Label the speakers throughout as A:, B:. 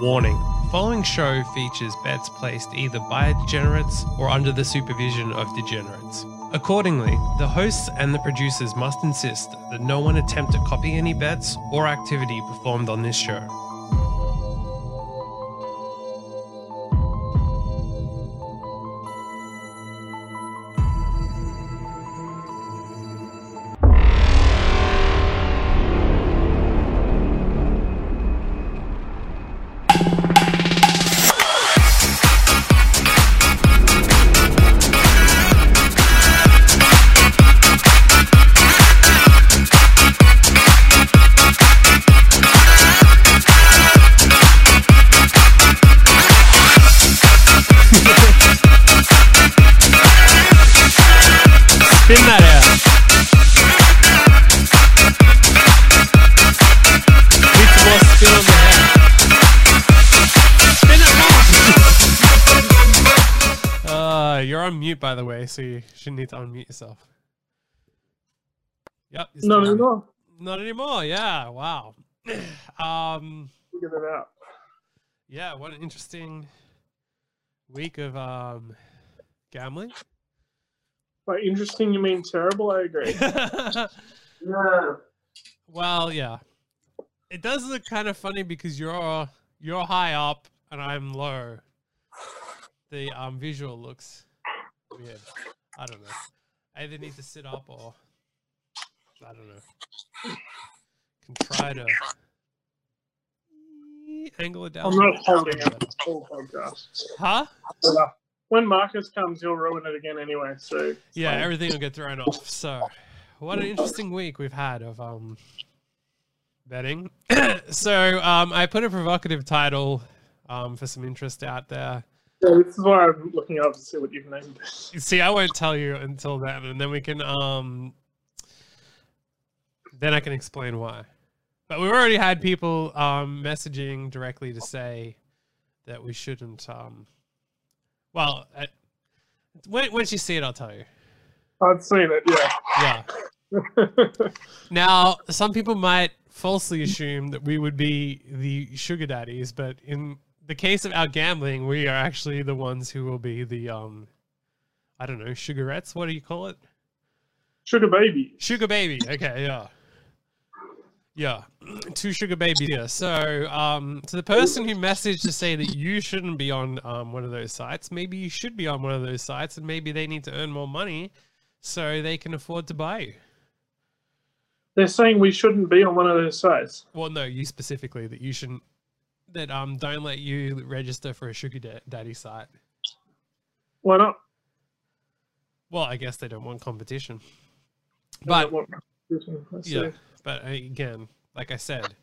A: Warning The following show features bets placed either by degenerates or under the supervision of degenerates. Accordingly, the hosts and the producers must insist that no one attempt to copy any bets or activity performed on this show. Spin that out. Need some more spin on the hat. Spin it more. Uh, you're on mute, by the way, so you shouldn't need to unmute yourself. Yep. you're
B: Not
A: still-
B: anymore.
A: Not anymore. Yeah. Wow. um.
B: Figured it out.
A: Yeah. What an interesting week of um gambling.
B: By interesting, you mean terrible? I agree. Yeah.
A: Well, yeah. It does look kind of funny because you're you're high up and I'm low. The um visual looks weird. I don't know. I either need to sit up or I don't know. Can try to angle it down.
B: I'm
A: a
B: not
A: bit.
B: holding up the whole podcast.
A: Huh?
B: But, uh, When Marcus comes, he'll ruin it again anyway. So
A: Yeah,
B: fine.
A: everything will get thrown off. So, what an interesting week we've had of um betting. so, um, I put a provocative title um for some interest out there.
B: so this is why I'm looking up to see what you've named. it.
A: You See, I won't tell you until then, and then we can um then I can explain why. But we've already had people um messaging directly to say that we shouldn't um well, uh, when once you see it, I'll tell you.
B: I've seen it. Yeah.
A: Yeah. Now, some people might falsely assume that we would be the sugar daddies, but in the case of our gambling, we are actually the ones who will be the um I don't know, sugarettes, what do you call it?
B: Sugar baby.
A: Sugar baby. Okay, yeah. Yeah. Two sugar babies here. So, um to the person who messaged to say that you shouldn't be on um one of those sites, maybe you should be on one of those sites and maybe they need to earn more money so they can afford to buy you.
B: They're saying we shouldn't be on one of those sites.
A: Well, no, you specifically that you shouldn't that um don't let you register for a sugar da- daddy site.
B: Why not?
A: Well, I guess they don't want competition.
B: I
A: But
B: don't want competition. Let's
A: yeah,
B: see.
A: but uh, again, like I said,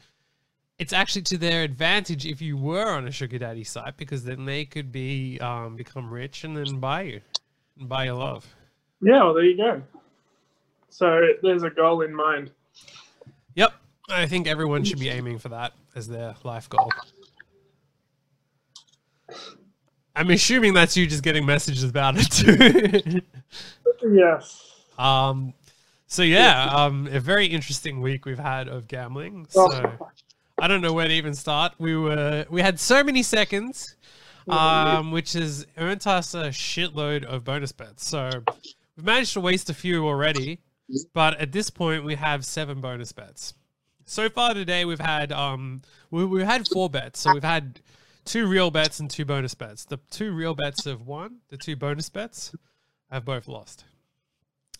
A: it's actually to their advantage if you were on a sugar daddy site because then they could be um become rich and then buy you and buy your love.
B: Yeah. Well, there you go. So there's a goal in mind.
A: Yep. I think everyone should be aiming for that as their life goal. I'm assuming that's you just getting messages about it too.
B: Yes.
A: Um, so yeah, um, a very interesting week we've had of gambling. So
B: Oh,
A: I don't know where to even start. We were we had so many seconds, um, which has earned us a shitload of bonus bets. So we've managed to waste a few already, but at this point we have seven bonus bets. So far today we've had um we we had four bets. So we've had two real bets and two bonus bets. The two real bets have won. The two bonus bets have both lost.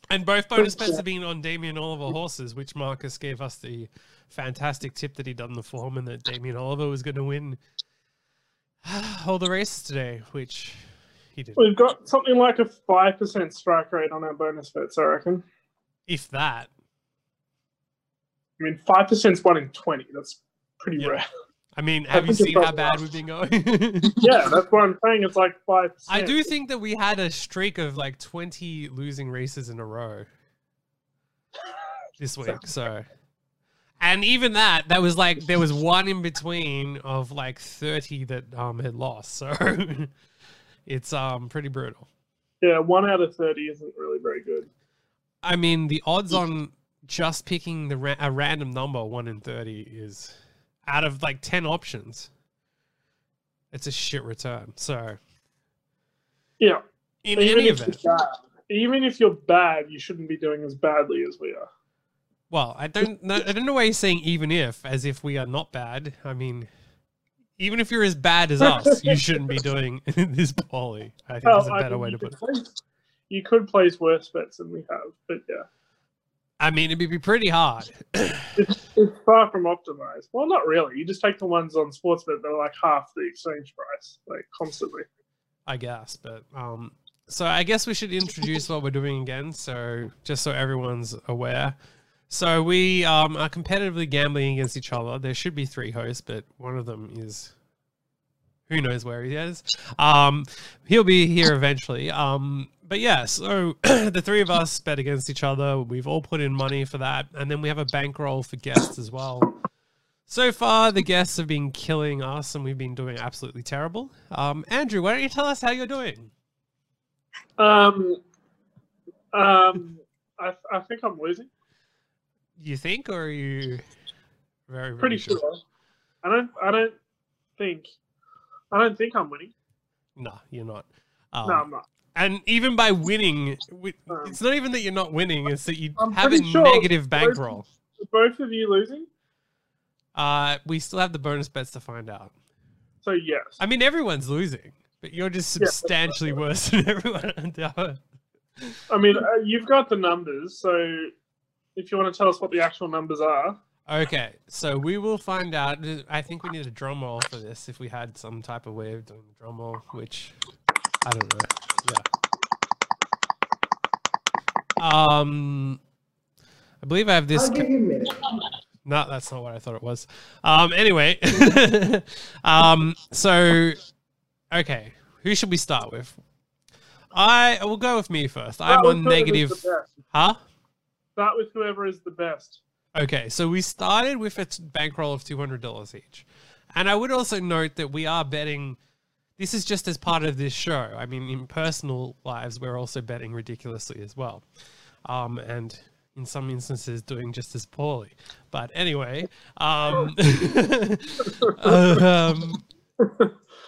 A: And both bonus bets have been on Damien Oliver horses, which Marcus gave us the fantastic tip that he'd done the form and that Damien Oliver was going to win all the races today, which he did. not
B: We've got something like a five percent strike rate on our bonus bets. I reckon.
A: If that,
B: I mean, five percent is one in twenty. That's pretty
A: Yeah.
B: rare.
A: I mean, have you
B: think
A: seen
B: it's
A: how
B: about
A: bad we've been going?
B: Yeah, that's what I'm saying. It's like five.
A: I do think that we had a streak of like 20 losing races in a row this week. So, and even that, that was like, there was one in between of like 30 that um, had lost. So it's um pretty brutal.
B: Yeah, one out of thirty isn't really very good.
A: I mean, the odds on just picking the ra- a random number, one in 30, is out of like 10 options. it's a shit return. So
B: Yeah.
A: in
B: Even
A: any
B: if,
A: event,
B: you're bad, even if you're bad, you shouldn't be doing as badly as we are.
A: well, I don't know. I don't know why you're saying even if, as if we are not bad. I mean, even if you're as bad as us, you shouldn't be doing this poorly. I think is a
B: Well, Oh, I
A: better
B: mean,
A: way
B: you
A: to put
B: could
A: it.
B: place- You could place worse bets than we have, but yeah.
A: I mean, it'd be pretty hard.
B: It's, it's far from optimized. Well, not really. You just take the ones on Sportsbet that are like half the exchange price, like constantly.
A: I guess, but um so I guess we should introduce what we're doing again, so just so everyone's aware. So we um, are competitively gambling against each other. There should be three hosts, but one of them is who knows where he is. Um, he'll be here eventually. Um, but yeah, so the three of us bet against each other. We've all put in money for that, and then we have a bankroll for guests as well. So far, the guests have been killing us, and we've been doing absolutely terrible. Um, Andrew, why don't you tell us how you're doing?
B: Um, um, I, I think I'm losing.
A: You think, or are you very, very
B: Pretty sure. I don't. I don't think. I don't think I'm winning.
A: No, you're not. Um,
B: no, I'm not.
A: And even by winning, we-
B: Um,
A: it's not even that you're not winning; it's that you
B: I'm
A: have a
B: pretty sure
A: negative bankroll.
B: Are both of you losing?
A: Uh, we still have the bonus bets to find out.
B: So yes.
A: I mean, everyone's losing, but you're just
B: Yeah.
A: substantially worse than everyone.
B: I mean, uh, you've got the numbers, so if you want to tell us what the actual numbers are,
A: Okay, so we will find out. I think we need a drum roll for this if we had some type of way of doing the drum roll, which I don't know. Yeah. Um, I believe I have this.
C: I'll give you a minute.
A: No, that's not what I thought it was. Um, anyway, um, so okay, who should we start with? I will go with me first. I'm
B: Start with
A: on
B: whoever is
A: negative,
B: the best.
A: huh?
B: Start with whoever is the best.
A: Okay, so we started with a t- bankroll of two hundred dollars each, and I would also note that we are betting. This is just as part of this show. I mean, in personal lives, we're also betting ridiculously as well, um, and in some instances, doing just as poorly. But anyway, um, um,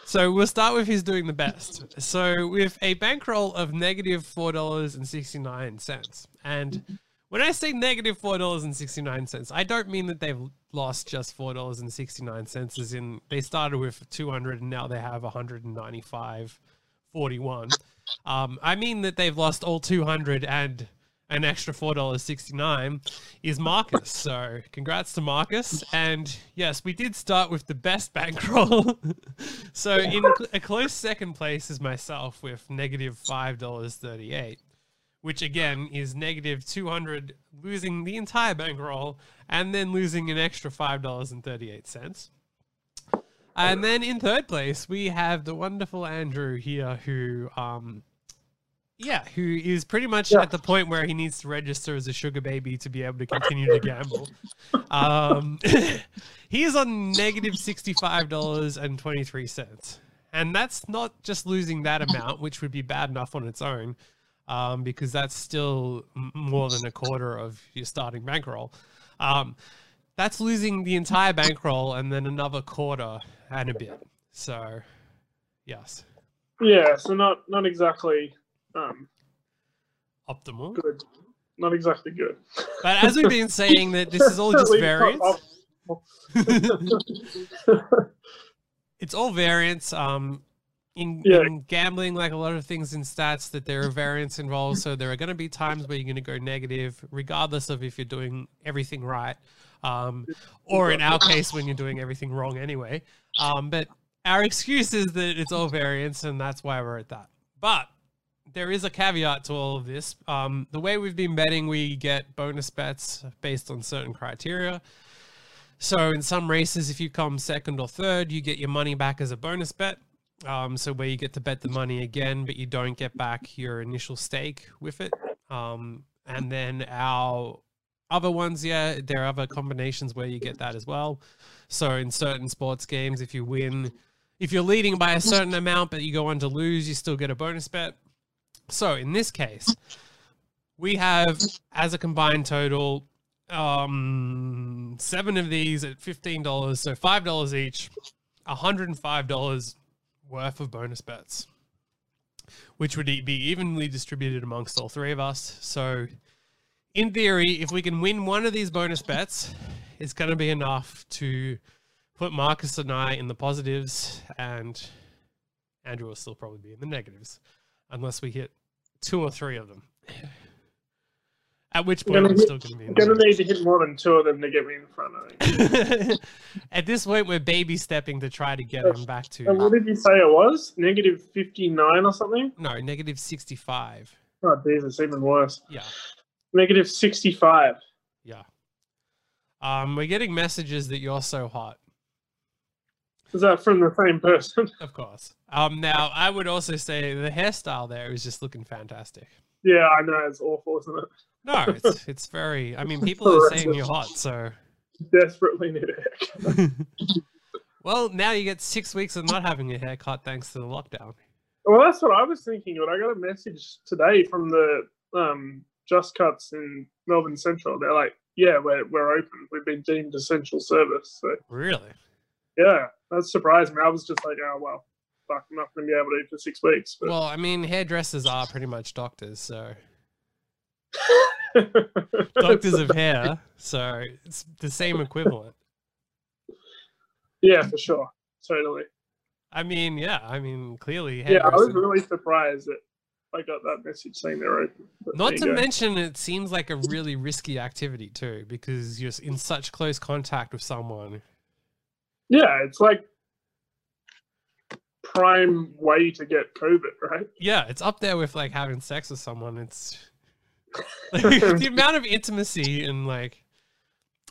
A: so we'll start with who's doing the best. So with a bankroll of negative four dollars and sixty nine cents, and when I say negative four dollars and sixty nine cents, I don't mean that they've lost just four dollars and sixty nine cents. As in, they started with two hundred and now they have one hundred and ninety five forty one. Um, I mean that they've lost all two hundred and an extra four dollars sixty nine is Marcus. So congrats to Marcus. And yes, we did start with the best bankroll. so in cl- a close second place is myself with negative five dollars thirty eight which again is negative 200, losing the entire bankroll and then losing an extra $5.38. And then in third place, we have the wonderful Andrew here who, um, yeah, who is pretty much
B: Yeah.
A: at the point where he needs to register as a sugar baby to be able to continue to gamble. Um, he is on negative $65.23. And that's not just losing that amount, which would be bad enough on its own um, because that's still m- more than a quarter of your starting bankroll. Um, that's losing the entire bankroll and then another quarter and a bit. So, yes,
B: Yeah, so not not exactly um,
A: optimal.
B: good. Not exactly good.
A: But as we've been saying, that this is all just
B: Certainly not
A: variance. it's all variance. Um, in,
B: Yeah.
A: in gambling, like a lot of things in stats, that there are variance involved. So there are going to be times where you're going to go negative, regardless of if you're doing everything right, um, or in our case, when you're doing everything wrong anyway. Um, but our excuse is that it's all variance, and that's why we're at that. But there is a caveat to all of this. Um, the way we've been betting, we get bonus bets based on certain criteria. So in some races, if you come second or third, you get your money back as a bonus bet. Um, so where you get to bet the money again, but you don't get back your initial stake with it. Um, and then our other ones, yeah, there are other combinations where you get that as well. So in certain sports games, if you win, if you're leading by a certain amount, but you go on to lose, you still get a bonus bet. So in this case, we have as a combined total um seven of these at fifteen dollars, so five dollars each, hundred and five dollars worth of bonus bets, which would be evenly distributed amongst all three of us. So, in theory, if we can win one of these bonus bets, it's going to be enough to put Marcus and I in the positives, and Andrew will still probably be in the negatives, unless we hit two or three of them. At which point,
B: Gonna
A: I'm
B: hit-
A: still going to be in
B: I'm
A: the
B: gonna
A: negatives.
B: need to hit more than two of them to get me in front. I think.
A: At this point, we're baby stepping to try to get him back
B: And what
A: to
B: did you say it was? Negative fifty nine or something?
A: no negative sixty-five.
B: Oh, Jesus, even worse.
A: Yeah,
B: Negative sixty five.
A: yeah. Um, we're getting messages that you're so hot,
B: Is that from the same person?
A: of course. Um, now I would also say the hairstyle there is just looking fantastic.
B: yeah, I know it's awful, isn't it?
A: No, it's it's very. I mean, people are saying you're hot, so.
B: Desperately need it.
A: well, now you get six weeks of not having a haircut thanks to the lockdown.
B: Well, that's what I was thinking, but I got a message today from the um, Just Cuts in Melbourne Central. They're like, "Yeah, we're we're open. We've been deemed essential service." So
A: Really?
B: yeah, that surprised me. I was just like, "Oh well, fuck, I'm not going to be able to eat for six weeks." But
A: Well, I mean, hairdressers are pretty much doctors, so doctors of hair, so it's the same equivalent.
B: yeah, for sure, totally.
A: I mean, yeah, I mean, clearly,
B: Yeah, I was
A: hairdressers-
B: really surprised that I got that message saying they're open. but
A: Not
B: there
A: to
B: you go.
A: mention, it seems like a really risky activity too, because you're in such close contact with someone.
B: yeah, it's like prime way to get COVID, right?
A: Yeah, it's up there with like having sex with someone. It's like, the amount of intimacy and like.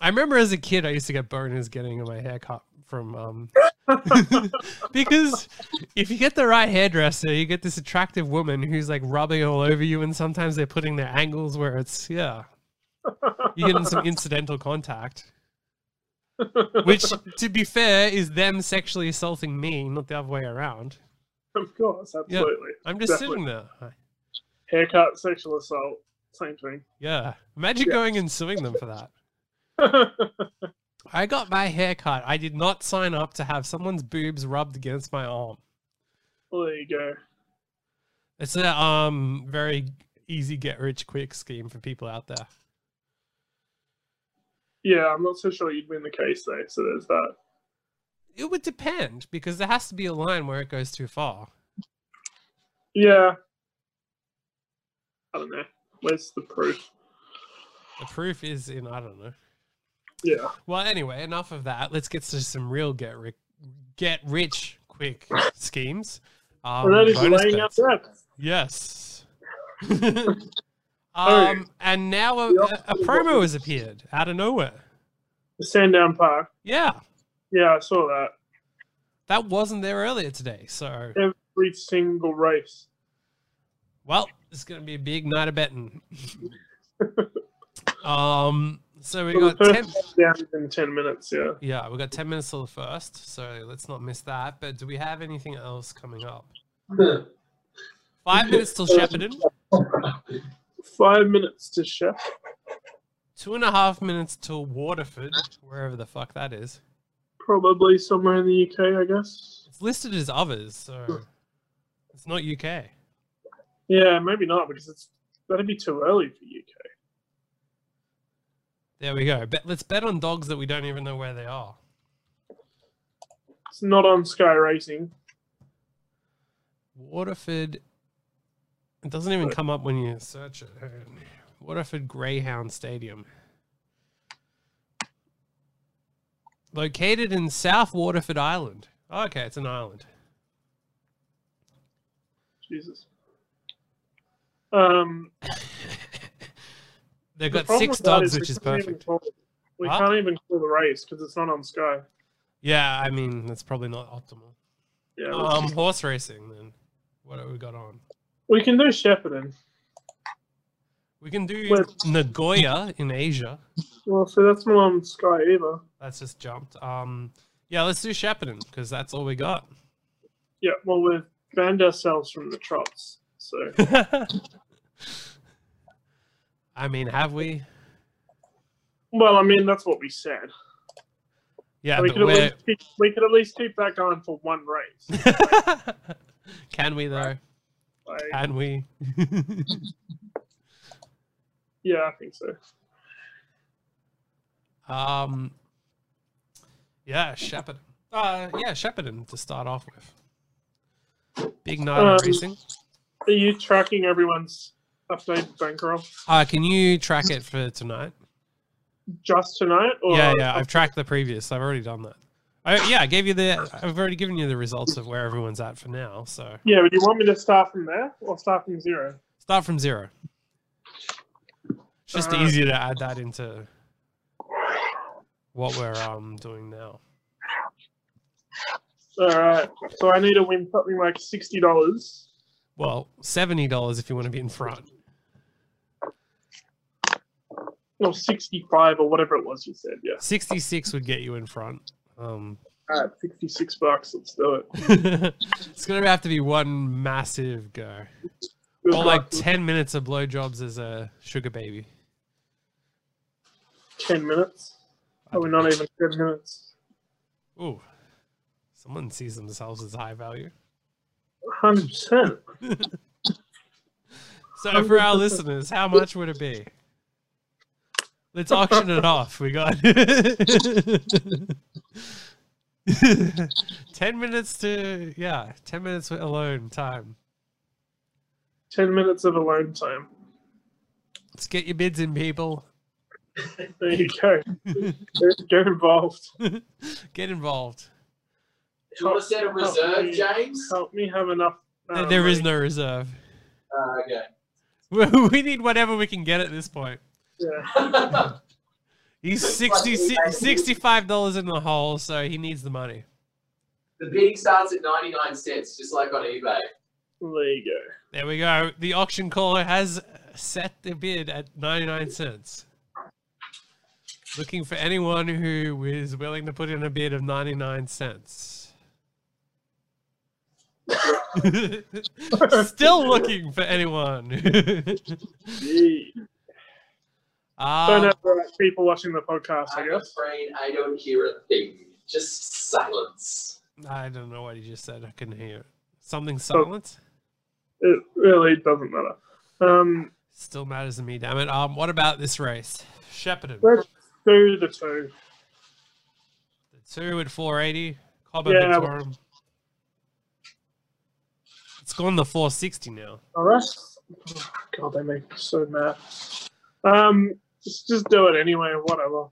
A: I remember as a kid, I used to get boners getting my hair cut from um, because if you get the right hairdresser, you get this attractive woman who's like rubbing all over you, and sometimes they're putting their angles where it's yeah, you're getting some incidental contact. Which, to be fair, is them sexually assaulting me, not the other way around.
B: Of course, absolutely.
A: I'm just
B: Exactly.
A: sitting there.
B: Haircut, sexual assault, same thing.
A: Yeah, imagine
B: Yeah.
A: going and suing them for that. I got my hair cut. I did not sign up to have someone's boobs rubbed against my arm.
B: well, there you go.
A: It's a um very easy get rich quick scheme for people out there.
B: Yeah, I'm not so sure you'd win the case though. So there's that.
A: It would depend because there has to be a line where it goes too far.
B: Yeah. I don't know. Where's the proof?
A: The proof is in I don't know.
B: Yeah.
A: Well, anyway, enough of that. Let's get to some real get ri- get rich quick schemes. Um,
B: and that is
A: bonus
B: laying
A: bets.
B: out that.
A: Yes.
B: Oh,
A: um, and now a, a, a promo has appeared out of nowhere.
B: The Sandown Park.
A: Yeah,
B: Yeah, I saw that.
A: that wasn't there earlier today. So,
B: Every single race.
A: well, it's going to be a big night of betting. um, so we
B: So the
A: got
B: first
A: ten.
B: down is in ten minutes, yeah.
A: Yeah, we got ten minutes till the first, so let's not miss that. But do we have anything else coming up? Five minutes till Shepparton.
B: Five minutes to chef.
A: Two and a half minutes till Waterford, wherever the fuck that is.
B: Probably somewhere in the UK, I guess.
A: It's listed as others, so it's not UK.
B: Yeah, maybe not because it's that'd be too early for UK.
A: There we go. Bet, let's bet on dogs that we don't even know where they are.
B: It's not on Sky Racing.
A: Waterford. It doesn't even come up when you search it. Hang on. Waterford Greyhound Stadium. Located in South Waterford Island. Oh, okay, it's an island.
B: Jesus. Um,
A: They've
B: the
A: got
B: problem
A: six
B: with that
A: dogs,
B: we
A: which is
B: can't even
A: perfect.
B: call it- We
A: Huh?
B: can't even call the race because it's not on Sky.
A: Yeah, I mean, that's probably not optimal.
B: Yeah, we-
A: Um, horse racing, then. What have we got on?
B: we can do Shepparton.
A: We can do
B: Wait.
A: Nagoya in Asia.
B: Well, so that's not on Sky either.
A: That's just jumped. Um, yeah, let's do Shepparton because that's all we got.
B: Yeah, well, we've banned ourselves from the trots. So
A: I mean, have we?
B: Well, I mean, that's what we said.
A: Yeah,
B: we
A: but
B: could at
A: we're.
B: least keep, we could at least keep that going for one race.
A: Can we though?
B: Like,
A: Can we?
B: yeah, I think so.
A: um. Yeah, Shepard. Uh, yeah, Shepparton to start off with. Big night
B: Um,
A: of racing.
B: Are you tracking everyone's updated bankroll
A: Uh, can you track it for tonight?
B: just tonight? Or
A: yeah, yeah. I've tracked the previous. I've already done that. I, yeah, I gave you the. I've already given you the results of where everyone's at for now. So
B: Yeah, but do you want me to start from there or start from zero?
A: start from zero. It's just
B: Uh,
A: easier to add that into what we're um doing now.
B: All right. So I need to win something like sixty dollars.
A: Well, seventy dollars if you want to be in front.
B: Or sixty-five or whatever it was you said. Yeah.
A: Sixty-six would get you in front. Um,
B: All right, sixty-six bucks. Let's do it.
A: it's gonna have to be one massive go,
B: Good
A: or like
B: luck.
A: ten minutes of blowjobs as a sugar baby.
B: ten minutes. Oh, we're not even ten minutes.
A: Ooh, someone sees themselves as high value.
B: Hundred percent.
A: So for our listeners, how much would it be? Let's auction it off. We got ten minutes to yeah, ten minutes alone time.
B: Ten minutes of alone time.
A: Let's get your bids in, people.
B: There you go. Get involved.
A: Get involved.
C: Do you want to set a reserve, James?
B: Help me have enough.
A: There-
B: um,
A: there is
B: money.
A: no reserve.
C: Uh, okay.
A: We need whatever we can get at this point.
B: Yeah.
A: He's 60, $65 in the hole, so he needs the money.
C: the bidding starts at 99 cents, just like on eBay.
B: There you go.
A: There we go. The auction caller has set the bid at 99 cents. Looking for anyone who is willing to put in a bid of 99 cents. Still looking for anyone.
B: Gee. Don't
A: um,
B: have the right people watching the podcast, I
C: I'm
B: guess.
C: afraid I don't hear a thing. Just silence.
A: I don't know what he just said. I couldn't hear it. Something silent?
B: It really doesn't matter. Um,
A: Still matters to me, damn it. Um, what about this race? Shepparton.
B: let's do the two.
A: The two at 480. Cobber
B: Yeah.
A: Victorum. It's gone to 460 now.
B: Oh, that's oh, God, they make me so mad. Um, just, just do it anyway, whatever.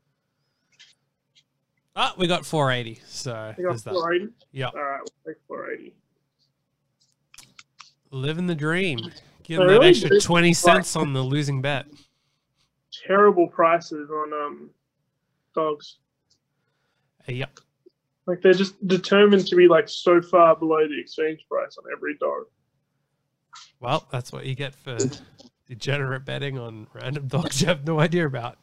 A: Ah, we got 480. So
B: I got
A: there's that.
B: 480.
A: Yep.
B: All right, we'll take 480.
A: Living the dream. Getting
B: They
A: that
B: really
A: extra
B: do
A: 20 cents on the losing bet.
B: Terrible prices on um dogs.
A: Yep.
B: Like they're just determined to be like so far below the exchange price on every dog.
A: Well, that's what you get for degenerate betting on random dogs you have no idea about.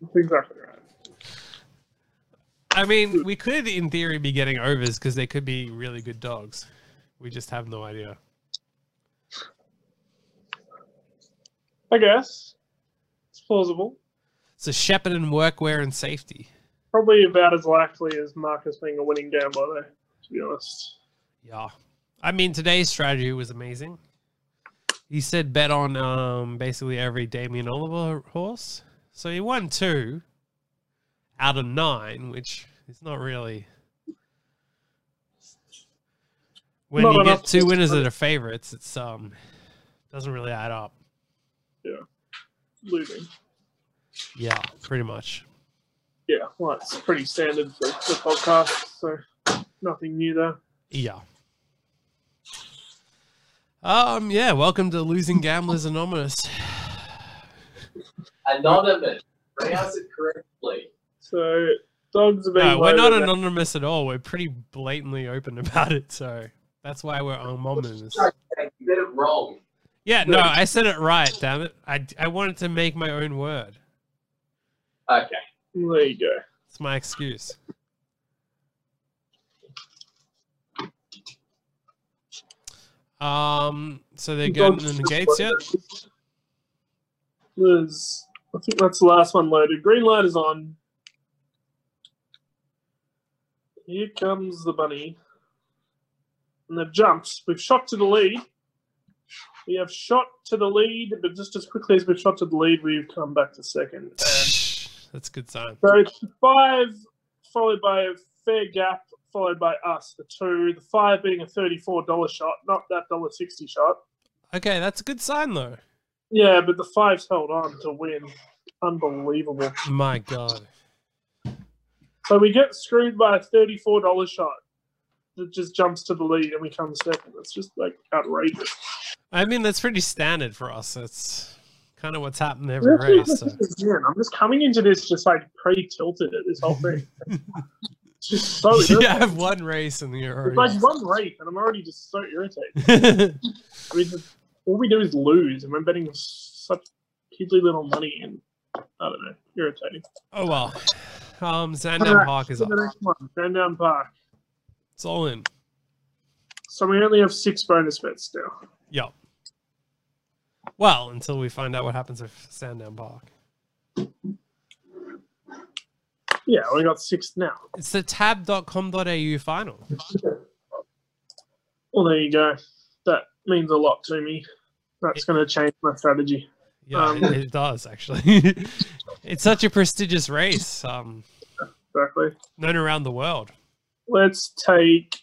B: That's exactly right.
A: I mean, we could, in theory, be getting overs because they could be really good dogs. We just have no idea.
B: I guess it's plausible.
A: So Shepard and workwear and safety.
B: Probably about as likely as Marcus being a winning gambler, though. To be honest.
A: Yeah. I mean, today's strategy was amazing. He said bet on um, basically every Damien Oliver horse. So he won two out of nine, which is not really. When
B: Not
A: you
B: enough
A: get
B: to-
A: two winners that are favorites, it's um doesn't really add up.
B: losing.
A: Yeah, pretty much.
B: Yeah, well, it's pretty standard for the podcast, so nothing new there.
A: Yeah. Um. Yeah. Welcome to Losing Gamblers Anonymous.
C: Anonymous. Pronounce it correctly.
B: So dogs are being.
A: No, we're
B: loaded
A: not
B: now.
A: anonymous at all. We're pretty blatantly open about it, so that's why we're anonymous.
C: You did it wrong.
A: Yeah, no, I said it right. Damn it! I, I wanted to make my own word.
C: Okay.
B: There you go.
A: It's my excuse. Um. So they're getting in the gates yet?
B: There's, I think that's the last one loaded. Green light is on. Here comes the bunny. And the jumps. We've shot to the lead. We have shot to the lead, but just as quickly as we've shot to the lead, we've come back to second. And
A: That's a good sign.
B: so it's five, followed by a fair gap, followed by us, the two. The five being a $34 shot, not that $1.60 shot.
A: Okay, that's a good sign though.
B: Yeah, but the five's held on to win. Unbelievable.
A: My God.
B: So we get screwed by a thirty-four dollar shot that just jumps to the lead and we come second. It's just like outrageous.
A: I mean, that's pretty standard for us. That's kind of what's happened every race. So.
B: Man, I'm just coming into this just like pre-tilted at this whole thing. it's just so
A: You
B: irritating.
A: have one race and you're
B: It's
A: already.
B: like one race and I'm already just so irritated.
A: yeah,
B: I mean, just- all we do is lose and we're betting such piddly little money and I don't know, irritating.
A: oh well. Um, Sandown
B: Alright,
A: Park is
B: So
A: up.
B: the next one, Sandown Park.
A: It's all in.
B: So we only have six bonus bets now.
A: Yep. Well, until we find out what happens with Sandown Park.
B: Yeah, we got six now.
A: It's the tab.com.au final.
B: Well, there you go. That means a lot to me. That's going to change my strategy.
A: Yeah,
B: Um,
A: it, it does actually. it's such a prestigious race, um,
B: Exactly.
A: known around the world.
B: Let's take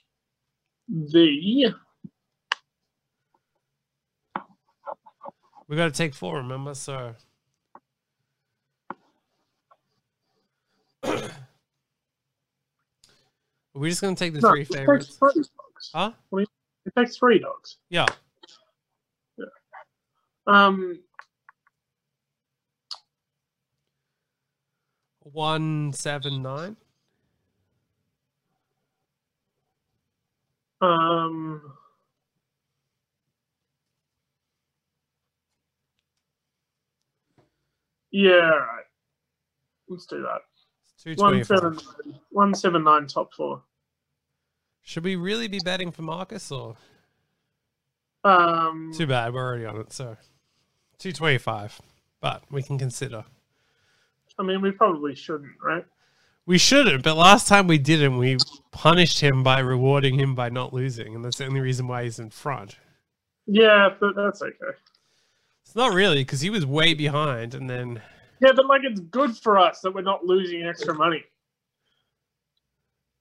B: the.
A: We got to take four, remember? So we're just gonna take the
B: No,
A: three
B: it takes
A: favorites,
B: three dogs.
A: huh?
B: It takes three dogs.
A: Yeah,
B: Um,
A: one, seven, nine.
B: um, yeah, all right. Let's do that.
A: Two
B: One
A: twenty-five.
B: seven, one seven nine top four.
A: Should we really be betting for Marcus or?
B: Um,
A: Too bad we're already on it. So two twenty-five, but we can consider.
B: I mean, we probably shouldn't, right?
A: We shouldn't, but last time we didn't, we punished him by rewarding him by not losing, and that's the only reason why he's in front.
B: Yeah, but that's okay.
A: It's not really because he was way behind, and then
B: Yeah, but like it's good for us that we're not losing extra money.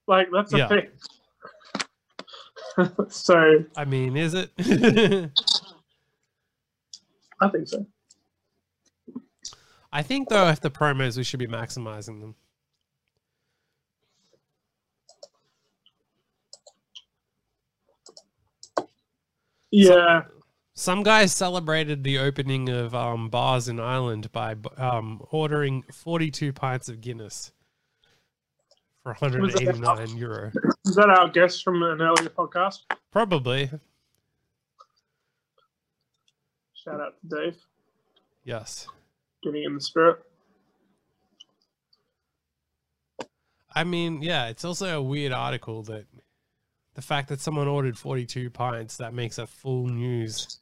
B: Like that's the
A: Yeah.
B: thing. so
A: I mean, is it? I
B: I think so.
A: think though, if the promos, we should be maximizing them.
B: Yeah,
A: Some guys celebrated the opening of um, bars in Ireland by b- um, ordering forty-two pints of Guinness for one hundred
B: Was it that much?
A: eighty-nine euro.
B: is that our guess from an earlier podcast?
A: Probably
B: Shout out to Dave,
A: yes.
B: getting in the spirit.
A: I mean, yeah, it's also a weird article that the fact that someone ordered 42 pints that makes a full news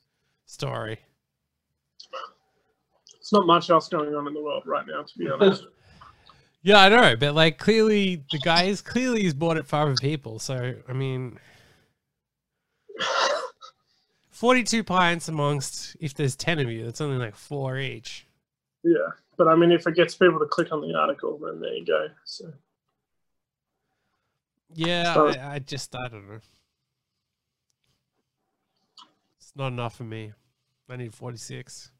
A: story.
B: It's not much else going on in the world right now, to be honest.
A: Yeah, I know, but like clearly the guy is clearly he's bought it for other people. So, I mean, 42 pints amongst if there's 10 of you, that's only like 4 each.
B: yeah, but I mean, if it gets people to click on the article, then there you go. So
A: Yeah,
B: So-
A: I, I just I don't know. It's not enough for me. I need 46.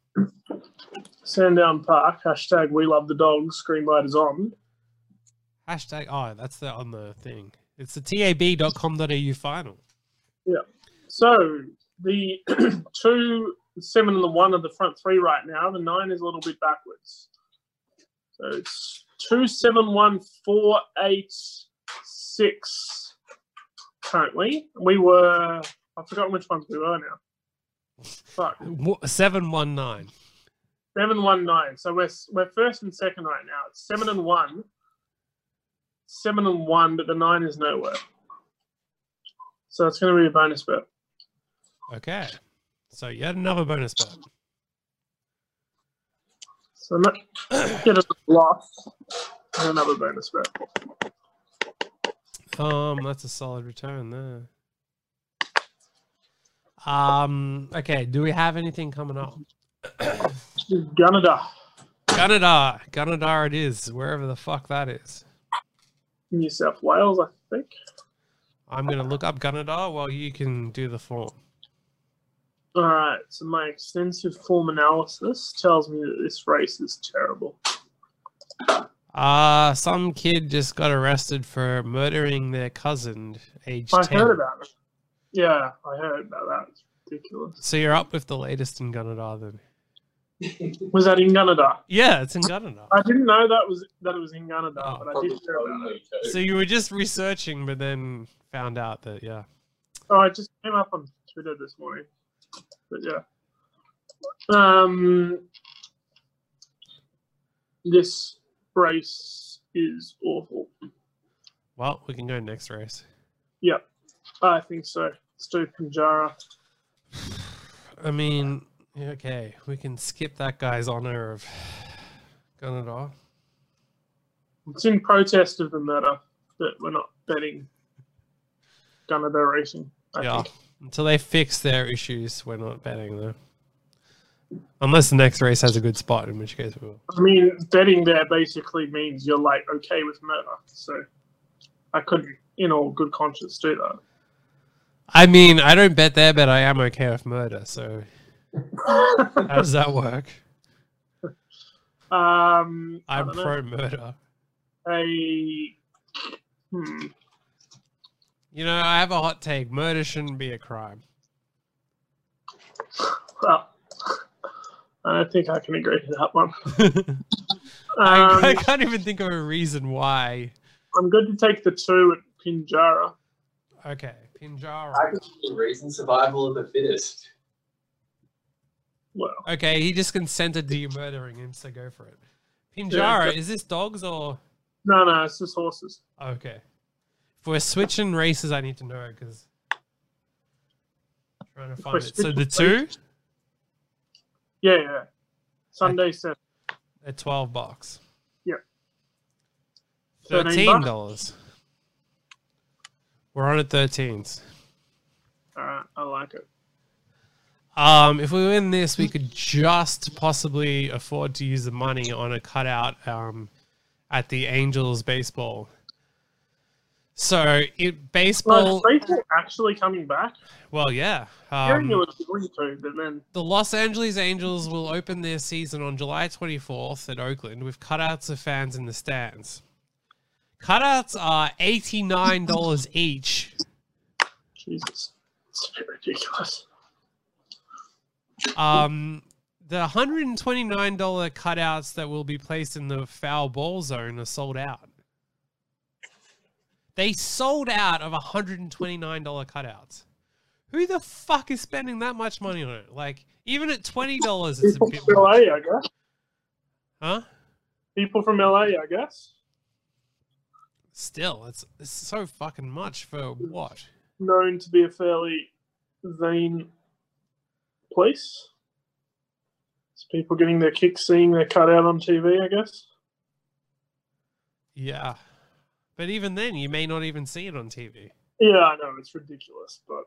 B: Sandown Park hashtag We Love the Dogs screenwriters on.
A: Hashtag oh, that's the on the thing. It's the tab.com.au final.
B: So the two, seven, and the one are the front three right now. The nine is a little bit backwards. So it's two, seven, one, four, eight, six currently. We were, I've forgotten which ones we were now. Fuck.
A: Wha- 719.
B: Seven, one, nine. So we're, s- we're first and second right now. It's seven and one. Seven and one, but the nine is nowhere. So it's going to be a bonus bet.
A: Okay. So yet another bonus bet.
B: So no, get a loss and another bonus bet.
A: Um, that's a solid return there. Um, okay, do we have anything coming up?
B: Gunada.
A: Gunadar, Gunadar it is, wherever the fuck that is.
B: New South Wales, I think.
A: I'm gonna look up Gunadar while you can do the form.
B: All right, so my extensive form analysis tells me that this race is terrible.
A: Uh some kid just got arrested for murdering their cousin, age
B: I
A: ten.
B: heard about it. Yeah, I heard about that. It's ridiculous.
A: So you're up with the latest in Gunadar then.
B: Was that in Gunada?
A: Yeah, it's in Gunadar.
B: I didn't know that was that it was in Gunada,
A: Oh,
B: but I did hear about it.
A: So you were just researching, but then found out that yeah.
B: Oh, it just came up on Twitter this morning. But yeah. Um, this race is awful.
A: Well, we can go next race.
B: I think so. Let's do Pinjara.
A: I mean, okay, we can skip that guy's honor of Gunadar.
B: It's in protest of the murder that we're not betting Gunada racing. I
A: yeah.
B: think.
A: Until they fix their issues, we're not betting though. Unless the next race has a good spot, in which case we will.
B: I mean, betting there basically means you're like okay with murder. So I could, in all good conscience, do that.
A: I mean, I don't bet there, but I am okay with murder. So how does that work?
B: um, I
A: I'm
B: don't know.
A: pro murder.
B: a hmm,
A: You know, I have a hot take. Murder shouldn't be a crime.
B: well, I don't think I can agree to that one.
A: I, I
B: Um,
A: can't even think of a reason why.
B: I'm good to take the two at Pinjara.
A: Okay, Pinjara.
C: I can see the reason survival of the fittest.
B: Well,
A: Okay, he just consented to you murdering him, so go for it.
B: Yeah,
A: Pinjara,
B: okay.
A: is this dogs or
B: no, no, it's just horses.
A: okay? If we're switching races, I need to know because trying to find
B: we're
A: it. So the
B: switching
A: two
B: Yeah, yeah. Sunday seven.
A: at twelve bucks.
B: Yep.
A: Thirteen
B: bucks.
A: dollars. We're on at thirteens.
B: All right, I like it.
A: Um, if we win this, we could just possibly afford to use the money on a cutout um, at the Angels baseball. So it
B: Well,
A: baseball,
B: baseball actually coming back.
A: well, yeah.
B: Hearing it
A: Um,
B: was going to, but then
A: the Los Angeles Angels will open their season on July 24th at Oakland with cutouts of fans in the stands. Cutouts are $89 each.
B: Jesus, it's ridiculous.
A: Um, the $129 cutouts that will be placed in the foul ball zone are sold out. They sold out of $129 cutouts. Who the fuck is spending that much money on it? Like, even at $20, it's a
B: People
A: bit
B: from LA,
A: much.
B: I guess.
A: Huh?
B: People from LA, I guess.
A: Still, it's, it's so fucking much for what?
B: Known to be a fairly vain place. It's people getting their kicks, seeing their cut out on TV, I guess.
A: Yeah. But even then, you may not even see it on TV.
B: Yeah, I know it's ridiculous, but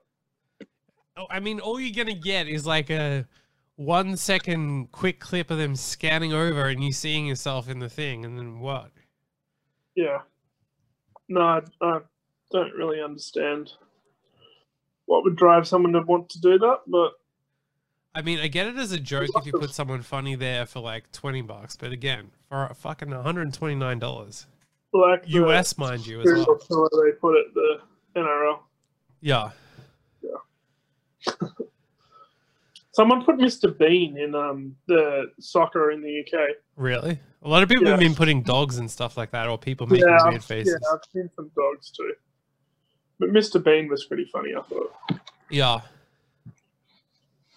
A: Oh, I mean, all you're gonna get is like a one second quick clip of them scanning over and you seeing yourself in the thing, and then what?
B: yeah. No, I, I don't really understand what would drive someone to want to do that, but
A: I mean, I get it as a joke if you put someone funny there for like twenty bucks, but again, for a fucking one hundred and twenty nine dollars
B: like the-
A: US, mind you, as well.
B: where they put it, the NRL.
A: Yeah,
B: Someone put Mr. Bean in um the soccer in the UK.
A: really. A lot of people have
B: Yeah.
A: been putting dogs and stuff like that, or people making
B: yeah,
A: weird faces.
B: yeah, I've seen some dogs too. But Mr. Bean was pretty funny, I thought.
A: yeah.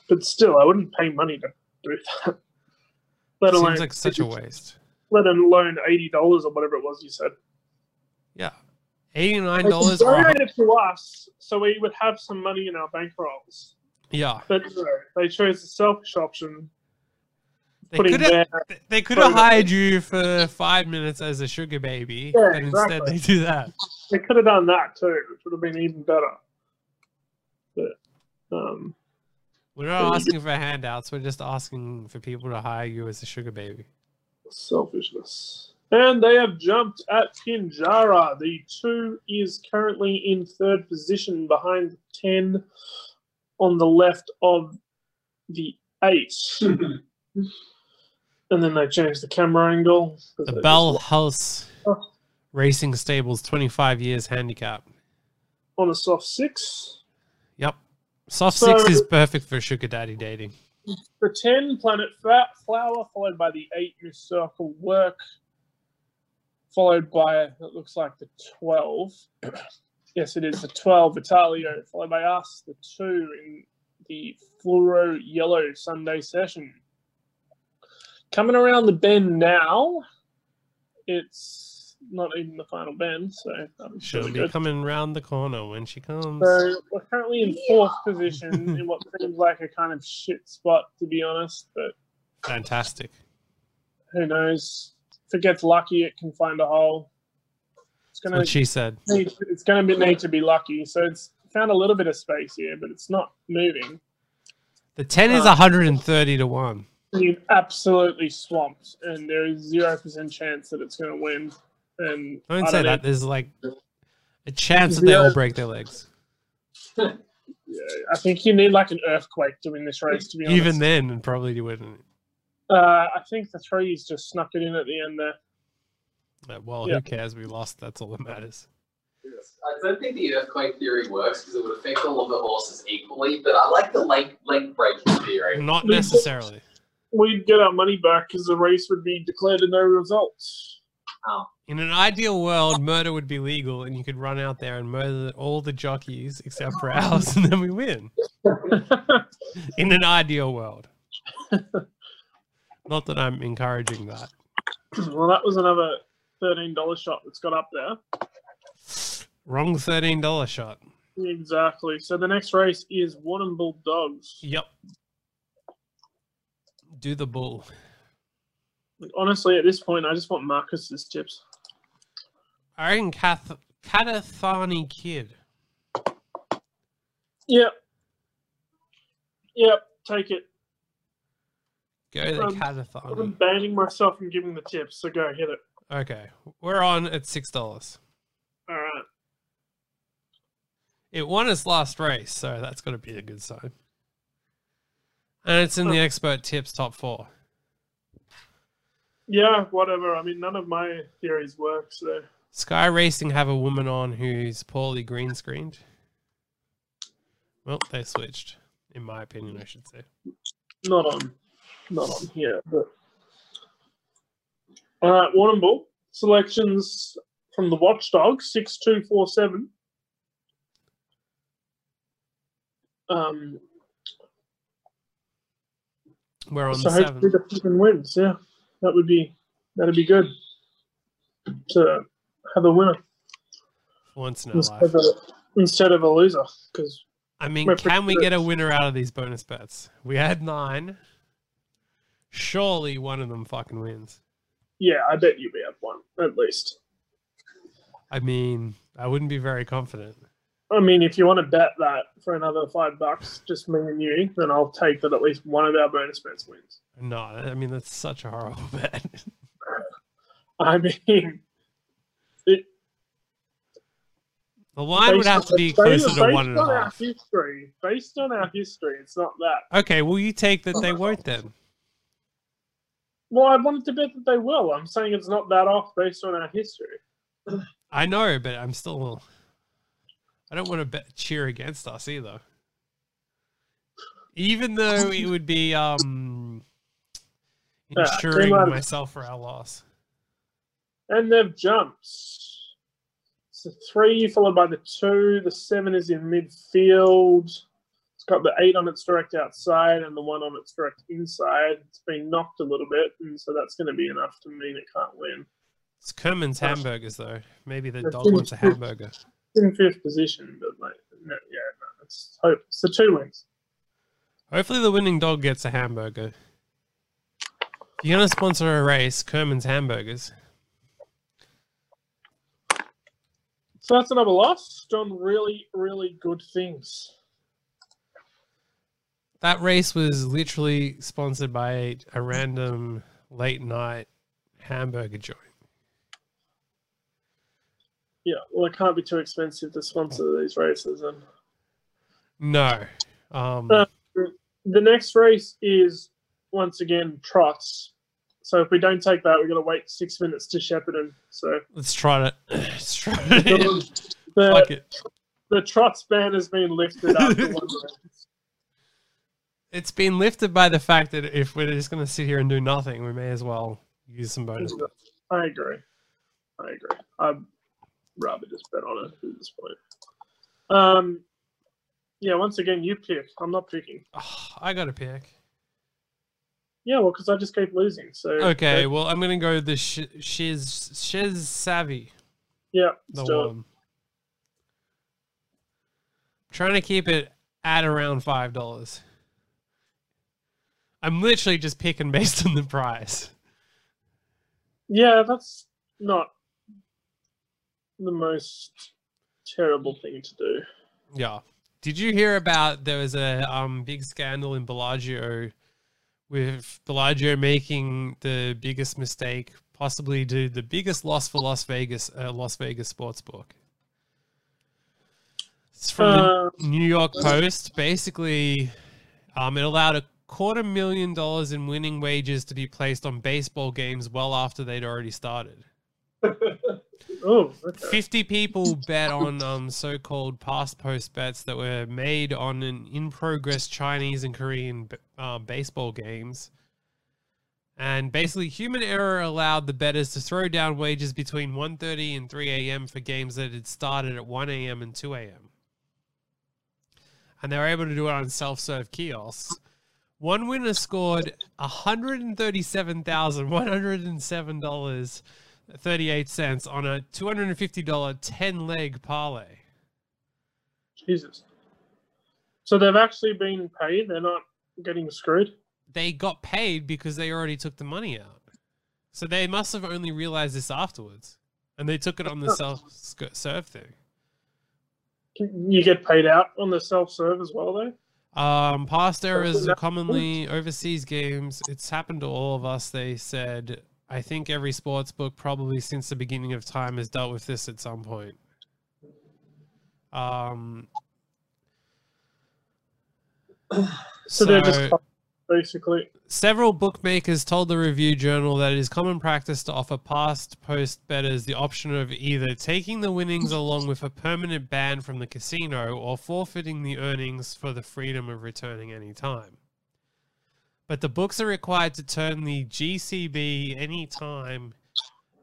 B: But still, I wouldn't pay money to do that. Let alone
A: seems like such a waste.
B: let alone eighty dollars or whatever it was you said.
A: Yeah, eighty nine
B: They could
A: dollars. Or,
B: donate it to us, so we would have some money in our bankrolls.
A: yeah,
B: But no, they chose the selfish option.
A: They
B: putting
A: could have
B: their
A: they could have
B: photo.
A: hired you for five minutes as a sugar baby,
B: Yeah,
A: and instead
B: exactly.
A: they do that.
B: They could have done that too, which would have been even better. But um,
A: We're not asking for handouts. We're just asking for people to hire you as a sugar baby.
B: selfishness. And they have jumped at Pinjara. The two is currently in third position behind ten on the left of the eight. and then they changed the camera angle. 'cause they
A: The
B: just
A: Bell
B: lost
A: House
B: Oh.
A: Racing Stables 25 years handicap.
B: on a soft six.
A: Yep. Soft
B: So-
A: six is perfect for sugar daddy dating.
B: The 10, Planet Fat Flower, followed by the 8, Miss Circle Work, followed by, it looks like the 12. yes, it is the 12, Vitalio, followed by us, the 2 in the Fluoro Yellow Sunday session. Coming around the bend now, it's not even the final bend, so I'm
A: She'll
B: sure
A: be coming round the corner when she comes.
B: so we're currently in fourth position in what seems like a kind of shit spot, to be honest, but
A: Fantastic.
B: who knows? If it gets lucky, it can find a hole. It's
A: That's
B: gonna
A: what she said.
B: need, it's gonna be, need to be lucky. So it's found a little bit of space here, but it's not moving.
A: The 10 is
B: Uh,
A: 130 to 1.
B: You're absolutely swamped, and there is zero percent chance that it's gonna win. And
A: Don't
B: I
A: say
B: know-
A: that. There's like a chance that they all
B: Yeah.
A: break their legs.
B: yeah, I think you need like an earthquake to win this race. To be honest,
A: Even then, and probably you wouldn't.
B: uh, I think the threes just snuck it in at the end there.
A: Uh, Well,
B: Yeah.
A: who cares? We lost. That's all that matters.
C: I don't think the earthquake theory works because it would affect all of the horses equally, but I like the lake lake breaking theory.
A: Not
B: We-
A: necessarily.
B: We'd get our money back because the race would be declared a no results.
A: In an ideal world, murder would be legal, and you could run out there and murder all the jockeys except for ours, and then we win. In an ideal world. Not that I'm encouraging that.
B: well, that was another thirteen dollar shot that's got up there.
A: Wrong $13 shot.
B: Exactly. So the next race is Warden Bulldogs.
A: Yep. Do the bull.
B: Like, honestly, at this point, I just want Marcus's tips.
A: I reckon Kath- Katathani Kid.
B: Yep. Yep. Take it.
A: Go to
B: Um, I'm
A: Katathani.
B: banning myself from giving the tips, so go hit it.
A: Okay. We're on at $6.
B: All right.
A: It won its last race, so that's got to be a good sign. And it's in the expert tips top four.
B: Yeah, whatever. I mean, none of my theories work, so
A: Sky Racing have a woman on who's poorly green screened. Well, they switched, in my opinion, I should say.
B: not on, not on here. But all right, Warden Bull selections from the Watchdog six two four seven. Um,
A: We're on the
B: so hopefully
A: seventh.
B: the fucking wins. Yeah, that would be that'd be good to have a winner
A: Once in a
B: instead
A: life.
B: of a, instead of a loser. Because
A: I mean,
B: we're pretty
A: can we
B: good.
A: get a winner out of these bonus bets? We had nine. Surely one of them fucking wins.
B: yeah, I bet you we have one at least.
A: I mean, I wouldn't be very confident.
B: I mean, if you want to bet that for another five bucks, just me and you, then I'll take that at least one of our bonus bets wins.
A: No, I mean, that's such a horrible bet.
B: I mean, it,
A: The line would
B: based
A: have
B: on-
A: to be
B: based-
A: closer to
B: based
A: one and a
B: on our
A: half.
B: history, based on our history, it's not that.
A: Okay, will you take that they won't then?
B: Well, I wanted to bet that they will. I'm saying it's not that off based on our history.
A: I know, but I'm still. I don't want to bet, cheer against us either. Even though it would be um,
B: Yeah, I
A: insuring
B: came out of-
A: myself for our loss.
B: And they've jumped. It's a three followed by the two. The seven is in midfield. It's got the eight on its direct outside and the one on its direct inside. It's been knocked a little bit, and so that's going to be enough to mean it can't win.
A: It's Kerman's hamburgers though. Maybe the
B: That's
A: dog wants a
B: true.
A: hamburger.
B: It's in fifth position, but like, no, yeah, no, it's hope. So two wins.
A: Hopefully, the winning dog gets a hamburger. You're gonna sponsor a race, Kerman's Hamburgers.
B: So that's another loss. Done really, really good things.
A: That race was literally sponsored by a random late night hamburger joint.
B: Yeah, well, it can't be too expensive to sponsor these races. And
A: No. Um,
B: Uh, the next race is once again trots. So if we don't take that, we're going to wait six minutes to Shepparton. So
A: let's try it. Let's try it.
B: the
A: Fuck it.
B: the trots ban has been lifted. After one round.
A: It's been lifted by the fact that if we're just gonna sit here and do nothing, we may as well use some bonus.
B: I agree. I agree. I'd rather just bet on it at this point. Um, yeah. Once again, you pick. I'm not picking.
A: Oh, I got to pick.
B: Yeah, well, because I just keep losing. So
A: Okay, well, I'm gonna go the sh- Shiz Shiz Savvy.
B: yeah.
A: the
B: still-
A: one. Trying to keep it at around five dollars. I'm literally just picking based on the price.
B: Yeah, that's not the most terrible thing to do.
A: Yeah. Did you hear about there was a um big scandal in Bellagio with Bellagio making the biggest mistake, possibly to the biggest loss for Las Vegas, uh, Las Vegas sportsbook. It's from the
B: Uh,
A: New York Post basically um, it allowed a quarter million dollars in winning wages to be placed on baseball games well after they'd already started.
B: oh, okay.
A: 50 people bet on um, so called past post bets that were made on an in progress Chinese and Korean b- uh, baseball games. And basically, human error allowed the bettors to throw down wages between 1.30 and 3 a.m. for games that had started at 1 a.m. and 2 a.m. And they were able to do it on self serve kiosks. One winner scored $137,107. 38 cents on a $250 10 leg parlay.
B: Jesus. So they've actually been paid. They're not getting screwed.
A: They got paid because they already took the money out. So they must have only realized this afterwards. And they took it on the self serve thing.
B: You get paid out on the self serve as well, though.
A: Um, past errors are commonly overseas games. It's happened to all of us, they said. I think every sports book, probably since the beginning of time, has dealt with this at some point. Um,
B: So, they're just basically.
A: Several bookmakers told the Review Journal that it is common practice to offer past post bettors the option of either taking the winnings along with a permanent ban from the casino or forfeiting the earnings for the freedom of returning any time. But the books are required to turn the GCB any time.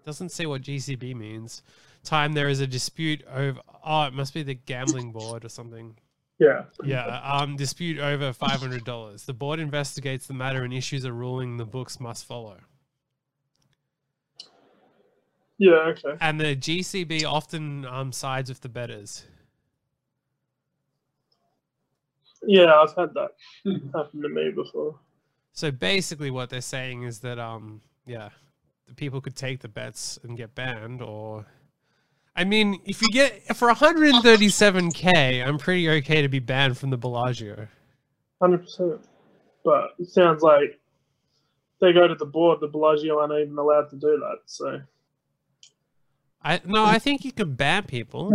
A: Doesn't say what GCB means. Time there is a dispute over. Oh, it must be the gambling board or something.
B: Yeah.
A: Yeah, um, dispute over five hundred dollars. The board investigates the matter and issues a ruling the books must follow.
B: Yeah. Okay.
A: And the GCB often um, sides with the betters.
B: Yeah, I've had that happen to me before.
A: So basically, what they're saying is that um, yeah, the people could take the bets and get banned, or I mean, if you get for one hundred and thirty-seven k, I'm pretty okay to be banned from the Bellagio.
B: Hundred percent. But it sounds like they go to the board. The Bellagio aren't even allowed to do that. So
A: I no, I think you can ban people.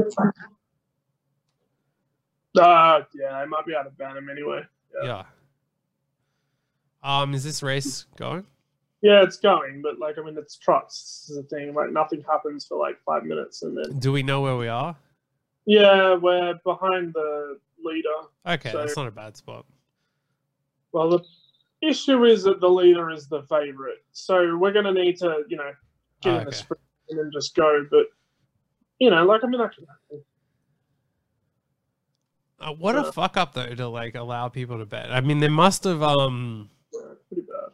B: ah, yeah, I might be able to ban him anyway.
A: Yeah. Um, is this race going?
B: Yeah, it's going, but like I mean, it's trucks. This is the thing. Like nothing happens for like five minutes, and then
A: Do we know where we are?
B: yeah, we're behind the leader.
A: Okay,
B: So-
A: that's not a bad spot.
B: Well, the issue is that the leader is the favorite, so we're gonna need to you know get
A: Oh,
B: in the
A: okay.
B: sprint and then just go. But you know, like I mean, that can happen.
A: Uh, what a
B: So-
A: fuck up though to like allow people to bet. I mean, they must have um
B: Yeah, pretty bad.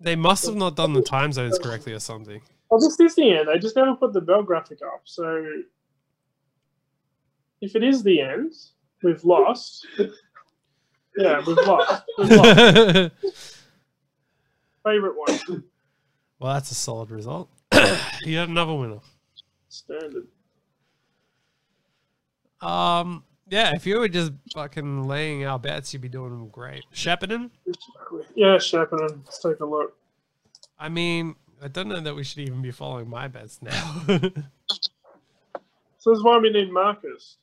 A: they must have not done the time zones correctly or something.
B: Well, this is the end. I just never put the bell graphic up. So if it is the end, we've lost. Yeah, we've lost. We've lost.
A: yeah,
B: favorite one.
A: Well, that's a solid result. you had another winner.
B: Standard.
A: Um, yeah, if you were just fucking laying our bets, you'd be doing great. Shepparton,
B: Yeah, Shepparton. Let's take a look.
A: I mean, I don't know that we should even be following my bets now.
B: So this is why we need Marcus.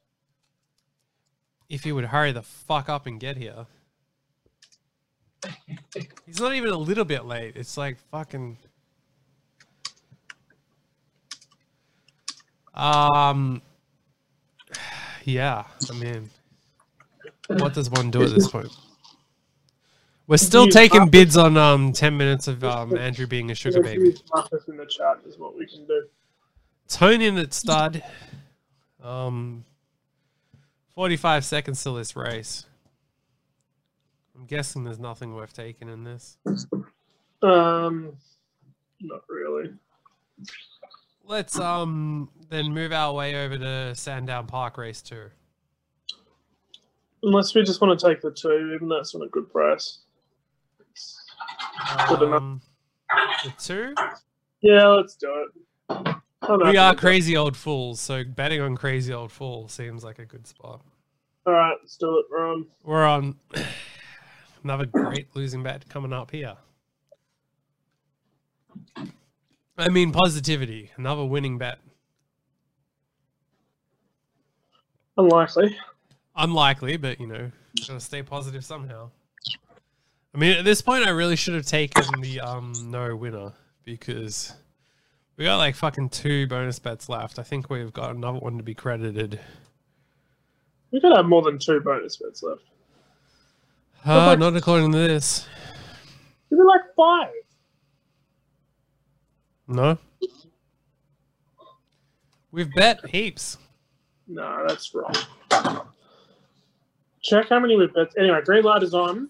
A: if you would hurry the fuck up and get here. He's not even a little bit late. It's like fucking. Um. Yeah, I mean, what does one do at this point? We're still
B: Use
A: taking
B: Marcus.
A: bids on um ten minutes of um Andrew being a sugar
B: Let's
A: baby.
B: use Marcus in the chat is what we can do.
A: Tone in at stud. Um, forty-five seconds to this race. I'm guessing there's nothing worth taking in this.
B: Um, not really.
A: Let's um then move our way over to Sandown Park Race Two.
B: Unless we just want to take the two, even though it's not a good price. Good enough.
A: Um, the two.
B: Yeah, let's do it. I don't know
A: We
B: if
A: are
B: it'll go.
A: crazy old fools, so betting on crazy old fool seems like a good spot.
B: All right, let's do it. We're on.
A: We're on another great losing bet coming up here. I mean, positivity, another winning bet.
B: Unlikely.
A: Unlikely, but you know, gotta stay positive somehow. I mean, at this point, I really should have taken the um no winner because we got like fucking two bonus bets left. I think we've got another one to be credited.
B: We could have more than two bonus bets left.
A: Uh,
B: like-
A: not according to this.
B: Give me like five.
A: No. We've bet heaps.
B: No, that's wrong. Check how many we've bet. Anyway, green light is on.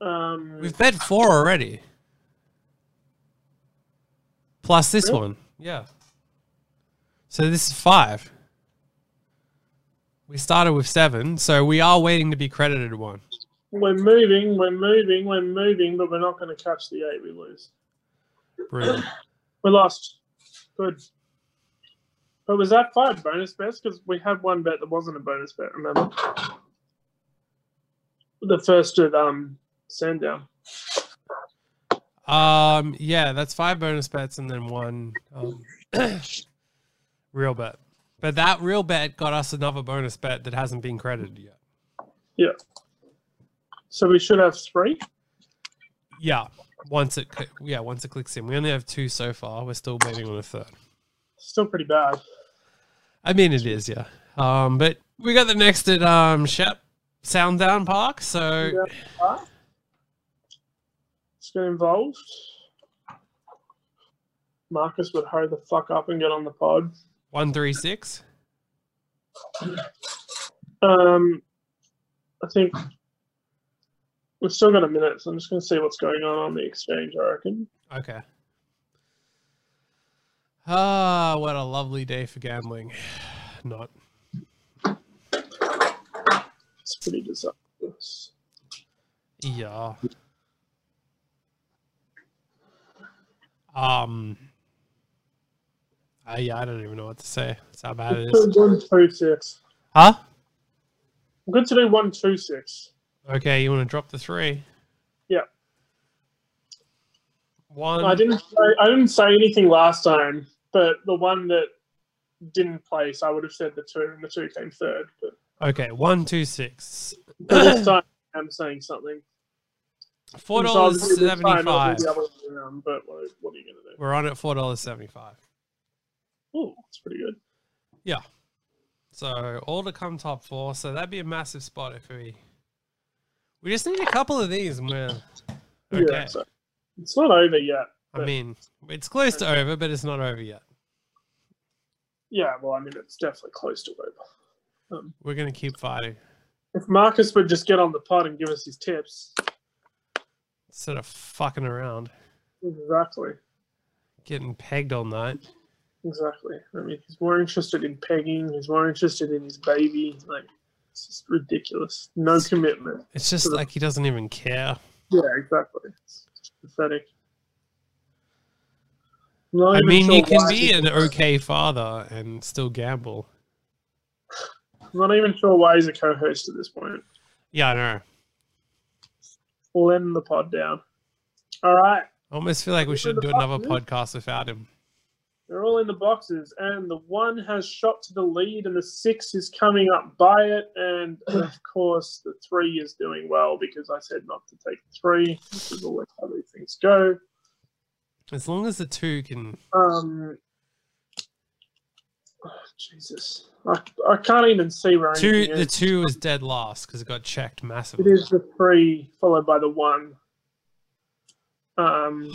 B: Um,
A: We've bet four already. Plus this
B: Really?
A: one. Yeah. So this is five. We started with seven, so we are waiting to be credited one.
B: we're moving, we're moving, we're moving, but we're not going to catch the eight we lose.
A: Brilliant.
B: We lost. Good. But was that five bonus bets? Because we had one bet that wasn't a bonus bet, remember? The first at um, Sandown.
A: Um, yeah, that's five bonus bets and then one um, real bet. But that real bet got us another bonus bet that hasn't been credited yet.
B: So we should have three.
A: Yeah, once it cl- yeah once it clicks in, we only have two so far. We're still waiting on a third.
B: Still pretty bad.
A: I mean, it is, yeah. Um, but we got the next at um Shep Sounddown Park, so
B: Yeah. Let's get involved. Marcus would hurry the fuck up and get on the pod.
A: one three six.
B: Um, I think we've still got a minute, so I'm just going to see what's going on on the exchange, I reckon.
A: Okay. Ah, what a lovely day for gambling. Not
B: It's pretty disastrous.
A: yeah. Um. I, yeah, I don't even know what to say. That's how bad it is.
B: One, two, six.
A: Huh?
B: I'm good to do one, two, six.
A: Okay, you want to drop the three?
B: Yeah.
A: One.
B: I didn't. Say, I didn't say anything last time, but the one that didn't place, I would have said the two, and the two came third. But
A: Okay, one, two, six.
B: but this time, I'm saying something.
A: Four
B: So I'll do
A: dollars
B: this time, I'll
A: seventy-five.
B: do the other way around, But what, what are you going to do?
A: We're on at four dollars seventy-five.
B: Oh, that's pretty good.
A: So all to come top four. So that'd be a massive spot if we. We just need a couple of these, and we're okay.
B: Yeah, so it's not over yet.
A: I mean, it's close to over, but it's not over yet.
B: Yeah, well, I mean, it's definitely close to over. Um,
A: We're gonna keep fighting
B: If Marcus would just get on the pod and give us his tips,
A: instead of fucking around,
B: exactly,
A: getting pegged all night.
B: exactly. I mean, he's more interested in pegging. He's more interested in his baby. Like, it's just ridiculous. No commitment.
A: It's just
B: Sort of-
A: like he doesn't even care.
B: Yeah, exactly. It's pathetic. I'm not
A: I
B: even
A: mean,
B: sure
A: you can
B: why
A: be an
B: people-
A: okay father and still gamble.
B: I'm not even sure why he's a co-host at this point.
A: Yeah, I know.
B: We'll end the pod down. All right,
A: I almost feel like we should do another podcast without him.
B: they're all in the boxes, and the one has shot to the lead, and the six is coming up by it, and of course the three is doing well because I said not to take the three. This is always how these things go.
A: As long as the two can.
B: Um, oh, Jesus, I, I can't even see where
A: Two,
B: anything
A: the
B: is.
A: two is dead last because it got checked
B: It
A: massively.
B: is the three followed by the one. Um,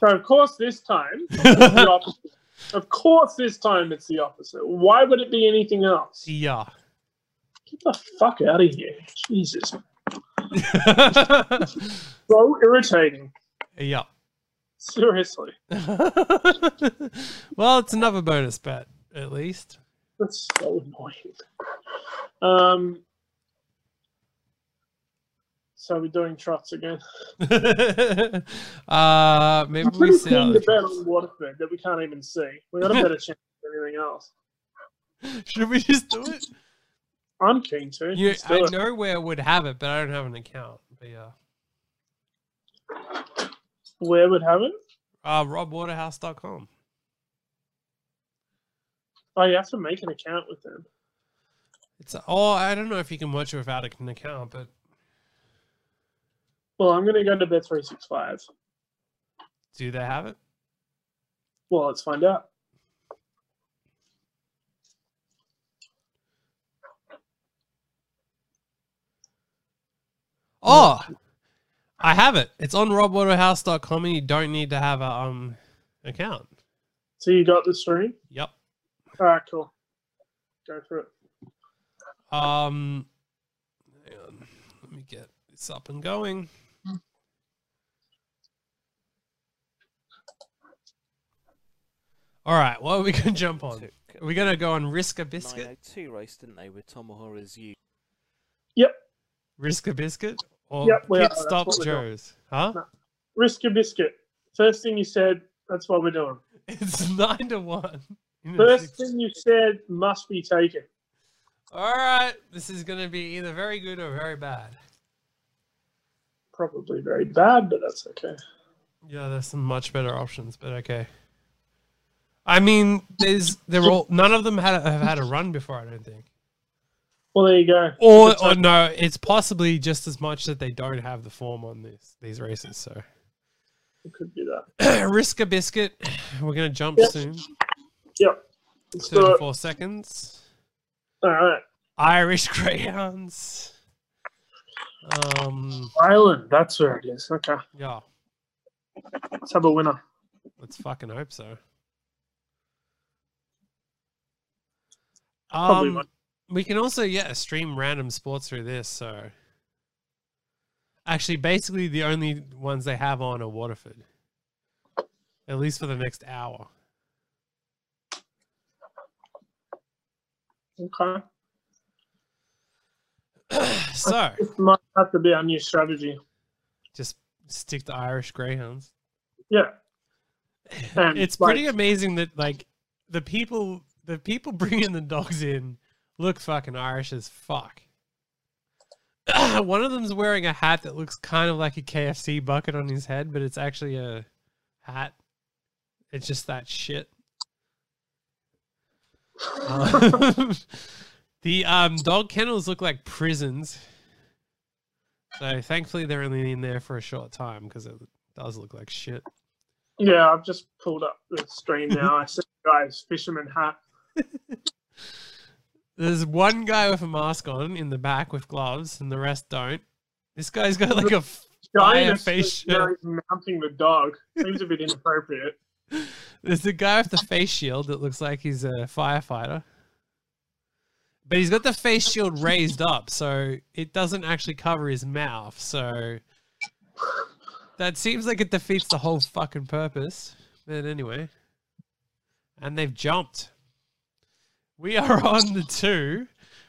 B: so of course this time, it's the opposite. of course this time it's the opposite. Why would it be anything else?
A: yeah.
B: Get the fuck out of here, Jesus! So irritating.
A: yeah.
B: Seriously,
A: well, it's another bonus bet, at least.
B: that's so annoying. Um, so we're doing trots again.
A: uh, maybe
B: I'm
A: we
B: pretty
A: see how
B: keen to
A: this
B: bet on Waterford that we can't even see. We got a better chance than anything else.
A: goes. Should we just do it?
B: I'm keen to.
A: You,
B: Let's do
A: I
B: it.
A: know where I would have it, but I don't have an account. But yeah.
B: Where would have it?
A: Uh, robwaterhouse.com.
B: Oh, you have to make an account with them.
A: It's oh, I don't know if you can watch it without an account, but
B: Well, I'm going to go to Bet365.
A: do they have it?
B: Well, let's find out.
A: Oh, I have it. It's on robwaterhouse.com, and you don't need to have a um account.
B: So you got the stream?
A: Yep.
B: All right, cool. Go for it.
A: Um, hang on. Let me get this up and going. All right, what are we gonna jump on? Are we gonna go on Risk a Biscuit?
D: 902 race, didn't they, with Tomohara's you?
A: Risk a Biscuit? Or
B: Yep, we are.
A: Pit
B: That's
A: Stop
B: what we're doing.
A: Joe's? Huh?
B: No. Risk your biscuit. First thing you said, that's what we're doing.
A: It's nine to one. in the
B: First
A: sixth.
B: thing you said must be taken.
A: All right, this is gonna be either very good or very bad.
B: Probably very bad, but that's okay.
A: Yeah, there's some much better options, but okay. I mean, there's they're all none of them had have had a run before. I don't think.
B: Well, there you go.
A: Or,
B: It's
A: or
B: okay.
A: no, it's possibly just as much that they don't have the form on this these races. So
B: It could be that.
A: risk a biscuit. We're gonna jump
B: Yep.
A: soon.
B: Let's do it.
A: Thirty-four seconds.
B: All right.
A: Irish greyhounds. Um.
B: Island. That's where it is. Okay.
A: Yeah.
B: Let's have a winner.
A: Let's fucking hope so.
B: Probably
A: Um,
B: won't.
A: we can also yeah stream random sports through this. So actually, basically the only ones they have on are Waterford, at least for the next hour.
B: Okay.
A: so
B: This might have to be our new strategy.
A: just stick to Irish Greyhounds.
B: Yeah. And,
A: it's
B: like,
A: pretty amazing that like the people the people bringing the dogs in look fucking Irish as fuck. One of them's wearing a hat that looks kind of like a KFC bucket on his head, but it's actually a hat. It's just that shit. Um, the um, dog kennels look like prisons. So thankfully they're only in there for a short time because it does look like shit.
B: Yeah, I've just pulled up the stream now. I see the guys, fisherman hat.
A: There's one guy with a mask on in the back with gloves, and the rest don't. This guy's got like a. F- Fire
B: is-
A: face
B: no, he's mounting the dog. Seems a bit inappropriate.
A: there's the guy with the face shield that looks like he's a firefighter, but he's got the face shield raised up, so it doesn't actually cover his mouth. So that seems like it defeats the whole fucking purpose. But anyway, and they've jumped. We are on the two,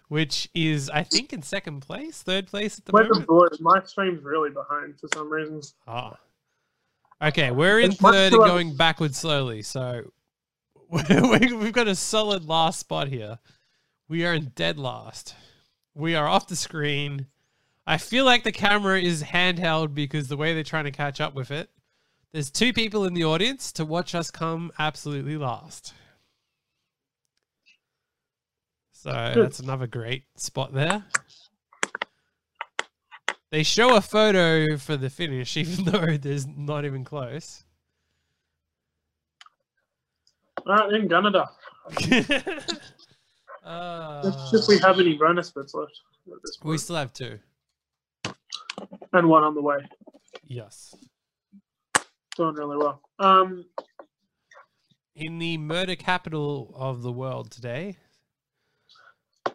A: which is I think in second place, third place at the
B: Weather
A: moment.
B: Boy, my stream's really behind for some reason.
A: Ah. Okay, we're in
B: It's much
A: third
B: too
A: and
B: early.
A: going backwards slowly, so we've got a solid last spot here. We are in dead last. We are off the screen. I feel like the camera is handheld because the way they're trying to catch up with it. There's two people in the audience to watch us come absolutely last. So that's another great spot there. They show a photo for the finish, even though there's not even close.
B: All right, then Gunada.
A: uh,
B: Let's see if we have any bonus bits left. at this
A: we
B: point.
A: still have two.
B: And one on the way.
A: Yes.
B: Doing really well. Um,
A: In the murder capital of the world today,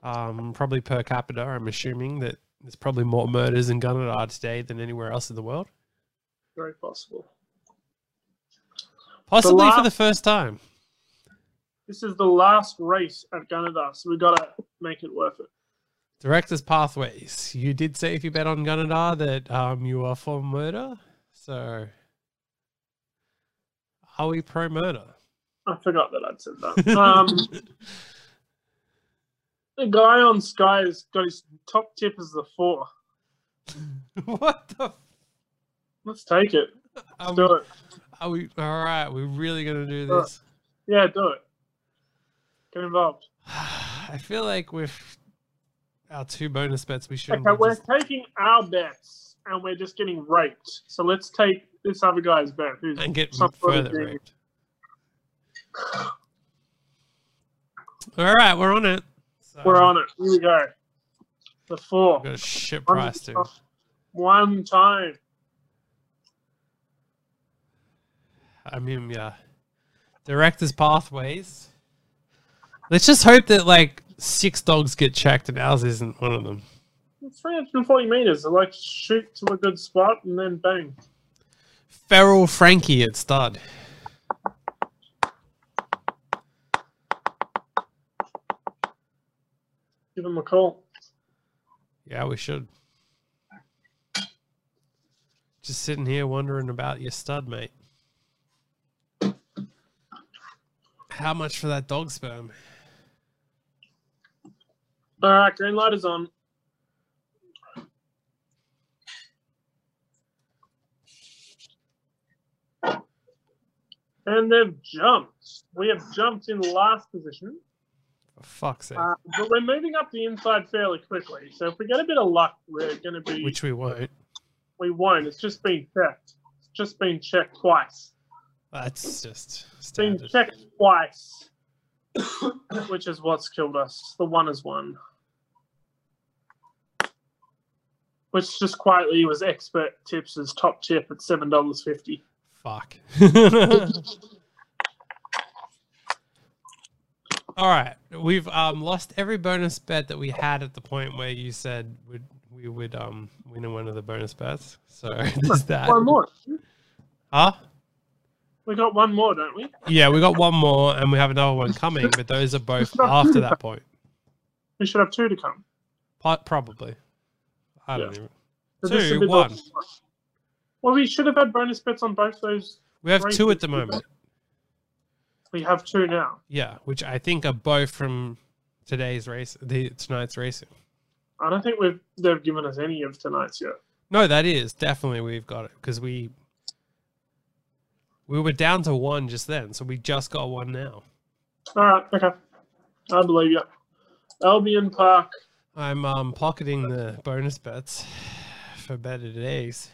A: um, probably per capita, I'm assuming that there's probably more murders in Gunnedah today than anywhere else in the world.
B: very possible.
A: Possibly for
B: la-
A: the first time.
B: This is the last race at Gunnedah, so we gotta make it worth it.
A: Director's Pathways. You did say if you bet on Gunnedah that um, you are for murder. So, are we pro murder?
B: I forgot that I'd said that. Um, the guy on Sky has got his top tip as the four.
A: what the? F- um,
B: Let's take it.
A: are, we,
B: Do it.
A: are we all right? We're really gonna do
B: Uh,
A: this.
B: Yeah, do it. Get involved.
A: I feel like with our two bonus bets, we shouldn't.
B: Okay,
A: be
B: we're
A: just-
B: taking our bets and we're just getting raped. So let's take this other guy's bet. Who's
A: and get
B: some sort of
A: further
B: genius.
A: raped. All right, we're on it. So
B: We're on it. Here we go. The four.
A: Got a shit
B: One-
A: price too.
B: One time.
A: I mean, yeah. Director's pathways. Let's just hope that like six dogs get checked and ours isn't one of them.
B: 340 meters. I like shoot to a good spot and then bang.
A: Feral Frankie at stud.
B: Give him a call.
A: Yeah, we should. Just sitting here wondering about your stud, mate. How much for that dog sperm?
B: All right, green light is on. And they've jumped. We have jumped in last position,
A: For fuck's sake.
B: uh, but we're moving up the inside fairly quickly. So if we get a bit of luck, we're going to be.
A: Which we won't.
B: we won't. It's just been checked. It's just been checked twice.
A: That's just
B: It's been
A: standard.
B: checked twice, which is what's killed us. The one is one, which just quietly was expert tips as top tip at seven dollars fifty.
A: Fuck. All right, we've um, lost every bonus bet that we had at the point where you said would we would um win in one of the bonus bets. So there's that.
B: One more.
A: Huh?
B: We got one more, don't we?
A: Yeah, we got one more, and we have another one coming, but those are both after that point,
B: We should have two to come.
A: Po- probably. I don't
B: Yeah.
A: even.
B: So this
A: Two,
B: would be the-
A: one.
B: Well, we should have had bonus bets on both those.
A: We have
B: Three
A: two at the
B: people.
A: moment.
B: We have two now.
A: Yeah, which I think are both from today's race, the tonight's racing.
B: I don't think we've they've given us any of tonight's yet.
A: No, that is definitely we've got it because we we were down to one just then, so we just got one now.
B: All right, okay. I believe you. Albion Park.
A: I'm um, pocketing the bonus bets for better days.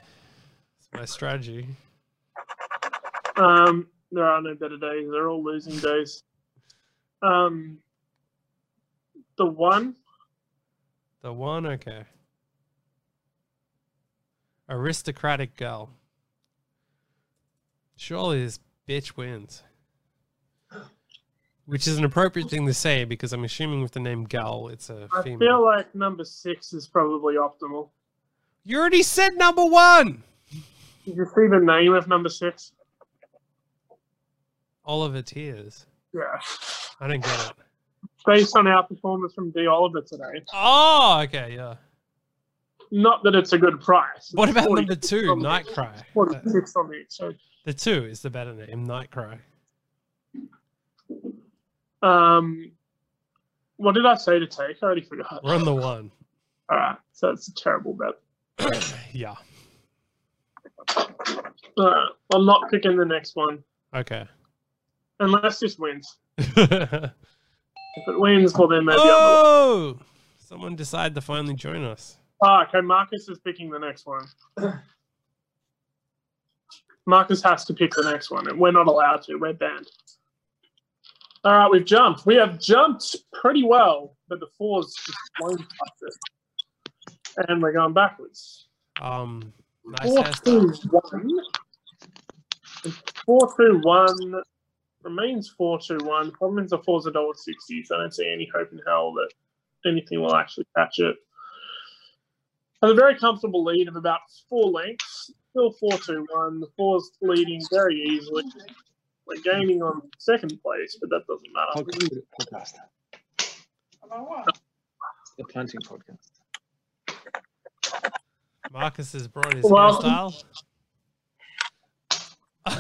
A: It's my strategy.
B: Um, there are no better days. They're all losing days. Um, the one,
A: The one, okay. Aristocratic girl. Surely this bitch wins. Which is an appropriate thing to say because I'm assuming with the name Gal, it's a
B: I
A: female.
B: feel like number six is probably optimal.
A: you already said number one!
B: Did you see the name of number six?
A: Oliver Tears.
B: Yeah.
A: I don't get it.
B: based on our performance from D. Oliver today.
A: Oh, okay, yeah.
B: Not that it's a good price.
A: What about
B: Forty-
A: number two, Night Cry? The,
B: 46 on the so
A: the two is the better name, Night Cry.
B: um what did I say to take? I already forgot.
A: We're on the one.
B: All right, so it's a terrible bet.
A: yeah.
B: All right, I'm not picking the next one
A: Okay.
B: unless this wins. If it wins, well then maybe I'm.
A: oh, someone decided to finally join us.
B: Ah, okay. Marcus is picking the next one. Marcus has to pick the next one, and we're not allowed to. We're banned. All right, we've jumped. We have jumped pretty well, but the fours just blown past it, and we're going backwards.
A: Um, nice
B: Four
A: hairstyle.
B: two one. Four two one remains four two one. Problem is the four's a dollar sixty, so I don't see any hope in hell that anything will actually catch it. Has a very comfortable lead of about four lengths. Still four two one. The four's leading very easily. We're gaining on second place, but that doesn't matter.
E: Podcast. The planting podcast.
A: Marcus has brought his
B: Well-
A: hairstyle.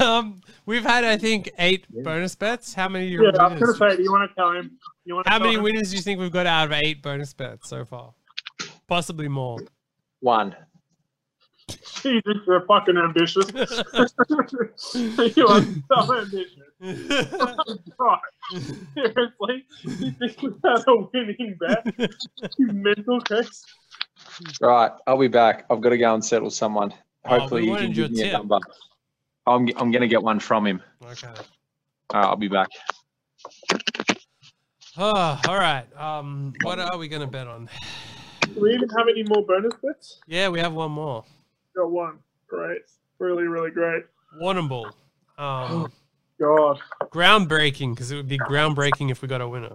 A: Um, we've had I think eight
E: Yeah.
A: bonus bets. How many?
B: Yeah, I was gonna
A: winners?
B: say, do you want to tell him? You want to
A: How
B: tell
A: many
B: him?
A: winners do you think we've got out of eight bonus bets so far? Possibly more.
E: One.
B: Jesus, you're fucking ambitious. you are so ambitious. Right. Seriously? You think without a winning bet? You mental case?
E: Right, I'll be back. I've got to go and settle someone.
A: Oh,
E: Hopefully,
A: we
E: you can
A: wanted your
E: give me
A: tip.
E: a number. I'm, I'm going to get one from him.
A: okay.
E: All right, I'll be back.
A: Oh, all right. Um, what are we gonna bet on?
B: Do we even have any more bonus bets?
A: Yeah, we have one more.
B: Got one. Great. Really, really great.
A: Warnable. Um,
B: God,
A: groundbreaking because it would be groundbreaking if we got a winner.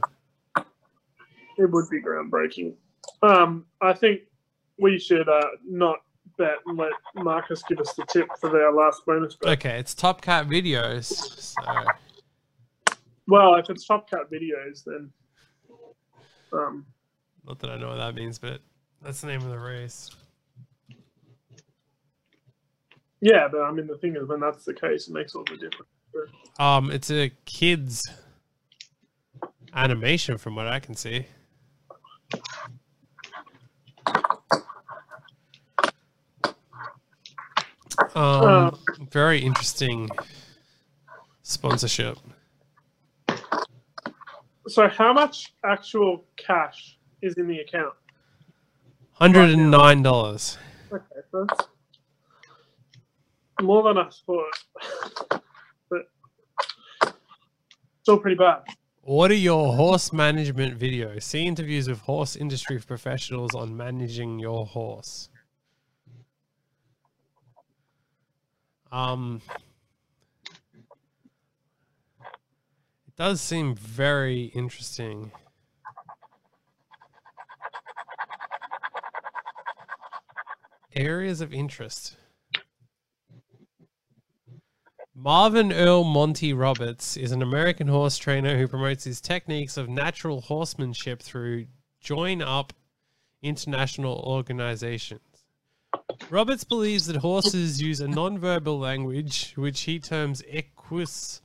B: it would be groundbreaking. Um, I think we should uh, not bet and let Marcus give us the tip for our last bonus bet.
A: Okay, it's Top Cat Videos. So.
B: Well, if it's Top Cut videos, then. Um,
A: Not that I know what that means, but that's the name of the race.
B: yeah, but I mean, the thing is, when that's the case, it makes all the difference.
A: Um, it's a kids animation from what I can see. Um, very interesting sponsorship.
B: So, how much actual cash is in the account?
A: Hundred and nine dollars.
B: Okay, that's more than I thought, but still pretty bad.
A: Order your horse management video. See interviews with horse industry professionals on managing your horse. Um, it does seem very interesting. Areas of interest. Marvin Earl Monty Roberts is an American horse trainer who promotes his techniques of natural horsemanship through join up international organizations. Roberts believes that horses use a nonverbal language, which he terms equus,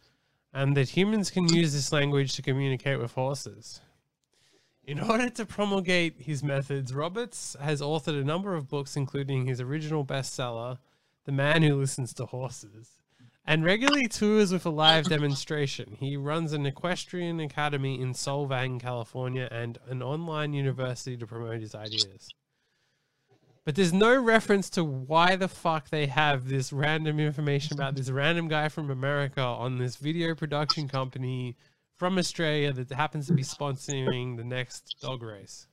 A: and that humans can use this language to communicate with horses. In order to promulgate his methods, Roberts has authored a number of books, including his original bestseller, The Man Who Listens to Horses and regularly tours with a live demonstration. He runs an equestrian academy in Solvang, California, and an online university to promote his ideas. But there's no reference to why the fuck they have this random information about this random guy from America on this video production company from Australia that happens to be sponsoring the next dog race.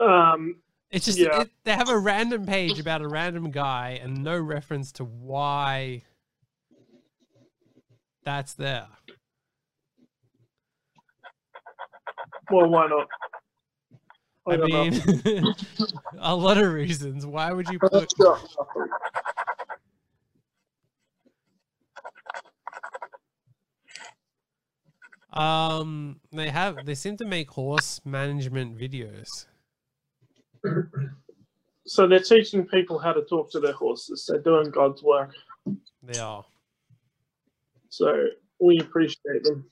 B: Um,
A: It's just
B: Yeah.
A: it, they have a random page about a random guy and no reference to why that's there.
B: well, why not?
A: I
B: don't know.
A: mean, a lot of reasons. Why would you put?
B: Let's go.
A: Um, they have they seem to make horse management videos.
B: So they're teaching people how to talk to their horses. They're doing God's work.
A: They are.
B: So we appreciate them.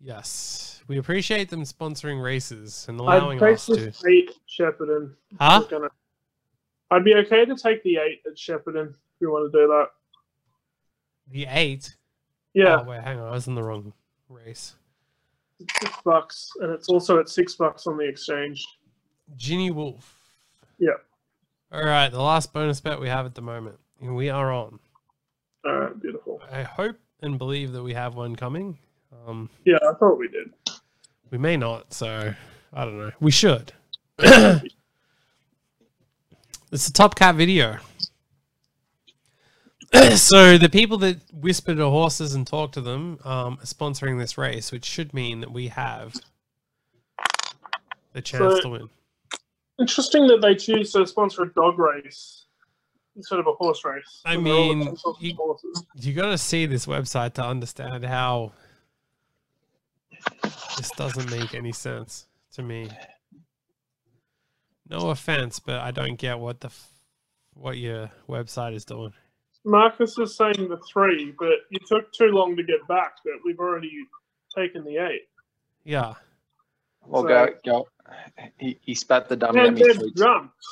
A: Yes, we appreciate them sponsoring races and
B: I'd
A: allowing
B: take
A: us
B: the
A: to.
B: eight at Shepparton.
A: Huh?
B: We're gonna- I'd be okay to take the eight at Shepparton if you want to do that.
A: The eight.
B: Yeah,
A: Oh, wait, hang on, I was in the wrong race.
B: six bucks, and it's also at six bucks on the exchange.
A: Ginny Wolf.
B: Yeah.
A: All right, the last bonus bet we have at the moment, and we are on.
B: All right, beautiful.
A: I hope and believe that we have one coming. Um,
B: Yeah, I thought we did.
A: we may not, so I don't know. We should. it's a Top Cat video. so the people that whisper to horses and talk to them um, are sponsoring this race, which should mean that we have the chance
B: So-
A: to win.
B: Interesting that they choose to sponsor a dog race instead of a horse race.
A: I
B: And they're all
A: mean,
B: about talking
A: you-
B: horses.
A: You got to see this website to understand how this doesn't make any sense to me. No offense, but I don't get what the f- what your website is doing.
B: Marcus is saying the three, but you took too long to get back. But we've already taken the eight.
A: Yeah,
E: Well, go,
B: So-
E: go. He, he spat the dummy at
B: And
E: me.
B: they've
E: three times.
B: jumped.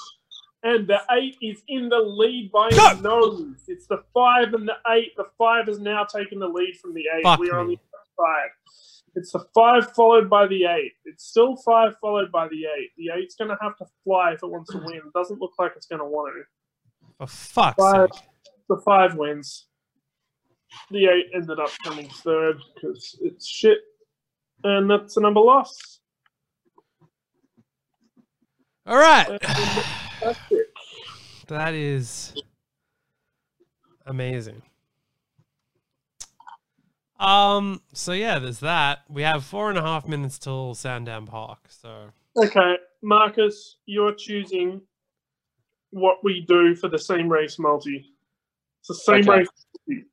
B: And the eight is in the lead by
A: Go!
B: a nose. It's the five and the eight. The five is now taking the lead from the eight.
A: Fuck
B: we are on
A: me.
B: the five. It's the five followed by the eight. It's still five followed by the eight. The eight's going to have to fly if it wants to win. doesn't look like it's going to want to.
A: for fuck's
B: Five.
A: sake.
B: the five wins. The eight ended up coming third because it's shit, and that's a number loss.
A: All right,
B: That's it.
A: that is amazing. Um. So yeah, there's that. We have four and a half minutes till Sandown Park. So
B: Okay, Marcus, you're choosing what we do for the same race multi. It's the same
E: Okay.
B: race. multi.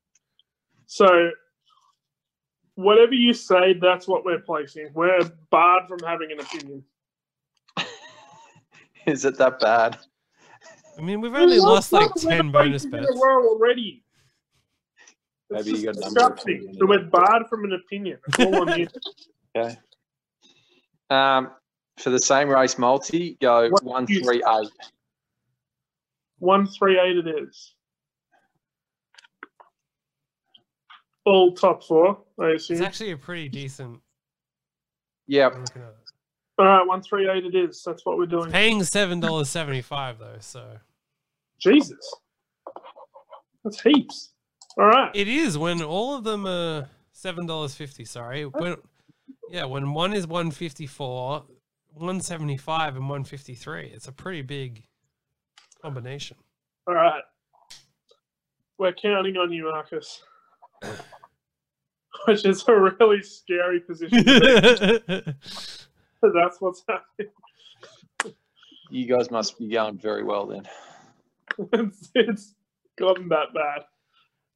B: So, whatever you say, that's what we're placing. We're barred from having an opinion.
E: Is it that bad?
A: I mean, we've only
B: We've
A: lost like
B: we've
A: ten
B: lost
A: bonus
B: races in a
A: bets.
B: row already. It's
E: Maybe you
B: just
E: got a number of
B: disgusting.
E: opinions.
B: So we're barred from an opinion. That's all I need.
E: Okay. Um, for the same race multi, go
B: What
E: one
B: you-
E: three eight.
B: One three eight it is. All top four, I
A: It's
B: assume.
A: actually a pretty decent.
E: Yep.
A: I'm looking at it.
B: All right, one three eight it is. That's what we're doing.
A: Paying seven dollars seventy five though, so
B: Jesus, that's heaps. All right,
A: it is when all of them are seven dollars fifty. Sorry, when yeah, when one is one fifty four, one seventy five, and one fifty three. It's a pretty big combination.
B: all right. We're counting on you, Marcus. Which is a really scary position. to be in. that's what's happening.
E: You guys must be going very well then.
B: It's, it's gotten that bad.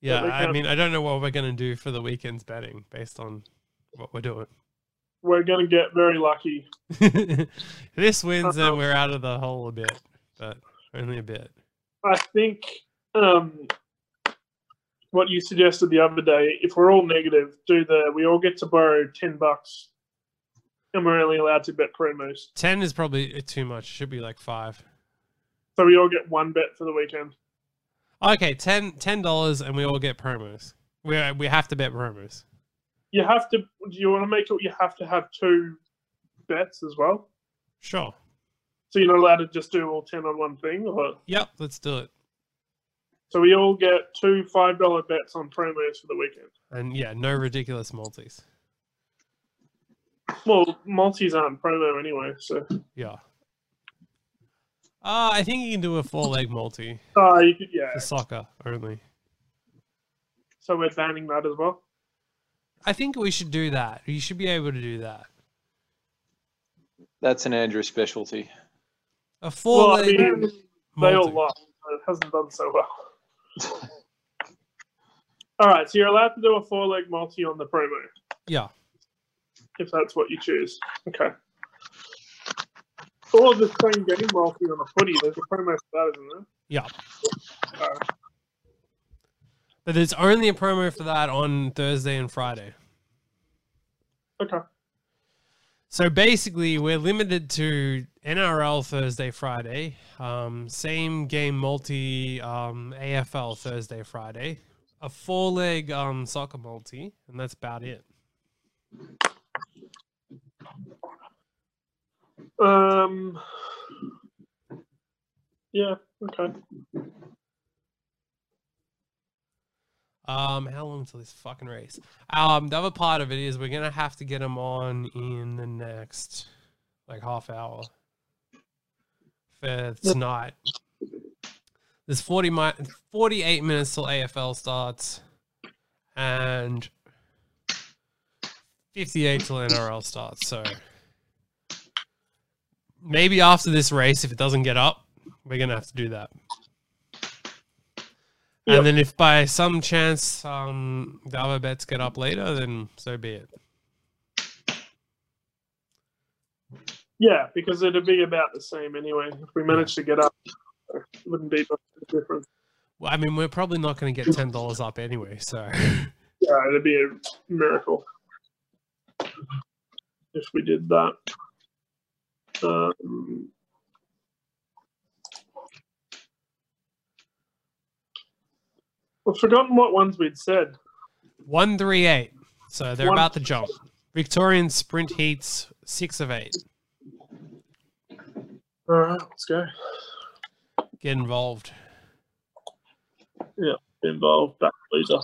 A: yeah,
B: we
A: I
B: can't-
A: mean, I don't know what we're gonna do for the weekend's betting based on what we're doing.
B: We're gonna get very lucky.
A: this wins and we're out of the hole a bit, but only a bit.
B: I think um, what you suggested the other day, if we're all negative, do the we all get to borrow ten bucks and we're only allowed to bet primos.
A: Ten is probably too much. It should be like five.
B: So we all get one bet for the weekend.
A: Okay, ten ten dollars, and we all get promos. We we have to bet promos.
B: You have to do you wanna make it you have to have two bets as well?
A: Sure.
B: So you're not allowed to just do all ten on one thing or
A: Yep. Let's do it.
B: so we all get two five dollar bets on promos for the weekend.
A: And yeah, no ridiculous multis.
B: Well, multis aren't promo anyway, so
A: Yeah. Uh, I think you can do a four leg multi
B: uh, you could, yeah.
A: for soccer only.
B: So we're banning that as well.
A: I think we should do that. You should be able to do that.
E: That's an Andrew specialty.
A: A four
B: well, I
A: leg
B: mean, They
A: multi.
B: all lost. so It hasn't done so well. All right, so you're allowed to do a four leg multi on the promo
A: Yeah.
B: if that's what you choose. Okay. Or the same game multi on a footy. There's a promo for that, isn't there?
A: But there's only a promo for that on Thursday and Friday.
B: Okay.
A: So basically, we're limited to NRL Thursday, Friday, um, same game multi um, AFL Thursday, Friday, a four leg um, soccer multi, and that's about it.
B: Um. Yeah. Okay.
A: Um, how long till this fucking race? Um, the other part of it is we're gonna have to get them on in the next like half hour for tonight. There's 40 mi- 48 minutes till AFL starts and 58 till NRL starts. So maybe after this race, if it doesn't get up, we're gonna have to do that.
B: Yep.
A: And then if by some chance um, the other bets get up later, then so be it.
B: Yeah, because it'd be about the same anyway. If we managed to get up, it wouldn't be much of a difference.
A: Well, I mean, we're probably not going to get ten dollars up anyway, so
B: Yeah, it'd be a miracle if we did that. Um, I've forgotten what ones we'd said.
A: one three eight. So they're
B: One-
A: about to jump. Victorian sprint heats six of eight.
B: All right, let's go.
A: Get involved.
B: Involved, back loser.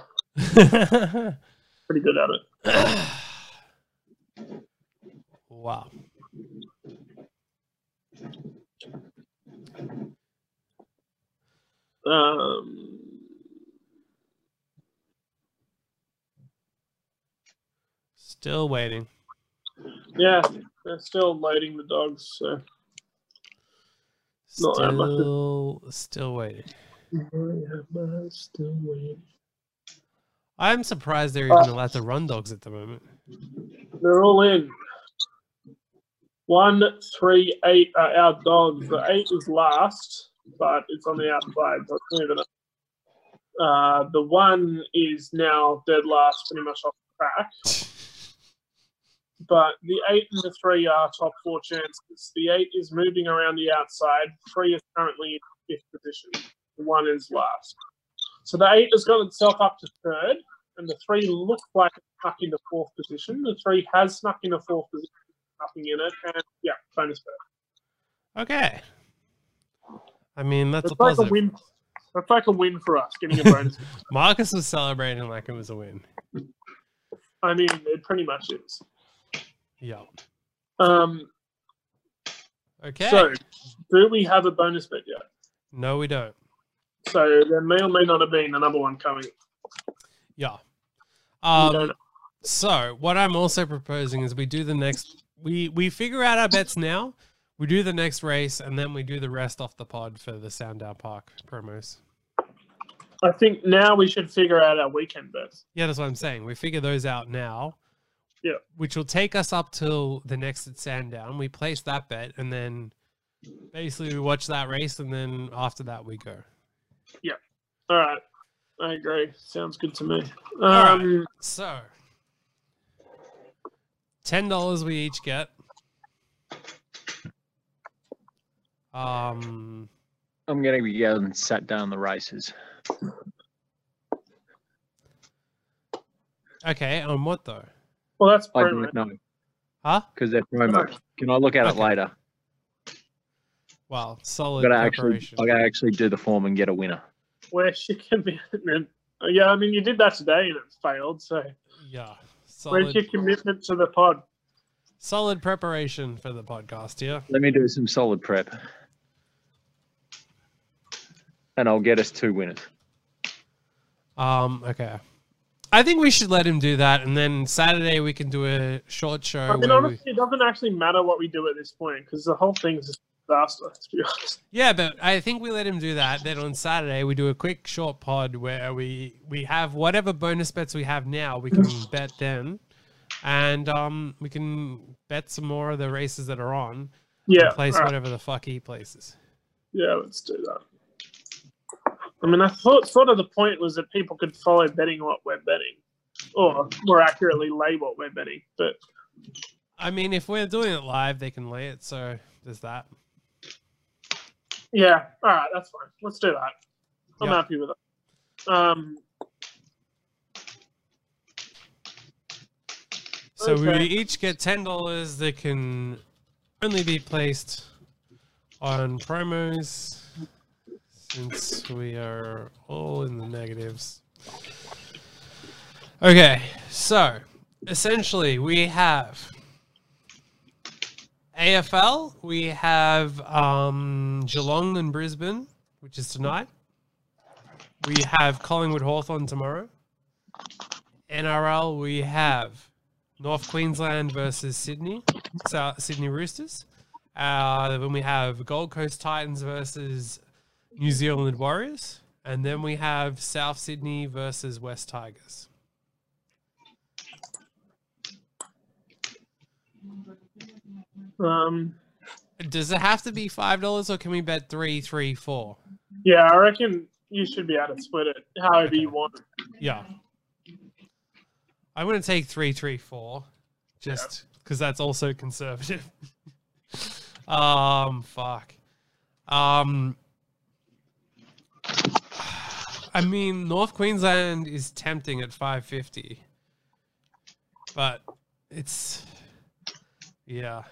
B: Pretty good at it.
A: wow.
B: Um,
A: Still waiting.
B: yeah, they're still loading the dogs, so. Not that much.
A: Still, still waiting.
B: Mm-hmm, still waiting.
A: I'm surprised
B: Uh.
A: they're even allowed to run dogs at the moment.
B: They're all in. One, three, eight are our dogs. The eight is last, but it's on the outside, so it's moving up. Uh, the one is now dead last, pretty much off the track. But the eight and the three are top four chances. The eight is moving around the outside. Three is currently in fifth position. The one is last. So the eight has got itself up to third, and the three look like snuck into fourth position. The three has snuck into fourth position, nothing in it, and yeah, bonus first.
A: Okay. I mean, that's
B: That's
A: a
B: like a
A: positive.
B: win. That's like a win for us, getting a bonus.
A: Marcus was celebrating like it was a win.
B: I mean, it pretty much is.
A: Yeah.
B: Um,
A: Okay.
B: So, do we have a bonus bet yet?
A: no, we don't.
B: So there may or may not have been another one coming.
A: Yeah.
B: we don't
A: Um,
B: know.
A: so what I'm also proposing is we do the next we we figure out our bets now. We do the next race and then we do the rest off the pod for the Soundown Park promos.
B: I think now we should figure out our weekend bets.
A: Yeah, that's what I'm saying. We figure those out now.
B: Yeah.
A: Which will take us up till the next at Sandown. We place that bet and then basically we watch that race and then after that we go.
B: All right, I agree. Sounds good to me. Um,
A: right. So ten dollars we each get. Um
E: I'm going to be going and sat down the races.
A: okay, on what though?
B: Well, that's
E: I
B: pretty
E: don't know
A: Huh?
E: because they're promo. Can I look at it
A: Okay.
E: later?
A: Well,
E: I
A: solid
E: got to actually,
A: preparation.
E: I got to actually do the form and get a winner.
B: where she can be. Yeah, I mean, you did that today and it failed. So,
A: Yeah.
B: where's your
A: Solid,
B: commitment to the pod?
A: solid preparation for the podcast here.
E: Let me do some solid prep, and I'll get us two winners.
A: Um, okay. I think we should let him do that and then Saturday we can do a short show
B: I mean,
A: where we-
B: honestly, it doesn't actually matter what we do at this point because the whole thing's just faster, to be honest.
A: Yeah, but I think we let him do that. Then on Saturday we do a quick short pod where we we have whatever bonus bets we have now we can bet then, and um we can bet some more of the races that are on. and
B: Yeah.
A: place
B: alright.
A: whatever the fuck he places.
B: Yeah, let's do that. I mean, I thought sort of the point was that people could follow betting what we're betting, or more accurately, lay what we're betting. But
A: I mean, if we're doing it live, they can lay it. So there's that.
B: yeah, all right, that's fine. Let's do that. I'm
A: Yeah.
B: happy with it. Um,
A: So we
B: Okay.
A: each get ten dollars that can only be placed on promos since we are all in the negatives. Okay, so essentially we have AFL, we have um, Geelong and Brisbane, which is tonight. We have Collingwood Hawthorn tomorrow. NRL, we have North Queensland versus Sydney, South Sydney Roosters. Uh, then we have Gold Coast Titans versus New Zealand Warriors, and then we have South Sydney versus West Tigers.
B: um,
A: Does it have to be five dollars, or can we bet three, three, four?
B: yeah, I reckon you should be able to split it however you want.
A: Yeah, I'm gonna take three, three, four, just because that's also conservative. um, fuck. Um, I mean, North Queensland is tempting at 550, but it's yeah.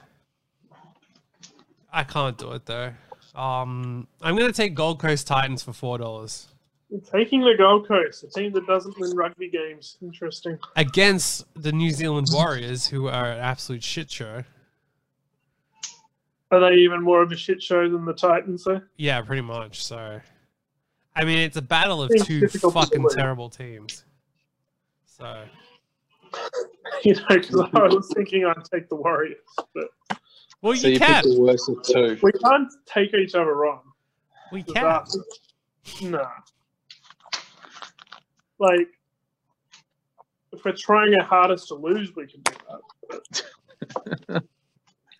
A: I can't do it though. Um, I'm gonna take Gold Coast Titans for four dollars
B: You're taking the Gold Coast, a team that doesn't win rugby games. Interesting.
A: against the New Zealand Warriors, who are an absolute shit show.
B: Are they even more of a shit show than the Titans, though?
A: Yeah, pretty much. So, I mean, it's a battle of
B: It's
A: two
B: difficult to
A: fucking
B: win.
A: terrible teams. So,
B: You know, because I was thinking I'd take the Warriors, but
A: well,
E: So
A: you,
E: you
A: can.
E: picked the worst of two.
B: we can't take each other on.
A: We
B: Is
A: can.
B: that- Nah. Like, if we're trying our hardest to lose, we can do that. but-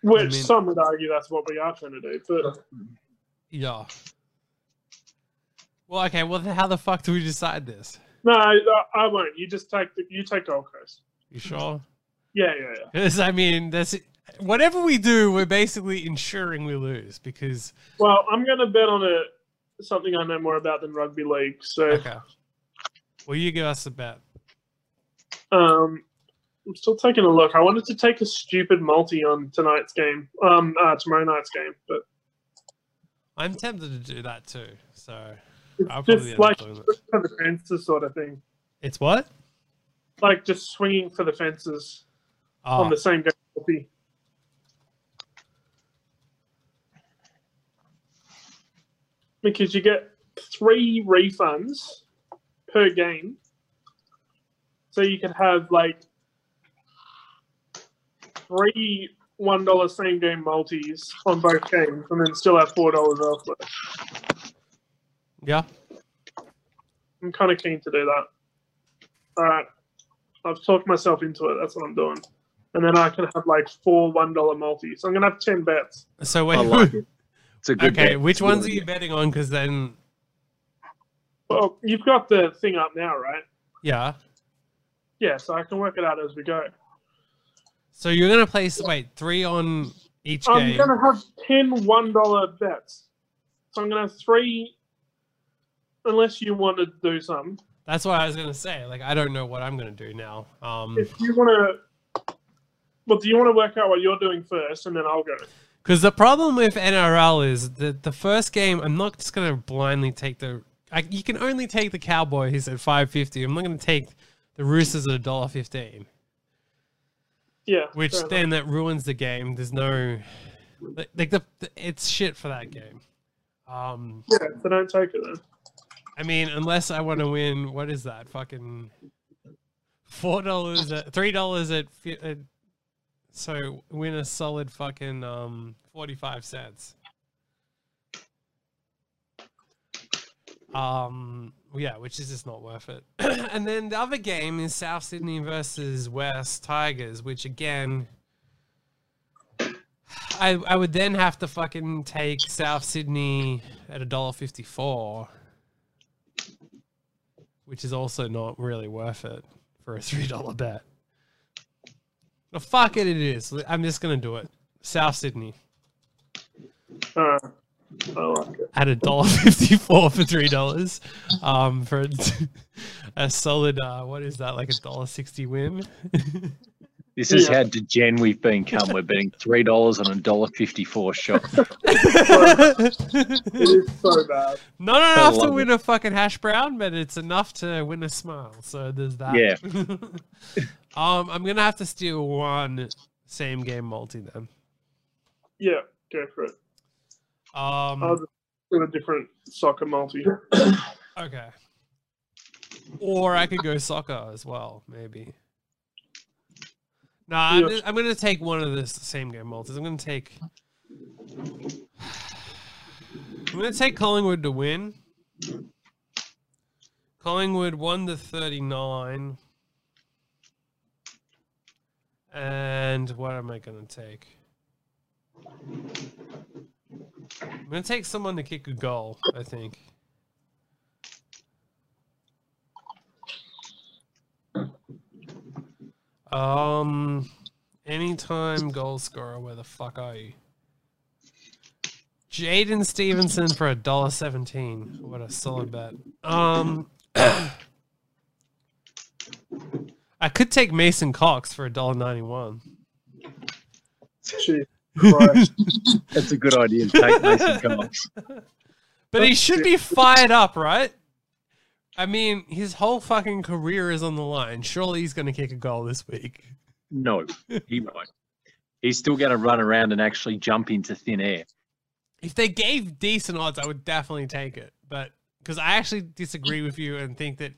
B: Which
A: I mean-
B: some would argue that's what we are trying to do, but
A: Yeah. Well, okay. Well, then how the fuck do we decide this?
B: no, I, I won't. You just take the, you take Gold Coast.
A: You sure?
B: Yeah, yeah, yeah.
A: Because I mean, that's whatever we do, we're basically ensuring we lose. Because
B: Well, I'm gonna bet on a something I know more about than rugby league. So,
A: okay. Well, you give us a bet.
B: um, I'm still taking a look. I wanted to take a stupid multi on tonight's game, um, uh, tomorrow night's game, but
A: I'm tempted to do that too. So I'll
B: It's
A: probably
B: just
A: end up
B: like
A: doing that.
B: for the fences sort of thing.
A: It's what?
B: Like just swinging for the fences
A: Oh,
B: on the same difficulty. Because you get three refunds per game. So you could have like three one dollar same game multis on both games and then still have four dollars elsewhere.
A: yeah.
B: I'm kind of keen to do that. All right, I've talked myself into it. That's what I'm doing. And then I can have like four one dollar multi. So I'm gonna have ten bets.
A: So wait.
E: I like it. It's a good
A: Okay,
E: bet.
A: which
E: It's a good
A: ones are you
E: idea.
A: betting on? Because then,
B: Well, you've got the thing up now, right?
A: yeah.
B: Yeah. So I can work it out as we go.
A: So you're gonna place wait three on each
B: I'm
A: game.
B: gonna have ten one dollar bets. So I'm gonna have three. Unless you want to do some,
A: That's what I was gonna say. Like I don't know what I'm gonna do now. Um,
B: if you want to. Well, do you want to work out what you're doing first, and then I'll go?
A: because the problem with NRL is that the first game, I'm not just gonna blindly take the. I, you can only take the Cowboys at five fifty. I'm not gonna take the Roosters at a dollar fifteen.
B: Yeah.
A: Which
B: fair enough.
A: then that ruins the game. There's no like, like the, the it's shit for that game. Um,
B: Yeah. So don't take it then.
A: I mean, unless I want to win, what is that? Fucking four dollars, at three dollars at, fi- at so win a solid fucking um forty five cents. Um, yeah, which is just not worth it. and then the other game is South Sydney versus West Tigers, which again, I I would then have to fucking take South Sydney at a dollar fifty four, which is also not really worth it for a three dollar bet. But fuck it, it is. I'm just gonna do it. South Sydney
B: Uh, I like it.
A: at a dollar fifty four for three dollars, um, for a solid uh, what is that like a dollar sixty win?
F: This is
B: Yeah.
F: how degen we've become. We're betting three dollars on a dollar fifty-four shot.
B: It is so bad.
A: Not
F: I
A: enough to
F: love
A: win a fucking hash brown, but it's enough to win a smile. So there's that.
F: Yeah.
A: um, I'm gonna have to steal one same game multi then.
B: Yeah, go for it.
A: Um,
B: I'll just do a different soccer multi.
A: Okay. Or I could go soccer as well, maybe. No, I'm,
B: Yeah.
A: just- I'm going to take one of the s- same game multis. I'm going to take. I'm going to take Collingwood to win. Collingwood won the 39. And what am I going to take? I'm going to take someone to kick a goal, I think. Um, anytime goal scorer, where the fuck are you? Jaden Stevenson for a dollar seventeen. What a solid bet. Um, I could take Mason Cox for a dollar ninety one.
B: Jeez Christ.
F: That's a good idea. Take Mason Cox.
A: But he should be fired up, right? I mean, his whole fucking career is on the line. Surely he's going to kick a goal this week.
F: No, he won't. He's still going to run around and actually jump into thin air.
A: if they gave decent odds, I would definitely take it. But because I actually disagree with you and think that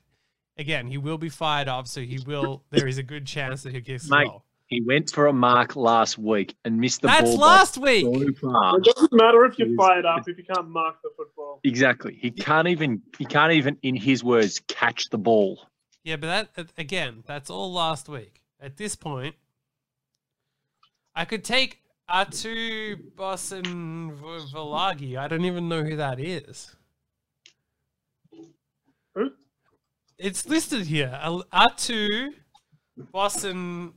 A: again, he will be fired up, so he will. There is a good chance that he gets the
F: Mate,
A: goal.
F: He went for a mark last week and missed the
A: That's
F: ball. by
A: last week.
F: so far.
B: it doesn't matter if you're
F: Jeez.
B: fired up if you can't mark the football.
F: Exactly. He can't even. He can't even, in his words, catch the ball.
A: Yeah, but that uh, again, that's all last week. At this point, I could take Atu Bosan Volagi. I don't even know who that is.
B: Who?
A: It's listed here. Al- Atu Bosan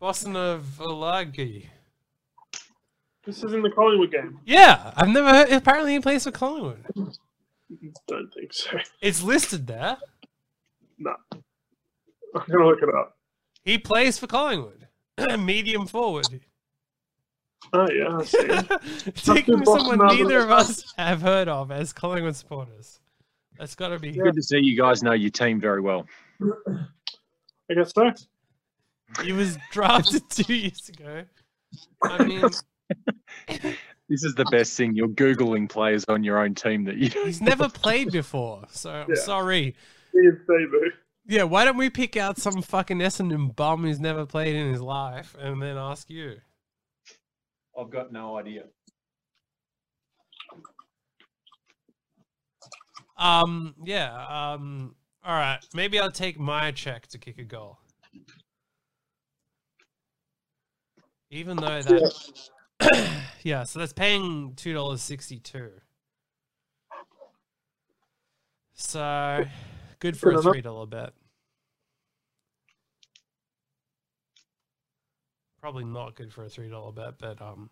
A: Bosan Volagi.
B: This is in the Collingwood game.
A: Yeah, I've never heard. Apparently, he plays for Collingwood.
B: Don't think so.
A: It's listed there.
B: I'm gonna look it up.
A: He plays for Collingwood. Medium forward.
B: Oh yeah, I see.
A: Taking
B: Fucking boss
A: someone
B: man.
A: neither of us have heard of as Collingwood supporters. That's got to be.
F: Good to see you guys know your team very well.
B: I guess so.
A: He was drafted two years ago. I mean,
F: This is the best thing. You're googling players on your own team that you.
A: he's never played before, so I'm
B: Yeah.
A: sorry.
B: He is debut.
A: Yeah, why don't we pick out some fucking Essendon bum who's never played in his life and then ask you?
F: I've got no idea.
A: Um, yeah, um, all right. Maybe I'll take my check to kick a goal. Even though that, yeah, so that's paying two dollars sixty-two. So, good for
B: Good
A: a
B: enough.
A: three dollar bet. Probably not good for a three dollar bet, but um,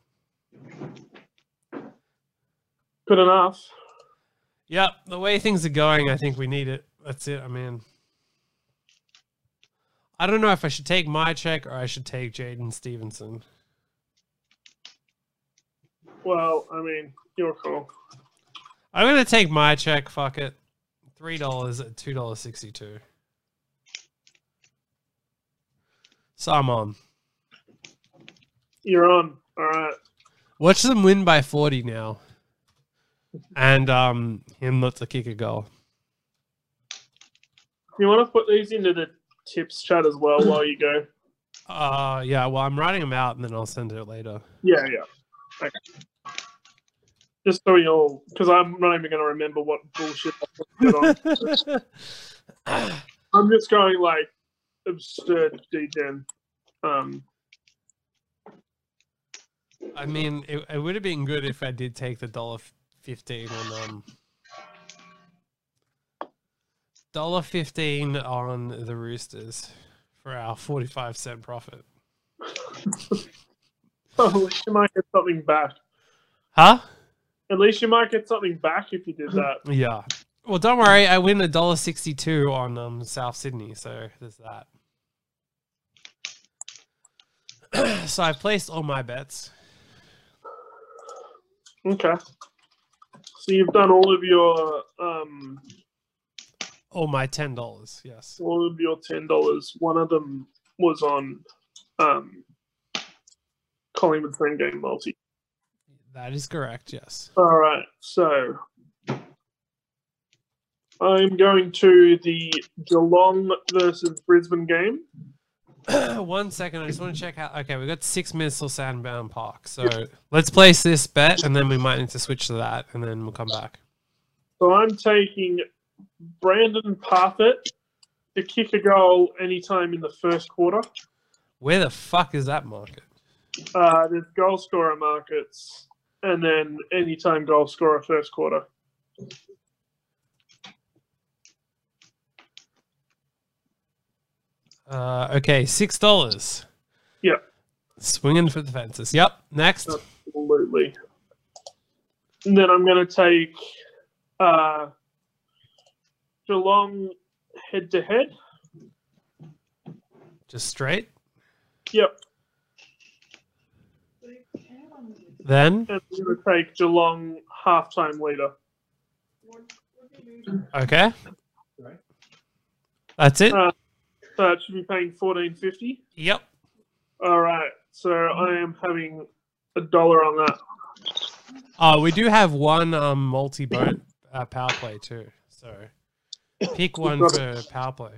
B: Good enough.
A: Yep, the way things are going, I think we need it. That's it. I mean, I don't know if I should take my check or I should take Jaden Stevenson.
B: Well, I mean, your call.
A: I'm gonna take my check. Fuck it, three dollars at two dollars sixty-two. So I'm on.
B: You're on. All right.
A: Watch them win by forty now, and um, him not to kick a goal.
B: You want to put these into the tips chat as well while you go?
A: Uh, yeah. Well, I'm writing them out, and then I'll send it later.
B: Yeah, yeah. Just so you all, because I'm not even going to remember what bullshit I put on. I'm just going like absurd D10. Um,
A: I mean, it, it would have been good if I did take the dollar f- fifteen on um dollar fifteen on the Roosters for our forty-five cent profit.
B: oh, at least you might get something back.
A: Huh?
B: At least you might get something back if you did that.
A: Yeah. Well, don't worry. I win a dollar sixty-two on um South Sydney, so there's that. so I've placed all my bets.
B: Okay. So you've done all of your um,
A: All my ten dollars. Yes.
B: all of your ten dollars. One of them was on um, Collingwood's end game multi.
A: That is correct. Yes.
B: All right, so I'm going to the Geelong versus Brisbane game.
A: One second, I just want to check out. Okay, we've got six minutes till Sandbound Park, so let's place this bet, and then we might need to switch to that, and then we'll come back.
B: So I'm taking Brandon Parfit to kick a goal anytime in the first quarter.
A: Where the fuck is that market?
B: Uh, there's goal scorer markets, and then anytime goal scorer first quarter.
A: Uh, okay, six dollars.
B: Yeah.
A: Swinging for the fences. Yep. Next.
B: Absolutely. And then I'm going to take uh, Geelong head to head.
A: Just straight.
B: Yep.
A: Then.
B: And I'm going to take Geelong halftime leader.
A: Okay. That's it.
B: Uh, So that should be paying fourteen fifty.
A: Yep.
B: All right. So I am having a dollar on that.
A: Oh, we do have one um multi boat uh, power play too. So pick one for power play.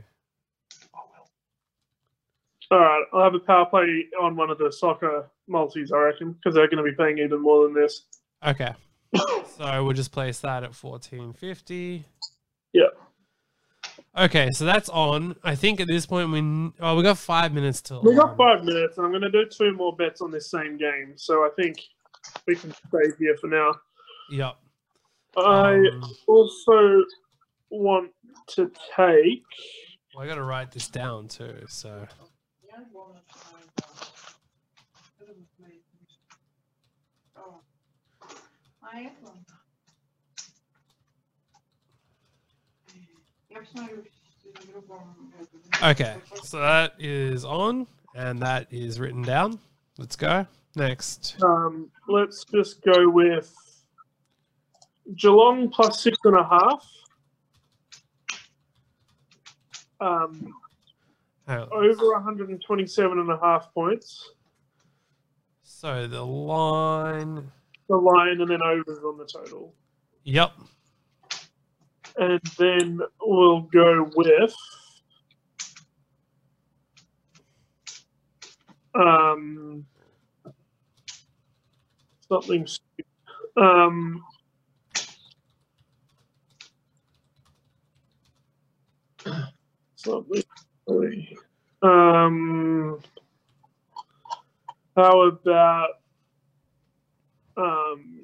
B: All right. I'll have a power play on one of the soccer multis, I reckon, because they're going to be paying even more than this.
A: Okay. so we'll just place that at 1450.
B: Yeah.
A: Okay, so that's on. I think at this point we n- oh we got five minutes till.
B: We got
A: um,
B: five minutes, and I'm going to do two more bets on this same game. So I think we can stay here for now.
A: Yep.
B: I
A: um,
B: also want to take.
A: well, I gotta write this down too. So
G: А
A: okay, so that is on and that is written down. Let's go next.
B: Um, let's just go with Geelong plus six and a half. Um,
A: Hang on.
B: over 127 and a half points.
A: So the line.
B: The line and then overs on the total.
A: Yep.
B: And then we'll go with um, something. stupid. Um, something. silly. Um, how about um,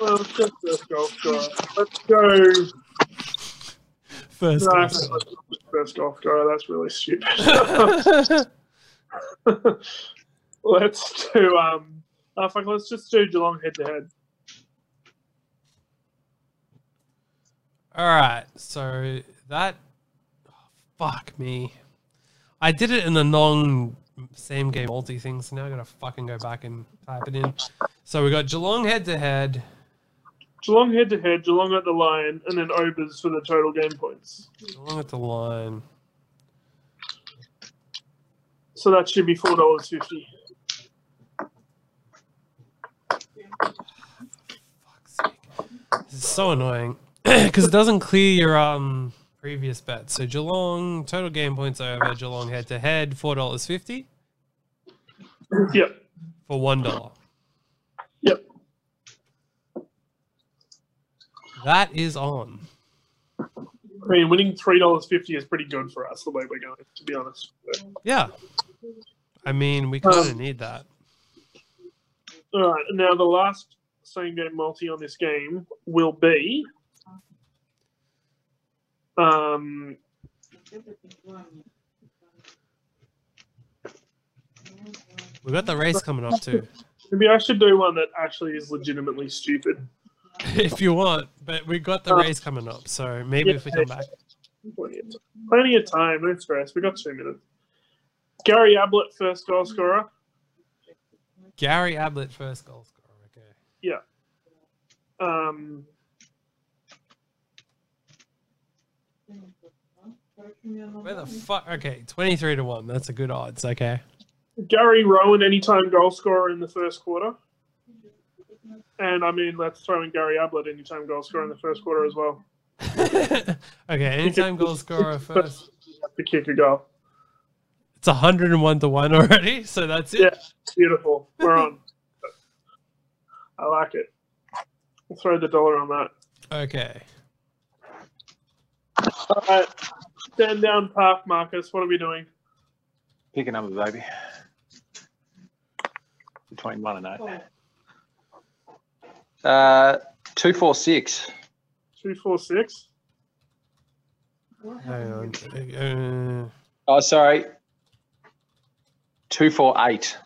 B: well, let's just go with golf guy. Let's go.
A: First.
B: No,
A: one.
B: first golf guy. That's really stupid. let's do um. Oh, fuck, let's just do Geelong head to head.
A: All right, so that oh, fuck me. I did it in the non same game multi thing, so now I gotta fucking go back and type it in. So we got Geelong head to head.
B: Geelong head to head. Geelong at the line, and then overs for the total game points.
A: Geelong at the line.
B: So that should be four dollars fifty.
A: Fuck's sake. This is so annoying because it doesn't clear your um previous bet. So Geelong total game points over Geelong head to head four dollars fifty
B: Yep.
A: for one dollar. That is on.
B: I mean, winning three dollars fifty is pretty good for us the way we're going. To be honest, But-
A: Yeah. I mean, we kind of need that.
B: all right. Now the last same game multi on this game will be um,
A: We've got the race coming up too,
B: Maybe I should do one that actually is legitimately stupid.
A: if you want. But we've got the race coming up, so maybe if we come back.
B: Plenty of, plenty of time, no stress. We got two minutes. Gary Ablett, first goal scorer.
A: Gary Ablett first goal scorer. Okay.
B: Um,
A: Where the fuck? Okay, twenty-three to one. That's a good odds. Okay.
B: Gary Rowan, anytime goal scorer in the first quarter. And I mean, let's throw in Gary Ablett, anytime goal scorer in the first quarter as well.
A: okay. Anytime goal scorer first.
B: The kick a goal.
A: It's hundred and one to one already. So that's it.
B: Yeah. Beautiful. We're on. I like it. We'll throw the dollar on that.
A: Okay.
B: All right. Stand down, Park Marcus. What are we doing?
F: Pick a number, baby. Between one and eight.
E: Uh, two four six.
B: Two, four, six.
A: Hang on. Uh,
E: Oh, sorry. Two four eight.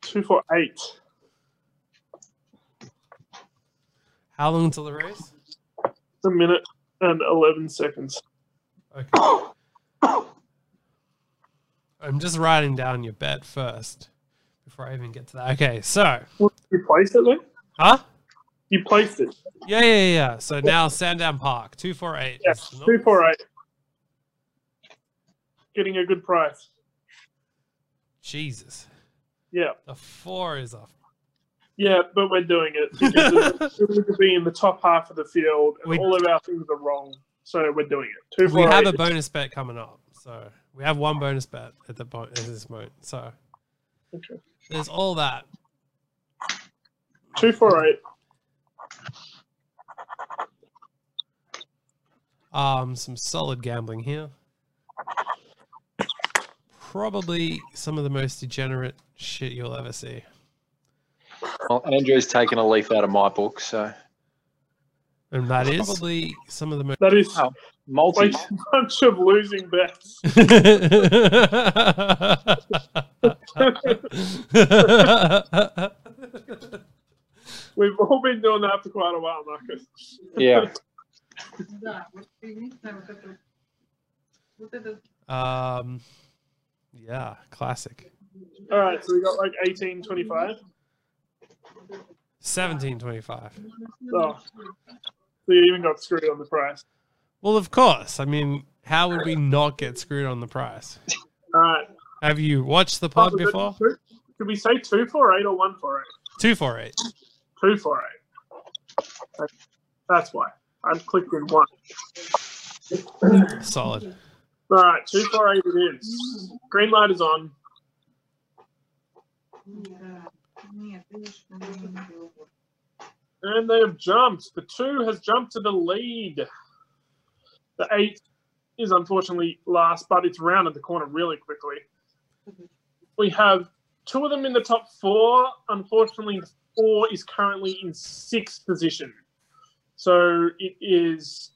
B: Two, four, eight.
A: how long till the race?
B: A minute and 11 seconds.
A: Okay. I'm just writing down your bet first before I even get to that. Okay. So,
B: You placed it, Luke?
A: huh?
B: You placed it.
A: Yeah, yeah, yeah, yeah. So now Sandown Park, 248.
B: Yes,
A: That's the
B: two,
A: number.
B: four, eight. Getting a good price.
A: Jesus.
B: Yeah.
A: The four is off.
B: Yeah, but we're doing it. because We're going to be in the top half of the field, and
A: We-
B: all of our things are wrong. So we're doing it. Two,
A: We
B: four,
A: have
B: eight.
A: a bonus bet coming up. So we have one bonus bet at the point at this moment. So
B: Okay.
A: there's all that.
B: Two, four, eight.
A: Um, some solid gambling here. Probably some of the most degenerate shit you'll ever see.
F: Oh.
E: Well, Andrew's taken a leaf out of my book, so
A: And that is probably some of the most
B: That is
E: Oh. multi.
B: like a bunch of losing bets. We've all been doing that for quite a while, Marcus.
E: Yeah.
G: Да, вот и не знаю, вот это вот это
A: um, yeah, classic.
B: All right, so we got like 18, 25.
A: Seventeen twenty-five.
B: Oh. So you even got screwed on the price.
A: Well, of course. I mean, how would we not get screwed on the price?
B: All right.
A: Have you watched the pod before?
B: Did we say two four eight or one four eight?
A: Two four eight.
B: Two four eight. That- That's why I'm clicking one.
A: Solid.
B: All right, two four eight it is. Green light is on.
G: да. Нет, видишь, ну, не было.
B: And they have jumped. The two has jumped to the lead. The eight is unfortunately last, but it's rounded the corner really quickly. We have two of them in the top four. Unfortunately, four is currently in sixth position. So it is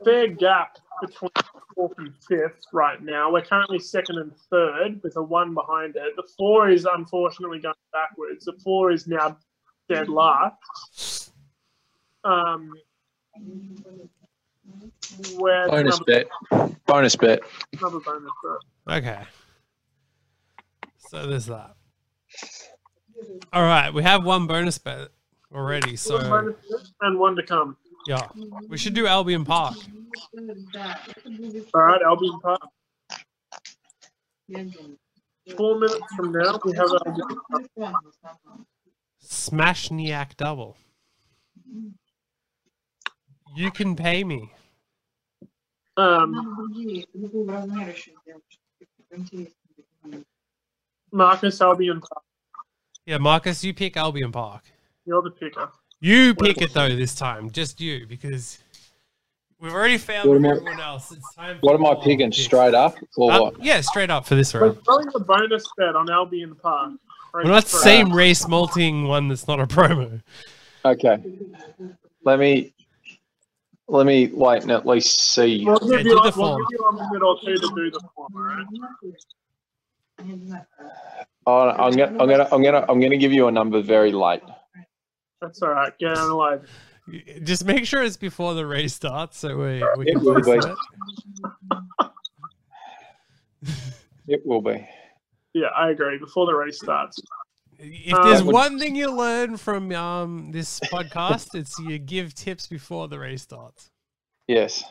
B: a fair gap between fourth and fifth right now. We're currently second and third with a one behind it. The four is unfortunately going backwards. The four is now dead last. Um, where
E: Bonus
B: another,
E: bet. Bonus bet.
B: another bonus bet.
A: Okay. So there's that. All right, we have one bonus bet already.
B: One
A: So
B: bonus bet and one to come.
A: yeah, we should do Albion Park.
G: Да, это будет
B: All right, Albion Park.
G: я думаю.
B: Four minutes from now, we have Albion.
G: Телефон в основном.
A: Smashniak double. You can pay me.
B: Um,
G: Надо другие, другого размера еще сделать, чтобы интереснее было.
B: Marcus Albion Park.
A: Yeah, Marcus, you pick Albion Park.
B: You're the picker.
A: You pick it though this time, just you, because we've already found
E: What am I-
A: everyone else. It's time.
E: What am
A: for
E: I
A: Paul
E: picking?
A: to pick.
E: Straight up or
A: Uh,
E: what?
A: yeah, straight up for this
B: We're
A: round.
B: throwing a bonus bet on Albion Park.
A: We're not
B: Frank's
A: same race malting one that's not a promo.
E: Okay. Let me let me wait and at least see.
B: We'll
A: Yeah,
B: give,
A: do the
B: you, like, we'll
A: form.
B: give you a minute or two to do the form, all right?
E: Oh, I'm gonna I'm gonna I'm gonna I'm gonna give you a number very late.
B: That's all right. Get on live.
A: Just make sure it's before the race starts, so we, we
E: It
A: can
E: will
A: post
E: be.
A: it.
E: It will be.
B: Yeah, I agree. Before the race starts.
A: If there's
B: Um,
A: one thing you learn from um, this podcast, it's you give tips before the race starts.
E: Yes.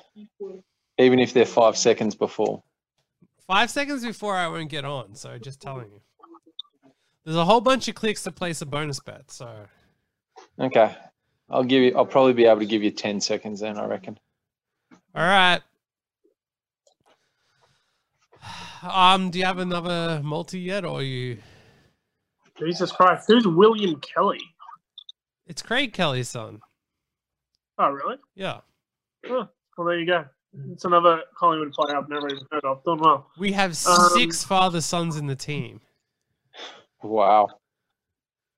E: Even if they're five seconds before.
A: Five seconds before I won't get on, so just telling you. There's a whole bunch of clicks to place a bonus bet, so
E: Okay. I'll give you I'll probably be able to give you ten seconds then, I reckon.
A: all right. Um, do you have another multi yet, or you?
B: Jesus Christ. Who's William Kelly?
A: It's Craig Kelly's son.
B: Oh, really?
A: Yeah,
B: Well, there you go. It's another Collingwood player I've never even heard of. Done well.
A: we have
B: Um,
A: six father sons in the team,
E: Wow.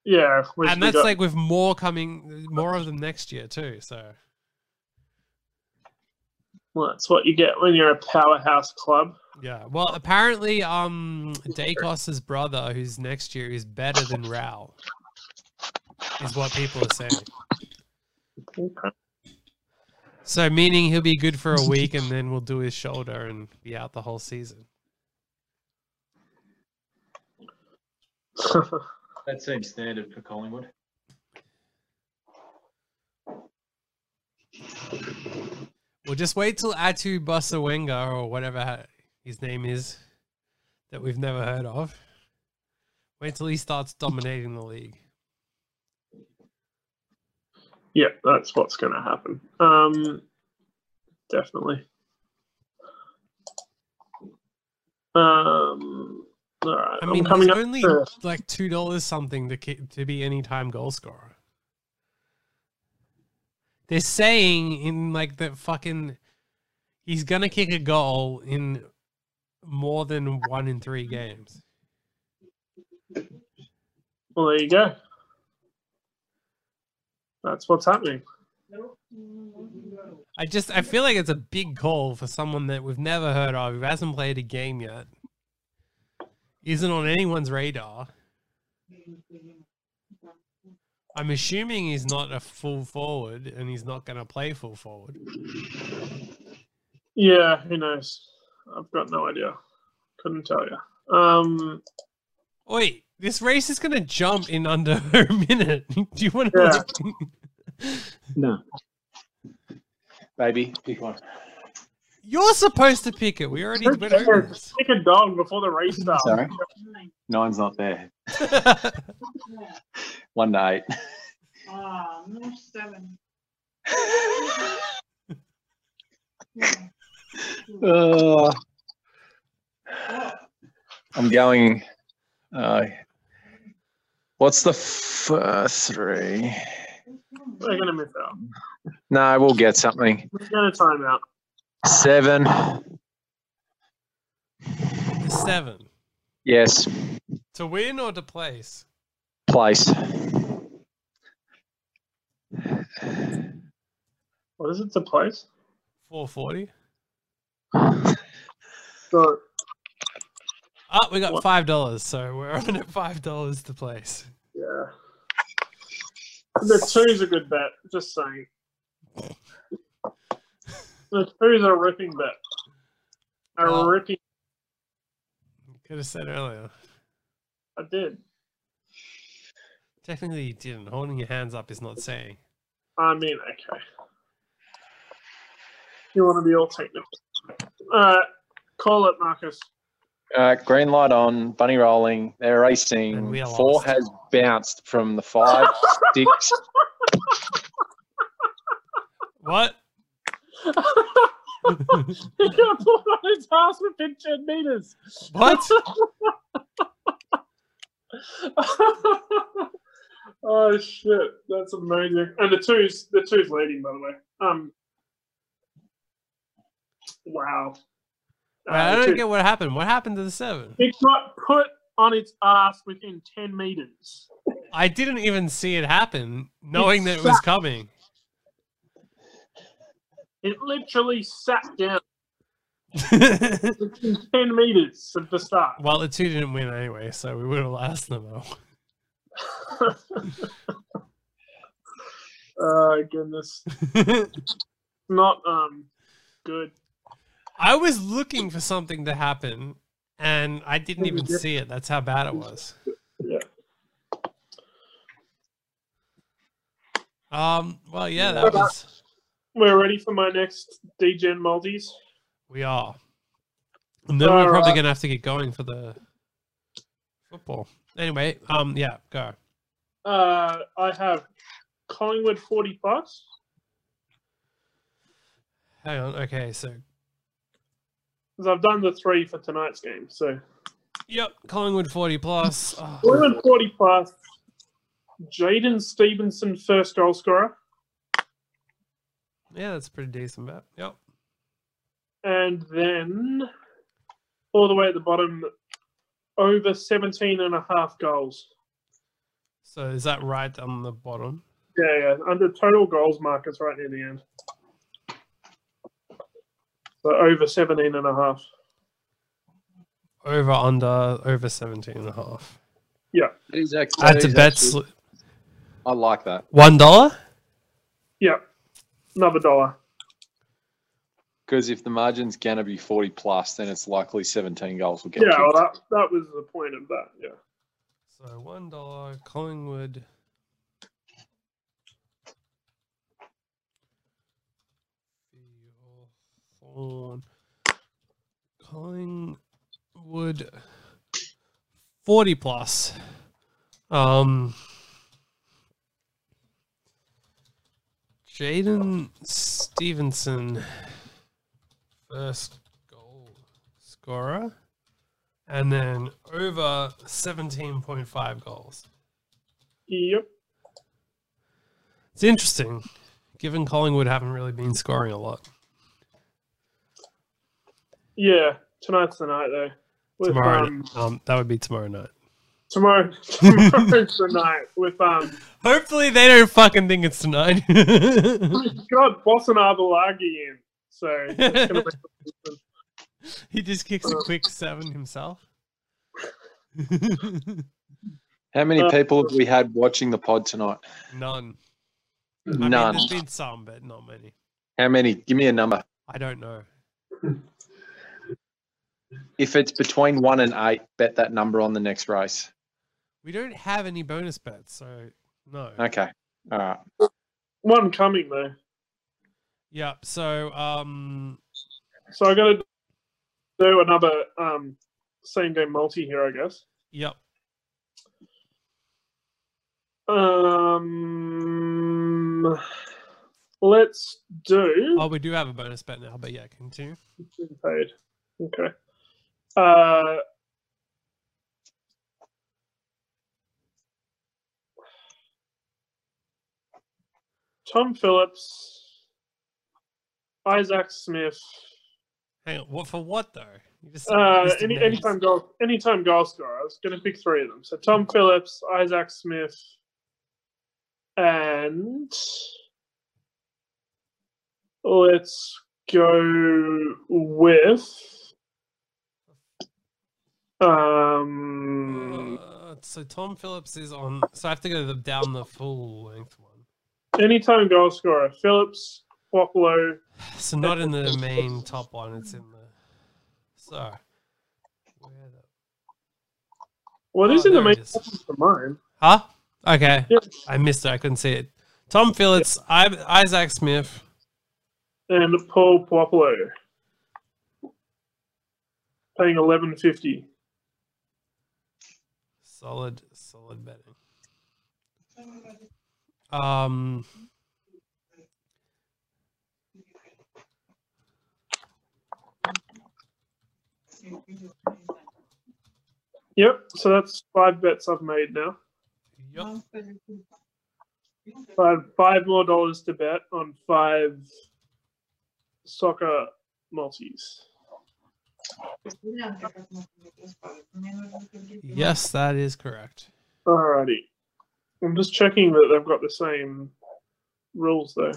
B: Yeah. which
A: and
B: we
A: that's
B: got-
A: like with more coming, more of them next year too. So
B: well, that's what you get when you're a powerhouse club.
A: yeah, well, apparently, um, Dacos's brother, who's next year, is better than Rao, is what people are saying.
B: Okay.
A: So meaning he'll be good for a week and then we'll do his shoulder and be out the whole season.
F: That seems standard for Collingwood.
A: We'll just wait till Atu Busawenga or whatever ha- his name is that we've never heard of. Wait till he starts dominating the league.
B: yeah, that's what's going to happen. Um, definitely. Um, all
A: I
B: right. I'm
A: mean,
B: coming
A: he's
B: up
A: only
B: to-
A: like two dollars something to ki- to be any time goal scorer. They're saying in like that fucking, he's gonna kick a goal in more than one in three games.
B: Well, there you go. That's what's happening.
A: I just I feel like it's a big call for someone that we've never heard of, who hasn't played a game yet, isn't on anyone's radar. I'm assuming he's not a full forward and he's not going to play full forward.
B: Yeah, who knows? I've got no idea. Couldn't tell you. Um,
A: Wait, this race is going to jump in under a minute. Do you want to?
B: Yeah.
F: No.
E: Baby, pick one.
A: You're supposed to pick it. We already
B: Who
A: went over this.
B: pick a dog before the race starts.
E: Sorry.
F: Nine's not there.
E: One to eight.
G: Ah, no, seven.
E: Uh, I'm going. Uh, what's the f- uh, three?
B: We're going to miss out.
E: No, we'll get something.
B: We're going to time out.
E: Seven.
A: Seven
E: Yes.
A: to win or to place.
E: Place.
B: What is it to place?
A: Four forty.
B: So,
A: Oh, we got
B: What?
A: five dollars, so we're on at five dollars to place.
B: yeah. The two's a good bet, just saying. The two's a ripping bet. A
A: Well-
B: ripping.
A: Could have said earlier.
B: I did.
A: Technically, you didn't. Holding your hands up is not saying.
B: I mean, okay. You want to be all technical. All right, call it, Marcus.
E: Uh, green light on. Bunny rolling. They're
A: And
E: racing.
A: we are
E: Four
A: lost.
E: has bounced from the five, six.
A: What?
B: he got pulled on his ass within 10 meters.
A: What?
B: Oh shit, that's amazing. And the two's the two's leading, by the way. Um. Wow. Uh,
A: I
B: the
A: don't
B: two-
A: get what happened. What happened to the seven?
B: It got put on its ass within ten meters.
A: I didn't even see it happen, knowing that it was
B: sucked.
A: coming.
B: It literally sat down within ten meters of the start.
A: well, the two didn't win anyway, so we would have lost them all.
B: oh goodness, not um good.
A: I was looking for something to happen, and I didn't even see it. That's how bad it was.
B: Yeah.
A: Um. Well, yeah, that was.
B: We're ready for my next DGen multis.
A: We are. And then we're probably
B: Alright.
A: gonna have to get going for the football. Anyway, um, yeah, go.
B: Uh, I have Collingwood forty plus.
A: Hang on. Okay, so
B: Because I've done the three for tonight's game. So
A: yep, Collingwood forty plus. Oh,
B: Women 40 plus. Jaden Stevenson, first goal scorer.
A: yeah, that's a pretty decent bet. Yep.
B: And then all the way at the bottom, over 17 and a half goals.
A: So is that right on the bottom?
B: Yeah, yeah. Under total goals markers right near the end. So over 17 and a half.
A: Over under over 17 and a half.
E: That is act- that
A: That's a
E: is
A: bet
E: actually-
A: sli-
E: I like that.
A: one dollar.
B: Yeah. Another dollar.
E: Because if the margin's going to be 40 plus, then it's likely 17 goals will get
B: Yeah, well,
E: kicked.
B: that, that was the point of that. Yeah.
A: So one dollar Collingwood. Hawthorn. Collingwood forty plus. Um Jaden Stevenson first goal scorer and then over 17.5 goals.
B: Yep.
A: It's interesting, given Collingwood haven't really been scoring a lot.
B: Yeah. Tonight's the night, though. With,
A: Tomorrow,
B: um,
A: um, that would be tomorrow night.
B: tomorrow tomorrow's the night with um
A: Hopefully, they don't fucking think it's tonight.
B: God Boston Arbalagi in. So it's gonna be
A: he just kicks a quick seven himself.
E: How many
B: Uh,
E: people have we had watching the pod tonight?
A: None. I Mean,
E: None.
A: there's been some, but not many.
E: How many? Give me a number.
A: I don't know.
E: If it's between one and eight, bet that number on the next race.
A: We don't have any bonus bets, so no.
E: Okay. All right.
B: one coming though.
A: Yeah. So, um,
B: So I gotta do another um same game multi here, I guess.
A: yep.
B: Um let's do
A: Oh, we do have a bonus bet now, but yeah, continue.
B: Been paid. Okay. Uh Tom Phillips, Isaac Smith,
A: Hang on, what for what though? You just said a
B: Uh,
A: list of
B: any,
A: names.
B: anytime goal, anytime goal scorer. I was going to pick three of them. So Tom Phillips, Isaac Smith, and let's go with um
A: Uh, so Tom Phillips is on. So I have to go the, down the full length one.
B: anytime goal scorer Phillips, Wacklow.
A: So not in the main top one. It's in the. So. Where the,
B: Well,
A: Oh,
B: this is the
A: there
B: main
A: it is.
B: for mine.
A: huh? Okay,
B: Yeah.
A: I missed it. I couldn't see it. Tom Phillips, I, Isaac Smith.
B: and Paul Popolo paying eleven fifty.
A: Solid, solid betting. Um.
B: Yep. So that's five bets I've made now.
A: Yep.
B: Five, five more dollars to bet on five soccer multis.
A: Yes, that is correct.
B: Alrighty. I'm just checking that they've got the same rules though.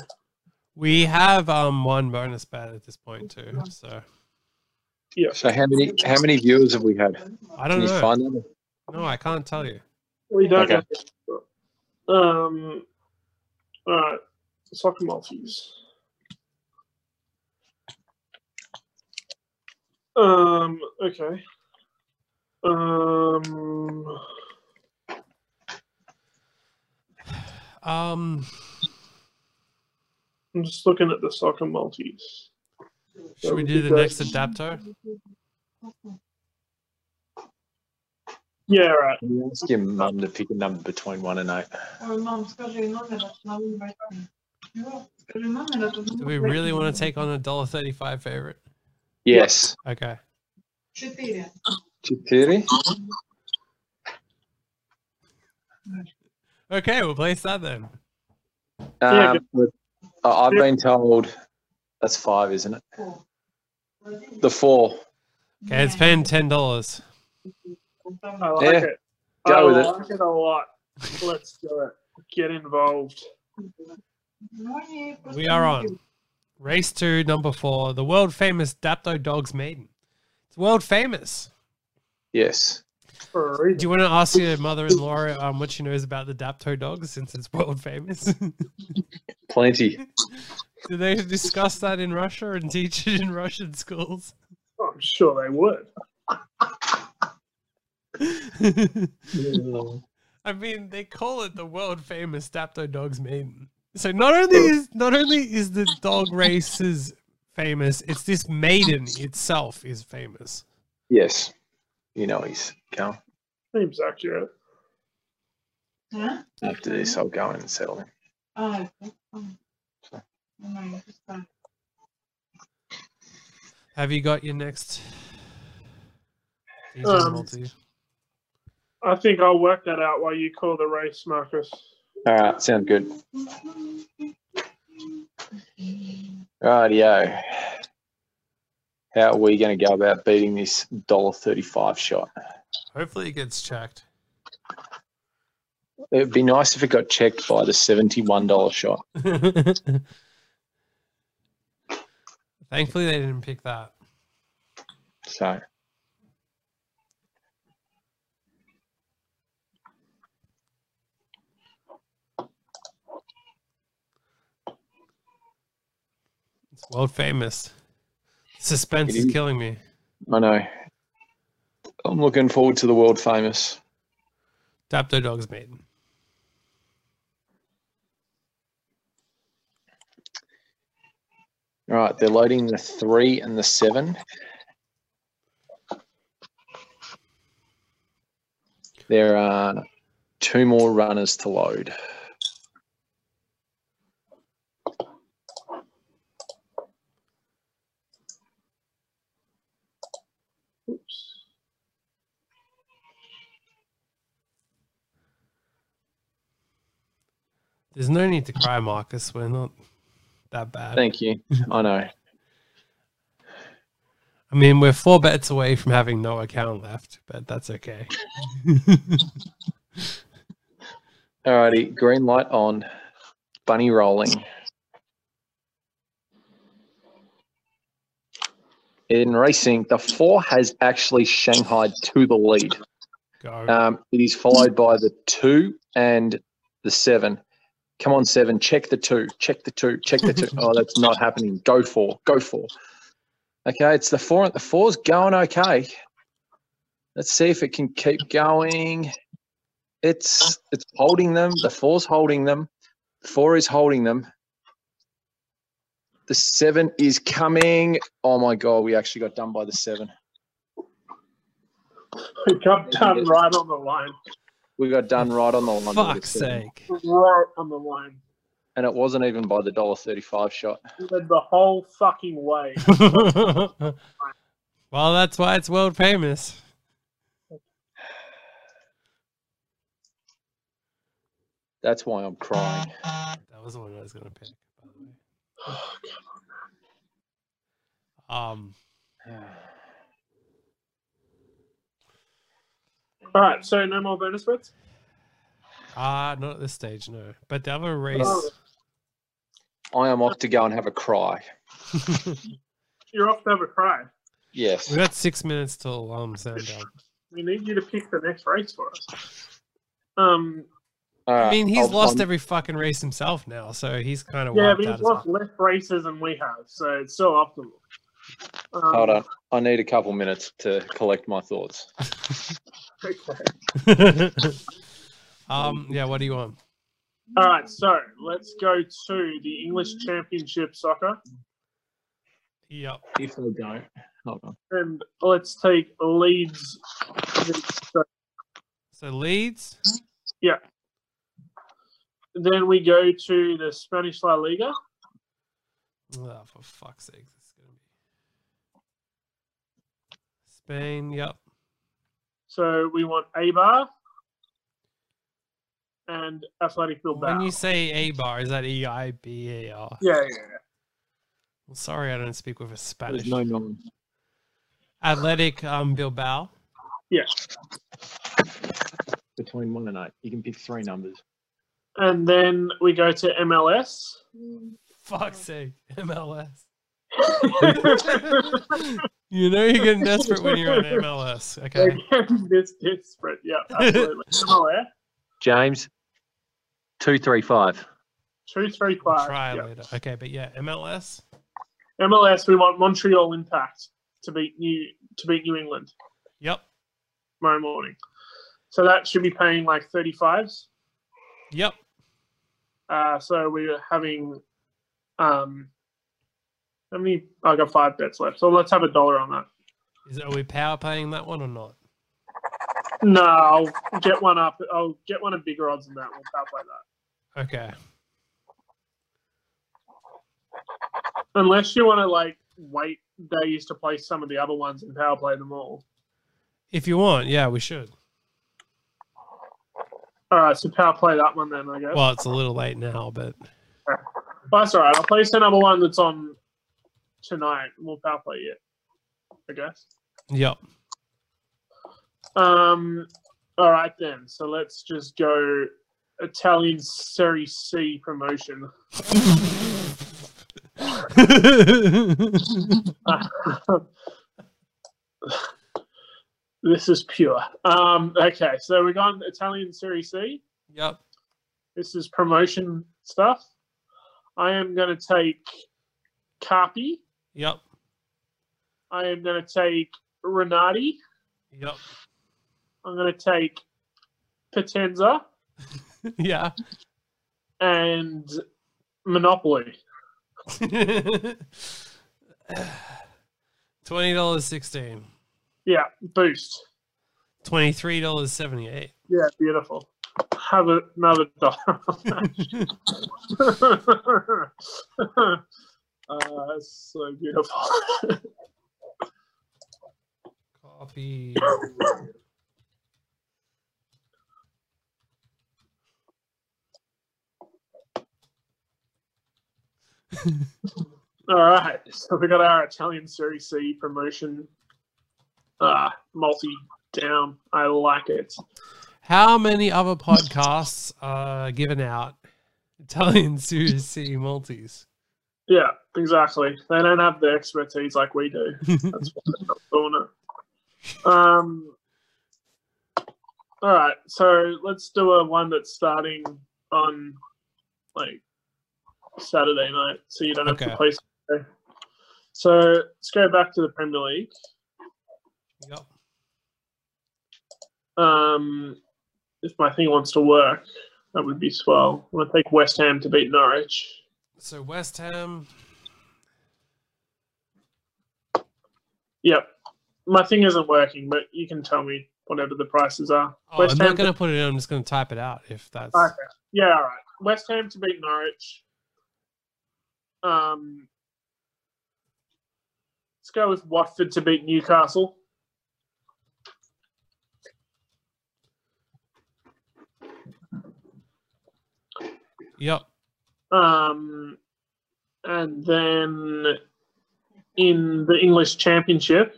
A: We have um one bonus bet at this point too. So
E: So how many how many viewers have we had?
A: I
E: Can
A: don't
E: you
A: know.
E: find them?
A: No, I can't tell you.
B: We don't
E: Okay.
B: know. Um, alright. Soccer multis. Um, okay. Um,
A: Um,
B: I'm just looking at the soccer multis.
A: should we do the next adapter?
B: Yeah, right.
E: Can you ask your mum to pick a number between one and eight?
G: Ой, мам, скажи номер основной братья. Ну, Скажи номер основной
A: Do we
G: братья.
A: really want to take on a dollar thirty-five favorite?
E: Yes.
A: Okay.
G: Четыре.
E: Chitiri?
A: Okay, we'll place that then.
B: Yeah,
E: Um, but I- I've been told that's five, isn't it?
G: О.
E: The four.
A: Okay, it's paying ten dollars.
B: I like
E: Yeah,
B: it.
E: go
B: I
E: with it.
B: like it. a lot. Let's do it. Get involved.
G: Ну, они просто
A: We are
G: не
A: on. Race two, number four, the world famous Dapto Dogs Maiden. It's world famous.
E: Yes.
B: For a
A: Do
B: reason.
A: you want to ask your mother in law um, what she knows about the Dapto dogs since it's world famous?
E: Plenty.
A: Do they discuss that in Russia and teach it in Russian schools?
B: I'm sure they would.
A: I mean, they call it the world famous Dapto Dogs Maiden. So not only is not only is the dog races famous, it's this maiden itself is famous.
E: Yes. You know he's going.
B: Seems accurate.
G: А?
E: After this, I'll go in and settle him.
G: А, это, а. Ну, я не знаю.
A: Have you got your next? These
B: Um,
A: are multi.
B: I think I'll work that out while you call the race, Marcus.
E: All right. Sound good. Rightio. How are we going to go about beating this dollar thirty-five shot?
A: Hopefully, it gets checked.
E: It'd be nice if it got checked by the seventy-one dollar shot.
A: Thankfully, they didn't pick that.
E: So
A: It's world famous. Suspense
E: It
A: is
E: is.
A: killing me.
E: I know. I'm looking forward to the world famous.
A: Dapto Dogs Maiden.
E: All right, they're loading the three and the seven. There are two more runners to load.
B: Oops.
A: There's no need to cry, Marcus. We're not that bad.
E: Thank you. I know.
A: I mean, we're four bets away from having no account left, but that's okay.
E: All righty, green light on. Bunny rolling. In racing, the four has actually Shanghai to the lead.
A: Go.
E: Um, it is followed by the two and the seven. Come on, seven. Check the two. Check the two. Check the two. oh, that's not happening. Go for. Go for. Okay, it's the four. The four's going okay. Let's see if it can keep going. It's it's holding them. The four's holding them. The four is holding them. The seven is coming. Oh my god, we actually got done by the seven.
B: We got done right on the line.
E: We got done right on the line. with the
A: Fuck's
E: seven.
A: sake.
B: Right on the line.
E: and it wasn't even by the dollar thirty-five shot.
B: Led the whole fucking way.
A: well, that's why it's world famous.
E: That's why I'm crying.
A: That was the one I was going to pick, by the way.
B: Oh,
A: Um,
B: All right, so no more bonus bets.
A: ah, not at this stage, no. But the other race,
B: Oh.
E: I am off to go and have a cry.
B: You're off to have a cry.
E: Yes.
A: we got six minutes till um sundown.
B: We need you to pick the next race for us. Um,
E: All right,
A: I mean, he's
E: Uh, I'll-
A: lost
E: I'm-
A: every fucking race himself now, so he's kind of
B: yeah,
A: wiped
B: but
A: out. As
B: he's lost
A: well.
B: less races than we have, so it's still optimal. Um,
E: Hold on. I need a couple minutes to collect my thoughts.
B: okay.
A: um, yeah, what do you want?
B: All right, so let's go to the English Championship Soccer,
A: Yep.
E: If I don't, hold on.
B: and let's take Leeds.
A: So Leeds,
B: Then we go to the Spanish La Liga.
A: oh, for fuck's sake, this is gonna be Spain. Yep.
B: So we want Eibar and Athletic Bilbao.
A: When you say A bar, is that E I B A R?
B: yeah, yeah, yeah.
A: Well, sorry, I don't speak with a Spanish.
E: There's no nine.
A: Athletic um, Bilbao.
E: Between one and eight. You can pick three numbers.
B: And then we go to MLS.
A: Fuck's sake, MLS. you know you're getting desperate when you're on MLS. Okay.
B: this desperate, yeah, absolutely. MLS,
F: James, two three five.
B: two, three,
A: We'll
B: five.
A: try
B: yeah.
A: later. Okay, but yeah, MLS.
B: MLS, we want Montreal Impact to beat New to beat New England
A: Yep.
B: tomorrow morning. So that should be paying like thirty fives.
A: Yep.
B: Uh, so we're having um, how many? I got five bets left. So let's have a dollar on that.
A: Is are we power paying that one or not?
B: No, I'll get one up. I'll get one of bigger odds than that. We'll calculate
A: Okay.
B: that. Unless you want to like wait days to play some of the other ones and power play them all.
A: If you want, yeah, we should.
B: All right, so power play that one then, I guess.
A: Well, it's a little late now, but
B: But that's all right. I'll place another one that's on tonight. and We'll power play it, I guess.
A: yep.
B: Um, all right then. So let's just go Italian Serie C promotion. this is pure. Um, okay, so we're going Italian Serie C.
A: yep.
B: This is promotion stuff. I am going to take Carpi.
A: Yep.
B: I am going to take Renati.
A: Yep.
B: I'm going to take Potenza
A: Yeah.
B: and Monopoly.
A: Twenty dollars sixteen.
B: Yeah, boost.
A: Twenty three dollars seventy eight.
B: Yeah, beautiful. Have a- another dollar. uh, that's so beautiful.
A: Copy.
B: All right, so we got our Italian Serie C promotion uh, multi down. I like it.
A: How many other podcasts are given out Italian Series C multis?
B: Yeah, exactly. They don't have the expertise like we do. That's why they're not doing it. Um, all right, so let's do a one that's starting on like Saturday night, so you don't have
A: Okay.
B: to play. Saturday. So let's go back to the Premier League.
A: Yep.
B: Um, if my thing wants to work, that would be swell. I'm gonna take West Ham to beat Norwich.
A: So West Ham.
B: Yep, my thing isn't working, but you can tell me whatever the prices are.
A: Oh,
B: West
A: I'm
B: Ham
A: not
B: to-
A: going to put it in. I'm just going to type it out if that's.
B: Okay. Yeah, all right. West Ham to beat Norwich. Um, let's go with Watford to beat Newcastle.
A: Yep.
B: Um, and then in the English Championship,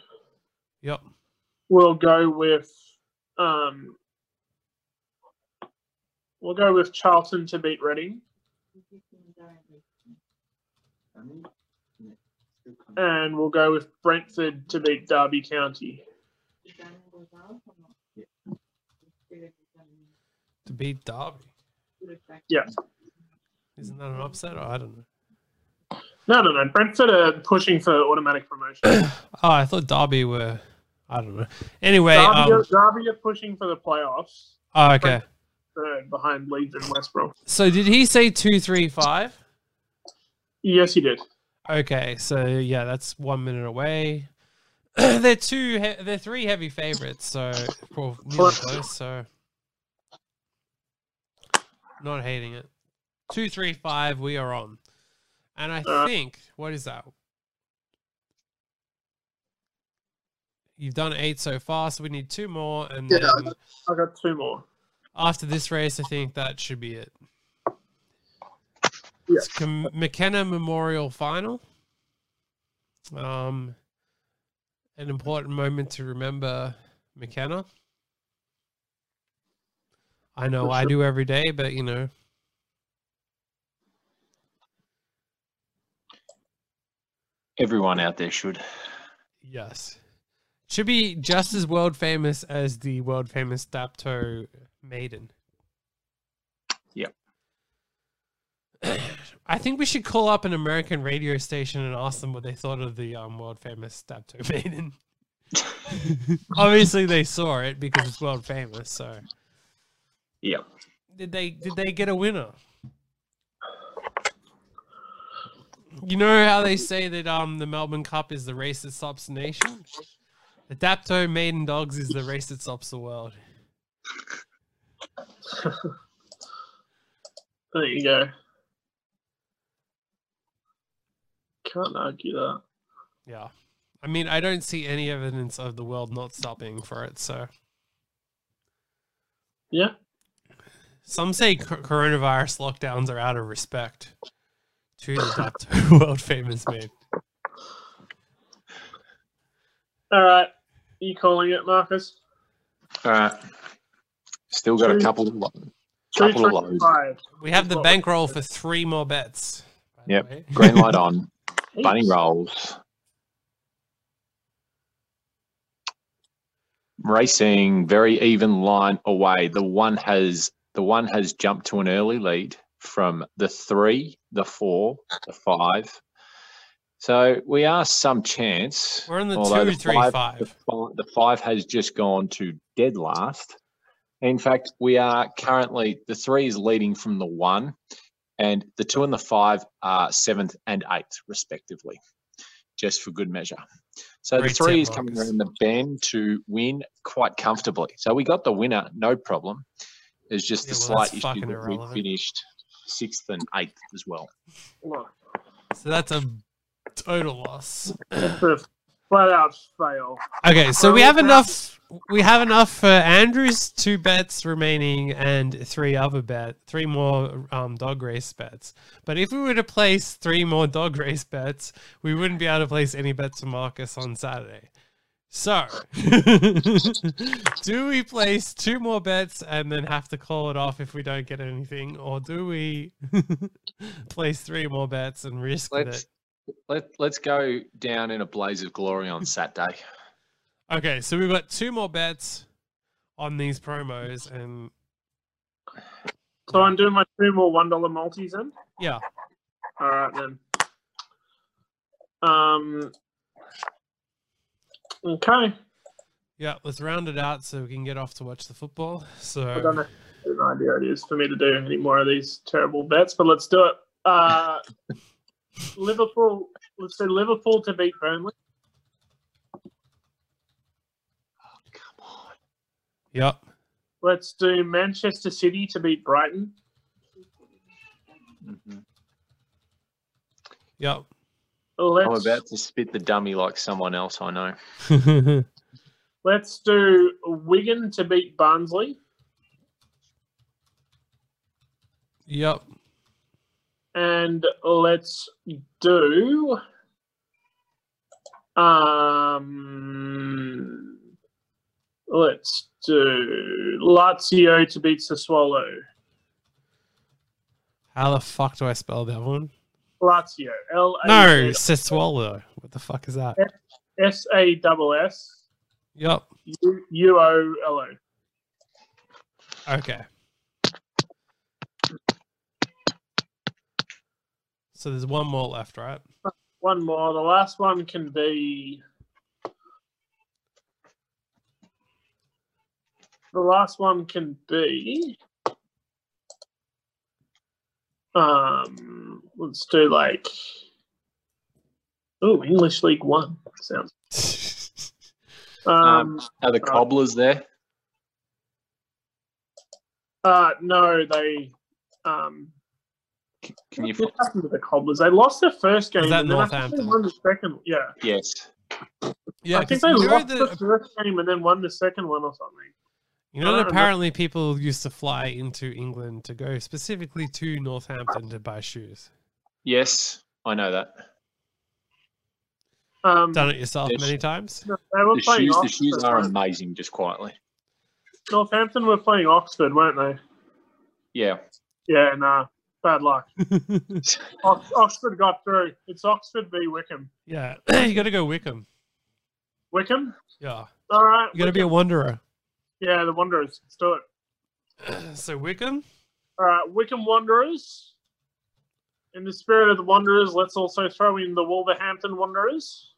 A: Yep.
B: we'll go with um, we'll go with Charlton to beat Reading, and we'll go with Brentford to beat Derby County.
A: To beat Derby.
B: Yeah.
A: Isn't that an upset? I don't know.
B: No, no, no. Brentford are pushing for automatic promotion.
A: Oh, I thought Derby were. I don't know. Anyway.
B: Derby, are,
A: Um,
B: Derby are pushing for the playoffs,
A: oh, okay.
B: third behind Leeds and West Brom.
A: So did he say two, three, five?
B: Yes, he did.
A: Okay, so yeah, that's one minute away. they're two. He- they're three heavy favorites, so well, nearly close. So not hating it. Two, three, five. We are on, and I
B: Uh.
A: think what is that? You've done eight so far, so we need two more, and
B: Yeah.
A: then
B: I got two more.
A: after this race, I think that should be it.
B: Yeah.
A: It's Com- McKenna Memorial Final. Um, an important moment to remember McKenna. I know
B: For
A: I
B: sure.
A: do every day, but you know,
F: Everyone out there should.
A: yes, should be just as world famous as the world famous Dapto Maiden.
F: Yep.
A: I think we should call up an American radio station and ask them what they thought of the um, world famous Dapto Maiden. Obviously, they saw it because it's world famous. So,
F: Yep.
A: did they did they get a winner? You know how they say that um the Melbourne Cup is the race that stops the nation. The Dapto Maiden Dogs is the race that stops the world.
B: There you go. Can't argue that.
A: Yeah, I mean I don't see any evidence of the world not stopping for it. So
B: Yeah.
A: some say co- coronavirus lockdowns are out of respect to the Dapto world famous man.
B: All right. You calling it, Marcus?
F: All right.
E: Still got a
B: Two.
E: couple. Of,
B: Two,
E: Couple of
B: three,
E: lows.
B: five.
A: We have the
B: Well-
A: bankroll for three more bets. by the
E: Yep.
A: way.
E: green light on.
B: Heaps.
E: Bunny rolls. Racing very even line away. The one has the one has jumped to an early lead from the three, the four, the five. So we are some chance.
A: We're in the
E: although
A: two, three, five.
E: The, fi- the five has just gone to dead last. In fact, we are currently the three is leading from the one, and the two and the five are seventh and eighth, respectively, just for good measure. So
A: Great
E: the three
A: tip,
E: is coming
A: Marcus.
E: around the bend to win quite comfortably. So we got the winner, no problem. It's just
A: Yeah,
E: the
A: well, that's
E: slight issue
A: fucking
E: that
A: irrelevant.
E: we finished sixth and eighth as well.
B: Look,
A: So that's a total loss.
B: it's a flat out fail.
A: Okay, so we have
B: Well,
A: enough. We have enough for Andrew's two bets remaining and three other bet, three more um, dog race bets. But if we were to place three more dog race bets, we wouldn't be able to place any bets for Marcus on Saturday. So, do we place two more bets and then have to call it off if we don't get anything, or do we place three more bets and risk that?
E: Let's let, let's go down in a blaze of glory on Saturday.
A: Okay, so we've got two more bets on these promos, and
B: So I'm doing my two more one dollar multis in.
A: yeah,
B: All right then. Um. Okay.
A: yeah, let's round it out so we can get off to watch the football.
B: I don't
A: So,
B: know what an idea it is for me to do any more of these terrible bets, but let's do it. Uh, Liverpool. Let's say Liverpool to beat Burnley.
A: yeah,
B: Let's do Manchester City to beat Brighton.
A: yeah.
B: Let's,
E: I'm about to spit the dummy like someone else I know.
B: let's do Wigan to beat Barnsley.
A: Yep.
B: and let's do um let's do Lazio to beat Sassuolo.
A: How the fuck do I spell that one?
B: Lazio. L A
A: No, Sassuolo. What the fuck is that?
B: S A double S
A: Yep.
B: U U O L O.
A: Okay. So there's one more left, right?
B: One more. The last one can be. The last one can be. Um, let's do like. Oh, English League One sounds. Um,
E: Are the cobblers there?
B: uh, no, they. Um,
E: Can you?
B: what happened to the Cobblers? They lost their first game.
A: Was that
B: and then I think they
A: Northampton?
B: won the second. Yeah,
E: Yes.
A: Yeah,
B: I
A: 'cause
B: think they
A: you know
B: lost the
A: that,
B: first game and then won the second one or something.
A: you know that
B: Uh,
A: apparently people used to fly into England to go specifically to Northampton to buy shoes.
E: Yes, I know that.
B: Um,
A: Done it yourself
E: Yes.
A: many times?
B: No, They were
E: The
B: playing
E: shoes, the
B: Oxford.
E: shoes are
B: weren't-
E: amazing. Just quietly.
B: Northampton were playing Oxford, weren't they?
E: Yeah.
B: Yeah, nah. Bad luck. Ox- Oxford got through. It's Oxford v Wickham.
A: Yeah. you got to go Wickham.
B: Wickham?
A: Yeah.
B: All right.
A: You got to be a
B: Wickham.
A: wanderer.
B: yeah, the Wanderers. Let's do it.
A: so Wickham?
B: All right, Wickham Wanderers. In the spirit of the Wanderers, let's also throw in the Wolverhampton Wanderers.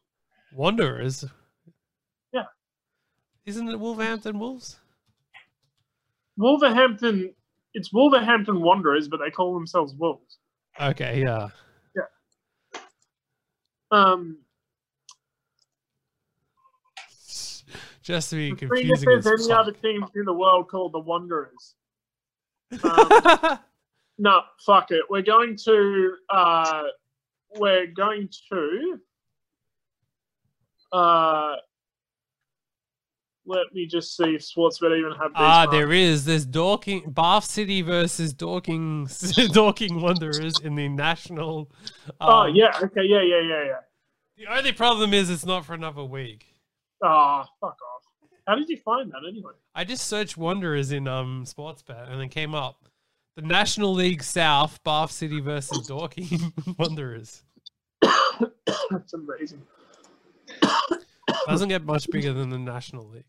A: Wanderers?
B: Yeah.
A: Isn't it Wolverhampton Wolves?
B: Wolverhampton, it's Wolverhampton Wanderers, but they call themselves Wolves.
A: Okay, yeah.
B: Um,
A: Just to be
B: seeing if
A: confusing.
B: there's
A: as
B: any
A: fuck.
B: other teams in the world called the Wanderers. Um, No, fuck it. We're going to uh we're going to uh let me just see if Sportsbet even have these.
A: Ah,
B: marked.
A: there is. There's Dorking Bath City versus Dorking Dorking Wanderers in the national.
B: Oh
A: um,
B: yeah, okay, yeah, yeah, yeah, yeah.
A: The only problem is it's not for another week.
B: Oh, fuck off. How did you find that anyway?
A: I just searched Wanderers in um Sportsbet and it came up. The National League South, Bath City versus Dorking Wanderers.
B: That's amazing.
A: Doesn't get much bigger than the National League.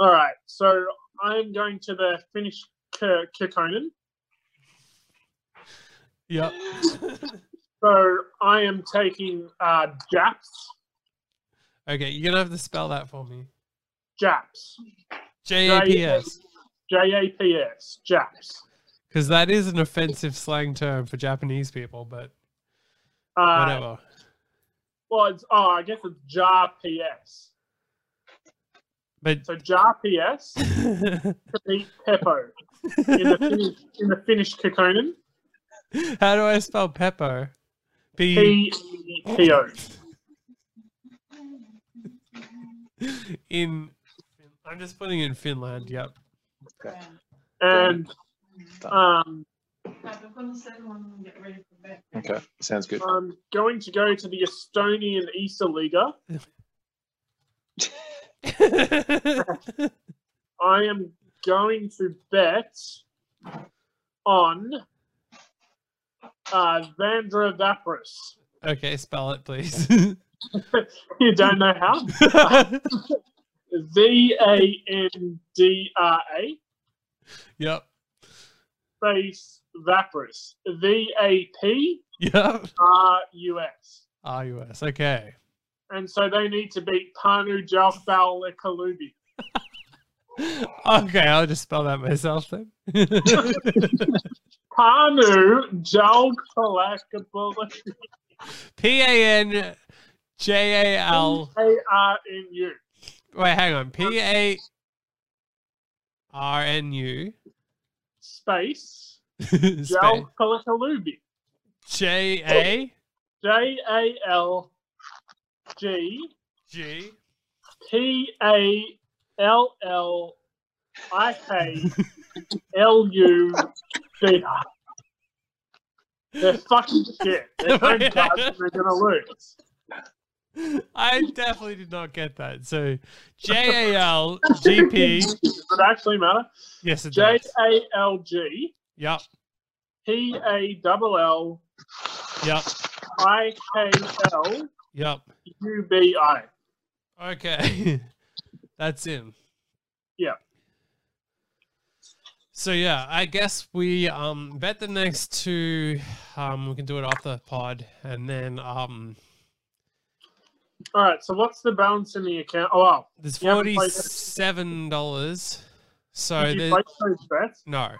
B: All right, so I'm going to the Finnish K- Kekkonen.
A: Yep.
B: So I am taking uh Japs,
A: okay, you're gonna have to spell that for me.
B: Japs,
A: J A P S.
B: J A P S, Japs.
A: Because that is an offensive slang term for Japanese people, but
B: Uh,
A: whatever.
B: Well, it's oh, I guess it's jar PS.
A: But
B: So jar PS to beat Peppo in the Finnish, in the Finnish Kekkonen.
A: How do I spell Peppo? P
B: P
A: Mm.
B: P O.
A: in. I'm just putting in Finland. Yep.
B: And um,
G: I'm gonna send one and get ready for bed.
E: Okay. Sounds good.
B: I'm going to go to the Estonian Liga. I am going to bet on uh, Vandra Vapris.
A: okay, spell it, please.
B: You don't know how? V A N D R A.
A: yep.
B: space Vaporus. V A P
A: Yep.
B: R U S.
A: R U S. Okay.
B: And so they need to beat Panu Jalfal Kalubi.
A: Okay, I'll just spell that myself then.
B: Panu Jalfal
A: P A N J A L.
B: A R N U.
A: Wait, hang on. P A R N U.
B: Space
A: space-
B: Jalfal Kalubi.
A: J A
B: J A L G
A: G.
B: P A L L I K L U B R. They're fucking shit. They're playing cards and they're gonna lose.
A: I definitely did not get that. So J A L G P.
B: Does it actually matter?
A: Yes, it
B: J
A: does.
B: A L G
A: Yep,
B: P A L L
A: yep,
B: I K L
A: yep.
B: U B I.
A: Okay, that's him.
B: Yeah.
A: So yeah, I guess we um bet the next two. Um, we can do it after pod, and then um,
B: All right. So what's the balance in the account? Oh, wow.
A: there's
B: You haven't
A: forty
B: played it.
A: seven dollars. So
B: Did you
A: there-
B: place those bets?
A: no,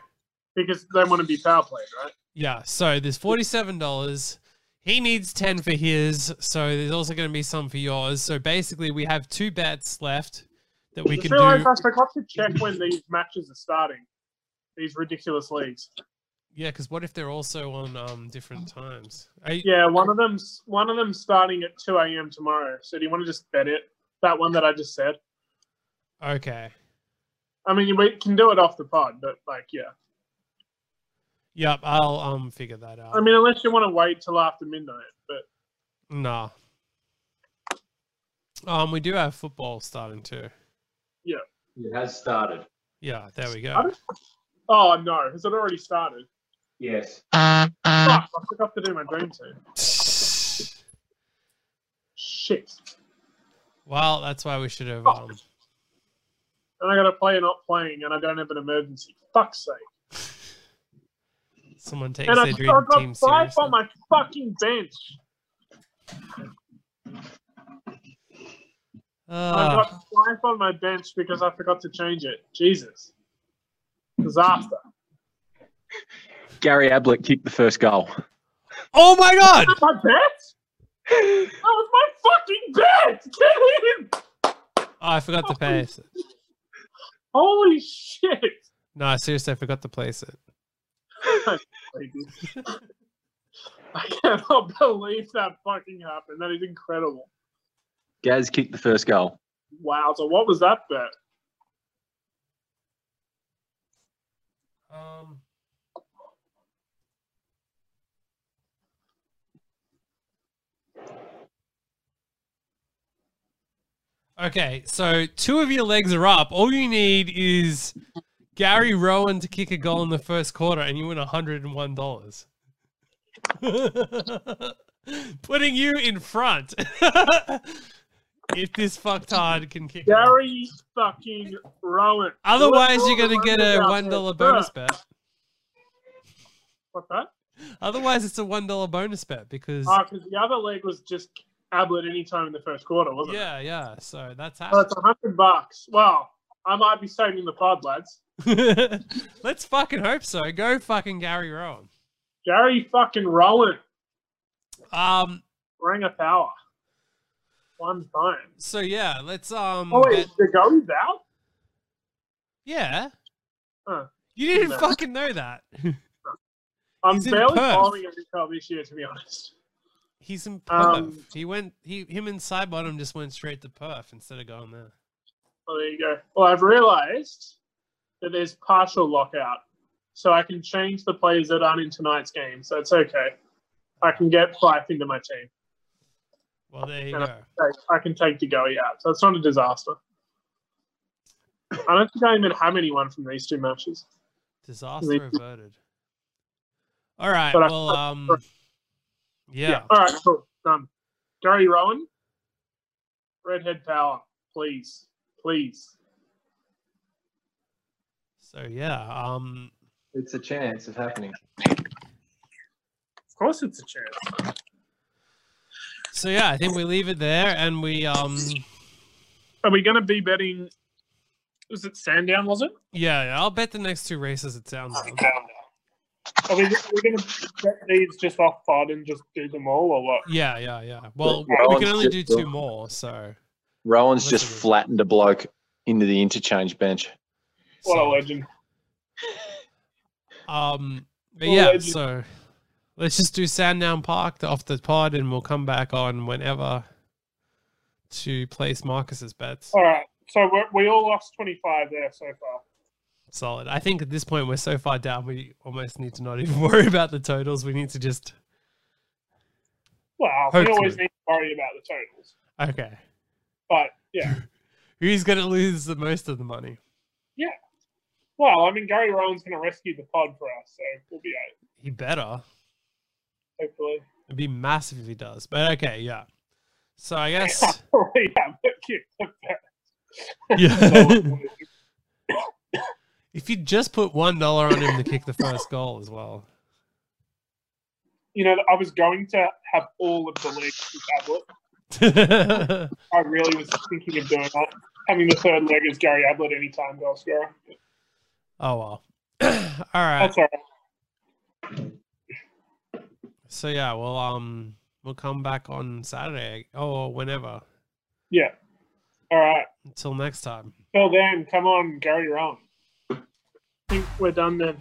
B: Because they want to be power played, right?
A: Yeah, so there's forty-seven dollars. He needs ten for his, so there's also going to be some for yours. So basically, we have two bets left that we
B: I
A: can
B: feel like
A: do.
B: I forgot to check when these matches are starting. These ridiculous leagues.
A: Yeah, because what if they're also on um different times? Are you-
B: Yeah, one of them's one of them's starting at two a.m. tomorrow. So do you want to just bet it? That one that I just said.
A: Okay.
B: I mean, we can do it off the pod, but like, yeah.
A: Yep, I'll um figure that out.
B: I mean, unless you want to wait till after midnight, but
A: nah. Um, we do have football starting too.
F: It has started.
A: Yeah, there we go.
B: Started? oh no, has it already started?
F: Yes.
B: Fuck, I forgot to do my dream team. Shit,
A: Well, that's why we should have um
B: and I got to play and not playing, and I don't have an emergency. Fuck's sake!
A: someone takes
B: And I,
A: their
B: I
A: dream
B: got
A: team
B: five
A: seriously.
B: on my fucking bench. I
A: Ah.
B: got five on my bench because I forgot to change it. Jesus, disaster!
F: Gary Ablett kicked the first goal.
A: Oh my god!
B: My bet? That was my fucking bet. Get in!
A: Oh, I forgot to place it.
B: Holy shit!
A: No, seriously, I forgot to place it.
B: crazy. I cannot believe that fucking happened. That is incredible.
F: Gaz kicked the first goal.
B: Wow. So what was that bet?
A: Um, okay, so two of your legs are up. All you need is Gary Rowan to kick a goal in the first quarter, and you win $101. Putting you in front. if this fucktard can kick a goal.
B: Gary fucking Rowan.
A: Otherwise,
B: What-
A: you're gonna
B: what-
A: get a
B: what-
A: one dollar bonus bet.
B: What's that?
A: Otherwise, it's a one dollar bonus bet because
B: Oh, because the other leg was just Ablett any time in the first quarter, wasn't it?
A: yeah, yeah. So that's
B: So Oh, it's
A: happened.
B: a hundred bucks. Wow. I might be saving the pod, lads.
A: Let's fucking hope so. Go fucking Gary Rowan.
B: Gary fucking Rowan.
A: Um.
B: Ring of power. One time.
A: So yeah, let's um.
B: Oh wait,
A: bet-
B: the goalie's out?
A: yeah.
B: Huh.
A: You didn't
B: Good bet.
A: fucking know that.
B: I'm
A: He's in
B: barely
A: Perth.
B: following NFL this year, to be honest.
A: He's in Perth.
B: Um,
A: he went. He him and Sidebottom just went straight to Perth instead of going there.
B: Well, there you go. Well, I've realised that there's partial lockout, so I can change the players that aren't in tonight's game. So it's okay. I can get Fife into my team.
A: Well, there you
B: Yeah.
A: go.
B: Like, I can take Degoe out. So it's not a disaster. I don't think I even have anyone from these two matches.
A: Disaster averted. All right.
B: But I-
A: Well, um. yeah.
B: All right. Cool. Done. Gary Rowan, redhead power, please, please.
A: So yeah, um,
E: It's a chance of happening.
B: Of course, it's a chance.
A: so yeah, I think we leave it there, and we um,
B: Are we going to be betting? Was it Sandown? Was it?
A: yeah, yeah, I'll bet the next two races it sounds. like.
B: Are we, are we going to get these just off pod and just do them all, or what?
A: Yeah, yeah, yeah. Well,
E: yeah,
A: we can
E: I'll
A: only do
E: just-
A: two more, so
E: Rowan's
A: That's
E: just
A: a good-
E: flattened a bloke into the interchange bench.
B: What a
A: so,
B: legend!
A: um, but
B: What a
A: yeah,
B: legend.
A: so let's just do Sandown Park off the pod, and we'll come back on whenever to place Marcus's bets.
B: All right, so we're, we all lost twenty five there so far.
A: Solid. I think at this point we're so far down, we almost need to not even worry about the totals. We need to just
B: Well, we
A: Hopefully.
B: always need to worry about the totals.
A: okay.
B: But yeah.
A: Who's gonna lose the most of the money?
B: Well, I mean Gary Rowan's gonna rescue the pod for us, so we'll be out,
A: He better.
B: hopefully.
A: It'd be massive if he does. But okay, yeah. So I guess
B: yeah, but keep the bet.
A: yeah. if you just put one dollar on him to kick the first goal as well.
B: you know, I was going to have all of the legs with Ablett.
A: yeah,
B: I really was thinking of doing that. Having the third leg as Gary Ablett anytime goal scorer.
A: Oh well. all right.
B: That's all right.
A: So yeah, we'll um we'll come back on Saturday or whenever.
B: Yeah. All right.
A: Until next time.
B: Till then, come on, Gary Rowan. I think we're done then.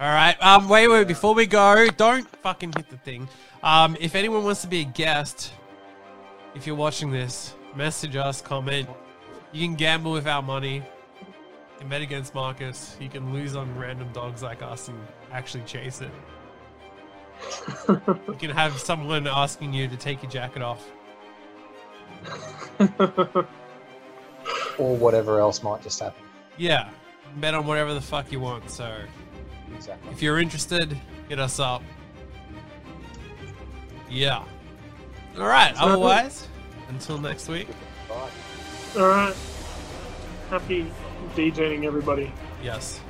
A: All right. Um. Wait. Wait. Before we go, don't fucking hit the thing. Um. If anyone wants to be a guest, if you're watching this, message us, comment. You can gamble with our money. You can bet against Marcus. You can lose on random dogs like us and actually chase it. you can have someone asking you to take your jacket off.
H: or whatever else might just happen.
A: Yeah. Bet on whatever the fuck you want. So,
H: Exactly.
A: if you're interested, hit us up. Yeah. All right. Otherwise, until next week.
B: All right. Happy DJing, everybody.
A: Yes.